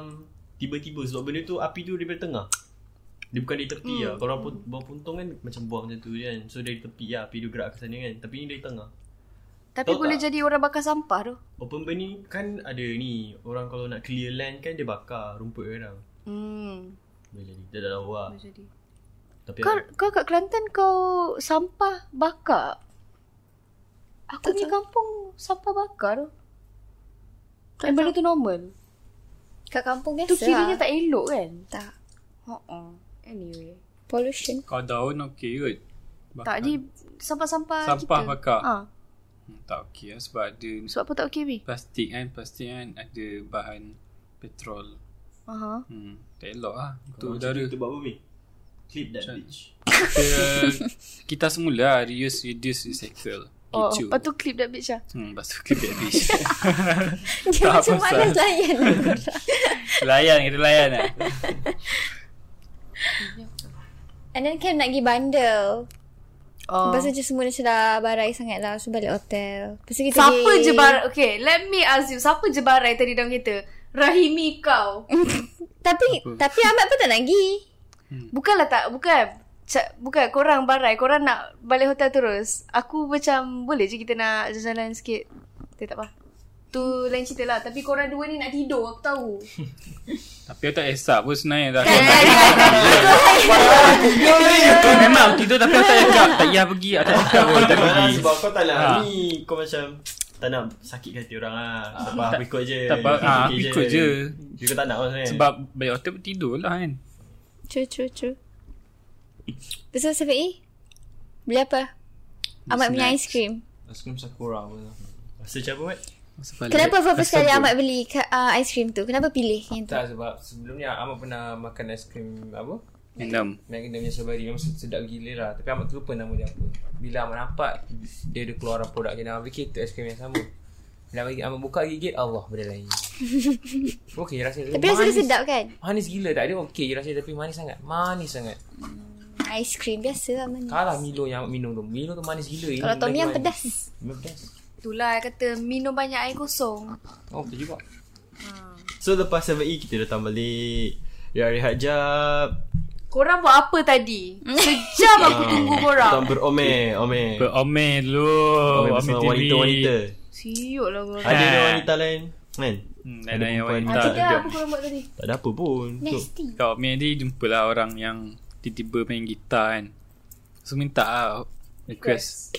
Speaker 7: tiba-tiba sebab benda tu api tu daripada tengah. Dia bukan dari tepi
Speaker 1: Hmm.
Speaker 7: lah. Kalau pun, buang puntung kan macam buang macam tu je kan. So dari tepi lah api dia gerak ke sana kan. Tapi ni dari tengah.
Speaker 1: Tapi
Speaker 7: Tahu
Speaker 1: boleh
Speaker 7: tak?
Speaker 1: jadi orang bakar sampah tu
Speaker 7: Open burn ni kan ada ni. Orang kalau nak clear land kan dia bakar rumput orang.
Speaker 1: Hmm
Speaker 7: Boleh jadi. Dia tak tahu lah.
Speaker 1: Boleh jadi
Speaker 7: Tapi
Speaker 4: Ya.
Speaker 1: Kau, kau kat Kelantan kau sampah bakar. Aku punya kampung sampah bakar tu. Dan benda tu normal.
Speaker 2: Kat kampung
Speaker 1: Tu
Speaker 2: biasa
Speaker 1: kiranya
Speaker 2: lah.
Speaker 1: tak elok kan?
Speaker 2: tak
Speaker 1: Uh-uh. Anyway.
Speaker 2: Pollution
Speaker 4: Kau daun okey kot. Bakar.
Speaker 1: Tak ni sampah-sampah
Speaker 4: Sampah
Speaker 1: kita.
Speaker 4: bakar.
Speaker 1: Ha.
Speaker 4: Hmm, tak okey lah sebab ada
Speaker 1: Sebab apa tak okey ni?
Speaker 4: plastik kan. Plastik kan ada bahan petrol.
Speaker 1: Aha.
Speaker 4: Hmm, tak elok lah. Untuk
Speaker 7: Kalau
Speaker 4: udara.
Speaker 7: tu buat apa ni? Clip that bitch.
Speaker 4: Kita, kita semula lah, reuse, reduce, recycle.
Speaker 1: Oh,
Speaker 4: Kecoh.
Speaker 1: lepas tu clip dah bitch lah.
Speaker 4: Hmm, lepas tu kita habis.
Speaker 2: Dia
Speaker 4: Tak
Speaker 2: macam
Speaker 4: pasal.
Speaker 2: malas layan
Speaker 4: layan, kita layan lah.
Speaker 2: And then Cam nak pergi bandel
Speaker 1: Oh.
Speaker 2: Lepas tu macam semua macam dah barai sangat lah So balik hotel Lepas tu kita
Speaker 1: Siapa
Speaker 2: pergi
Speaker 1: je barai? Okay, let me ask you. Siapa je barai tadi dalam kereta? Rahimi kau.
Speaker 2: Tapi Tapi Ahmad pun tak nak pergi
Speaker 1: Bukanlah tak, bukan. Ca- bukan, korang barai. Korang nak balik hotel terus. Aku macam, boleh je kita nak jalan-jalan sikit. Kita tak apa. Tu lain cerita lah Tapi korang dua ni nak tidur Aku tahu
Speaker 4: Tapi aku tak esap pun sebenarnya dah.
Speaker 1: Kan?
Speaker 4: Memang tidur tapi aku tak cakap. Tak payah pergi. Aku tak cakap pun tak
Speaker 6: Ah,
Speaker 4: Oh, pergi.
Speaker 6: Sebab kau tak nak
Speaker 4: Ah.
Speaker 6: Ni kau macam Tak nak sakitkan hati orang lah Sebab
Speaker 4: Ah. tak-
Speaker 6: aku ikut je
Speaker 4: tak apa, ah,
Speaker 6: Fikir
Speaker 4: aku ikut je.
Speaker 6: Tapi Kau tak nak lah kan. maksudnya
Speaker 4: Sebab banyak otak pun tidur lah kan.
Speaker 2: True, true, true. Pasal Syafiq eh? Beli apa? Ahmad punya
Speaker 4: Snack.
Speaker 2: ice cream.
Speaker 3: Asam Sakura pun lah.
Speaker 6: Rasa macam apa Mat?
Speaker 4: Rasa balik.
Speaker 2: Kenapa first
Speaker 4: Rasa
Speaker 2: sekali
Speaker 4: bol-
Speaker 2: Ahmad beli ka- uh, ice cream tu? Kenapa pilih yang tu?
Speaker 3: Tak sebab sebelum ni Ahmad pernah makan aiskrim apa?
Speaker 4: Minum.
Speaker 3: Magnum punya sabari memang sedap gila lah. Tapi Ahmad terlupa nama dia apa. Bila Ahmad nampak dia ada keluaran produk kena fikir tu aiskrim yang sama. Bila bagi Ahmad buka gigit Allah benda lain. Okey rasa
Speaker 2: Tapi rasa dia sedap kan?
Speaker 3: Manis gila tak ada okey je rasa dia, tapi manis sangat. Manis sangat.
Speaker 2: Ice cream biasa lah manis.
Speaker 3: Kalah Milo yang Ahmad minum tu. Milo tu manis gila. Ini
Speaker 2: Kalau Tom
Speaker 3: lagi
Speaker 2: Yum
Speaker 3: manis.
Speaker 2: pedas.
Speaker 3: Memang pedas.
Speaker 1: Itulah I kata Minum banyak air kosong
Speaker 3: Oh betul juga.
Speaker 6: So lepas 7E Kita datang balik Ya, Rehat-rehat jap
Speaker 1: Korang buat apa tadi? Sejam aku
Speaker 4: Ah.
Speaker 6: Ah,
Speaker 1: tunggu korang
Speaker 6: Kita beromel Omel
Speaker 4: Beromel dulu.
Speaker 6: Omel
Speaker 4: Omel
Speaker 6: bersama
Speaker 4: TV.
Speaker 6: wanita-wanita
Speaker 1: Siuk lah korang
Speaker 6: Ada ada
Speaker 4: Ah.
Speaker 6: wanita lain Kan
Speaker 4: Hmm, ada
Speaker 6: Ada
Speaker 4: yang
Speaker 6: perempuan.
Speaker 4: wanita.
Speaker 1: Apa dah
Speaker 4: duduk.
Speaker 1: Ya, apa korang buat tadi?
Speaker 6: Tak ada apa pun So,
Speaker 2: Nasty.
Speaker 4: Kau punya dia jumpalah orang yang tiba-tiba main gitar kan. So minta lah request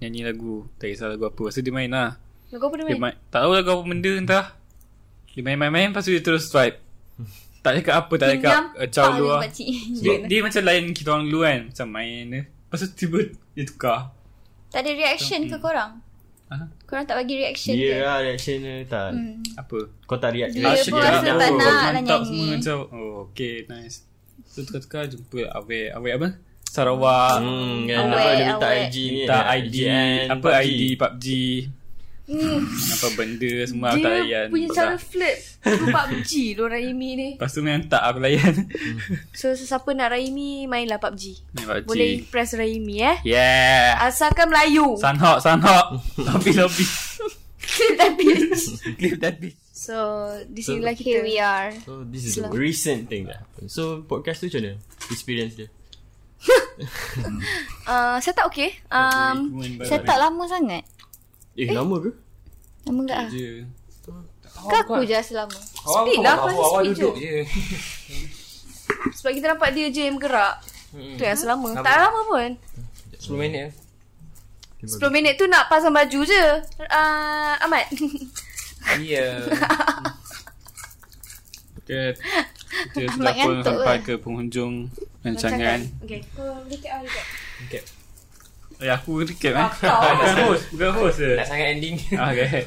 Speaker 4: nyanyi lagu. Tak kisah lagu apa. So dia main lah.
Speaker 1: Kau pernah
Speaker 4: Dia
Speaker 1: main?
Speaker 4: main, tak tahu lagu apa benda entah. Dia main-main-main lepas tu dia terus vibe. tak cakap apa, tak cakap acau eh, luar. Dia, lah. dia macam lain kita orang dulu kan. Macam main dia. Lepas tu tiba dia tukar.
Speaker 2: Tak ada reaction ke korang?
Speaker 4: Aha.
Speaker 2: Korang tak bagi reaction
Speaker 6: Dia
Speaker 2: ke?
Speaker 6: lah reaction dia tak
Speaker 2: Hmm.
Speaker 4: Apa?
Speaker 6: Kau tak react
Speaker 2: Dia
Speaker 4: Asyik
Speaker 2: pun
Speaker 4: dia
Speaker 2: rasa
Speaker 4: nak-
Speaker 2: tak
Speaker 4: oh,
Speaker 2: nak lah
Speaker 4: Mantap
Speaker 2: nyanyi.
Speaker 4: semua macam, oh okay nice. So tukar-tukar jumpa Awek. Awek apa? Sarawak.
Speaker 6: Hmm,
Speaker 2: Awet,
Speaker 6: kan apa dia minta
Speaker 2: awet.
Speaker 6: IG ni
Speaker 4: Minta ID.
Speaker 6: IGN,
Speaker 4: Apa
Speaker 6: PUBG.
Speaker 4: ID PUBG.
Speaker 2: Hmm.
Speaker 4: Apa benda semua
Speaker 1: Dia
Speaker 4: aku tak lah. layan.
Speaker 1: punya
Speaker 4: Lepas
Speaker 1: cara
Speaker 4: tu-
Speaker 1: flirt Tu PUBG Diorang Raimi ni
Speaker 4: Lepas tu memang tak aku layan.
Speaker 2: Hmm.
Speaker 1: So sesiapa nak Raimi Mainlah PUBG
Speaker 4: Main PUBG.
Speaker 1: Boleh impress Raimi eh
Speaker 4: Yeah.
Speaker 1: Asalkan Melayu
Speaker 4: Sanhok, Sanhok. Lobby, lobby.
Speaker 1: Clip that bitch
Speaker 4: Clip that bitch.
Speaker 1: So Di sinilah kita
Speaker 2: Here we are.
Speaker 6: So this is the recent thing that happened So podcast tu macam mana? Experience dia
Speaker 1: uh, Saya tak okay um,
Speaker 2: Saya tak lama sangat.
Speaker 6: Eh, lama ke?
Speaker 2: Lama enggak ah?
Speaker 4: je.
Speaker 2: Ke aku je rasa lama.
Speaker 1: Speed lah Aku rasa
Speaker 3: Awal
Speaker 1: speed je
Speaker 3: duduk je.
Speaker 1: Sebab kita nampak dia je yang bergerak Tu yang selama
Speaker 3: Lama.
Speaker 1: Tak lama pun
Speaker 3: 10 Hmm. minit.
Speaker 1: 10
Speaker 3: ya.
Speaker 1: minit tu nak pasang baju je uh, Ahmad
Speaker 3: Ya.
Speaker 4: Okay.
Speaker 2: Amat
Speaker 4: Kita sudah pun
Speaker 2: ngantuk eh.
Speaker 4: sampai
Speaker 2: ke?
Speaker 4: ke penghujung rancangan.
Speaker 1: Okay
Speaker 2: Um,
Speaker 1: Kau recap lah recap
Speaker 2: kan?
Speaker 4: Eh, aku recap eh.
Speaker 1: kau.
Speaker 4: Bukan host. Bukan host je.
Speaker 3: Tak sangat ending.
Speaker 4: Okay.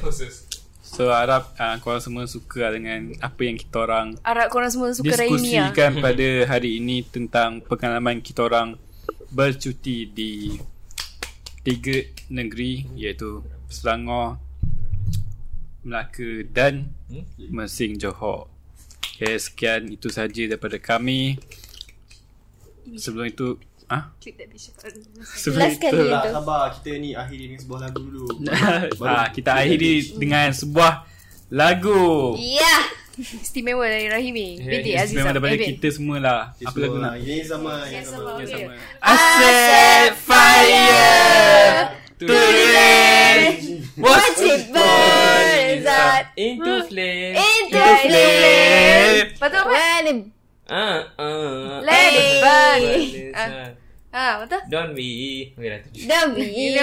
Speaker 3: Khusus.
Speaker 4: So, harap uh, korang semua suka lah dengan apa yang kita orang
Speaker 1: Harap korang semua suka Raimi lah
Speaker 4: diskusikan pada hari ini tentang pengalaman kita orang bercuti di tiga negeri iaitu Selangor, Melaka dan Mersing Johor. Okay, sekian itu sahaja daripada kami. Sebelum itu, ah,
Speaker 1: Clip that bitch
Speaker 4: sebelum
Speaker 2: Last kali yang
Speaker 4: itu,
Speaker 11: Tak
Speaker 2: tu.
Speaker 11: lah, sabar kita ni akhiri dengan sebuah lagu dulu.
Speaker 4: ah, kita akhiri dengan sebuah lagu.
Speaker 2: Yeah.
Speaker 1: Istimewa dari Rahimi Binti Azizah
Speaker 4: Memang Ya, daripada
Speaker 1: Eh, babe.
Speaker 4: kita semua lah. Apa lagu nak?
Speaker 11: Ini sama, ini sama.
Speaker 1: Sama, okay.
Speaker 4: Aset Fire Turin
Speaker 2: Wajib berzat
Speaker 3: Into
Speaker 2: Hmm.
Speaker 3: flame.
Speaker 2: into flame.
Speaker 1: Lepas tu apa?
Speaker 2: When it
Speaker 3: Ah, ah.
Speaker 1: Let it burn
Speaker 3: Ah.
Speaker 1: Ah, betul?
Speaker 3: Don't be. Okay dah tu.
Speaker 2: don't
Speaker 1: Don't
Speaker 2: be
Speaker 1: be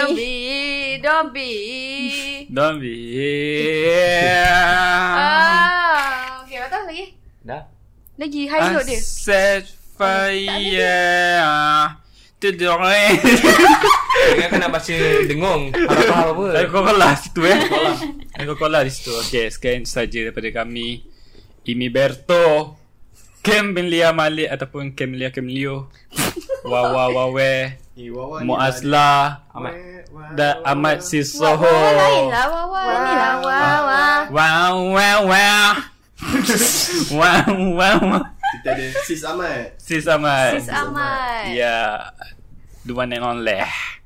Speaker 1: Don't be
Speaker 4: Don't be
Speaker 1: Ah, Okay, betul lagi?
Speaker 3: Dah.
Speaker 1: Lagi high note Ah, dia
Speaker 4: Aset Fire Turin
Speaker 3: Jangan kau nak baca dengung. Harap faham apa.
Speaker 4: Saya kau kalah situ eh Saya kau kalah di situ Okay sekian itu saja daripada kami Imiberto Kem Belia Malik ataupun Kem Belia Kem Leo Wawa Wawe
Speaker 11: Eh, Wawa ni
Speaker 4: lah Muazla
Speaker 3: Amat.
Speaker 4: dan
Speaker 2: Wah,
Speaker 4: Ahmad
Speaker 1: Oh,
Speaker 4: Sisoho.
Speaker 2: wah, lain lah Wah, wah, ni
Speaker 1: Ya,
Speaker 2: lah Wah, wah
Speaker 4: Wow, wow, wow. wow, wow, wow.
Speaker 11: Kita ada Sis Ahmad.
Speaker 4: Sis Ahmad.
Speaker 1: Sis Ahmad
Speaker 4: Ya, the one and only.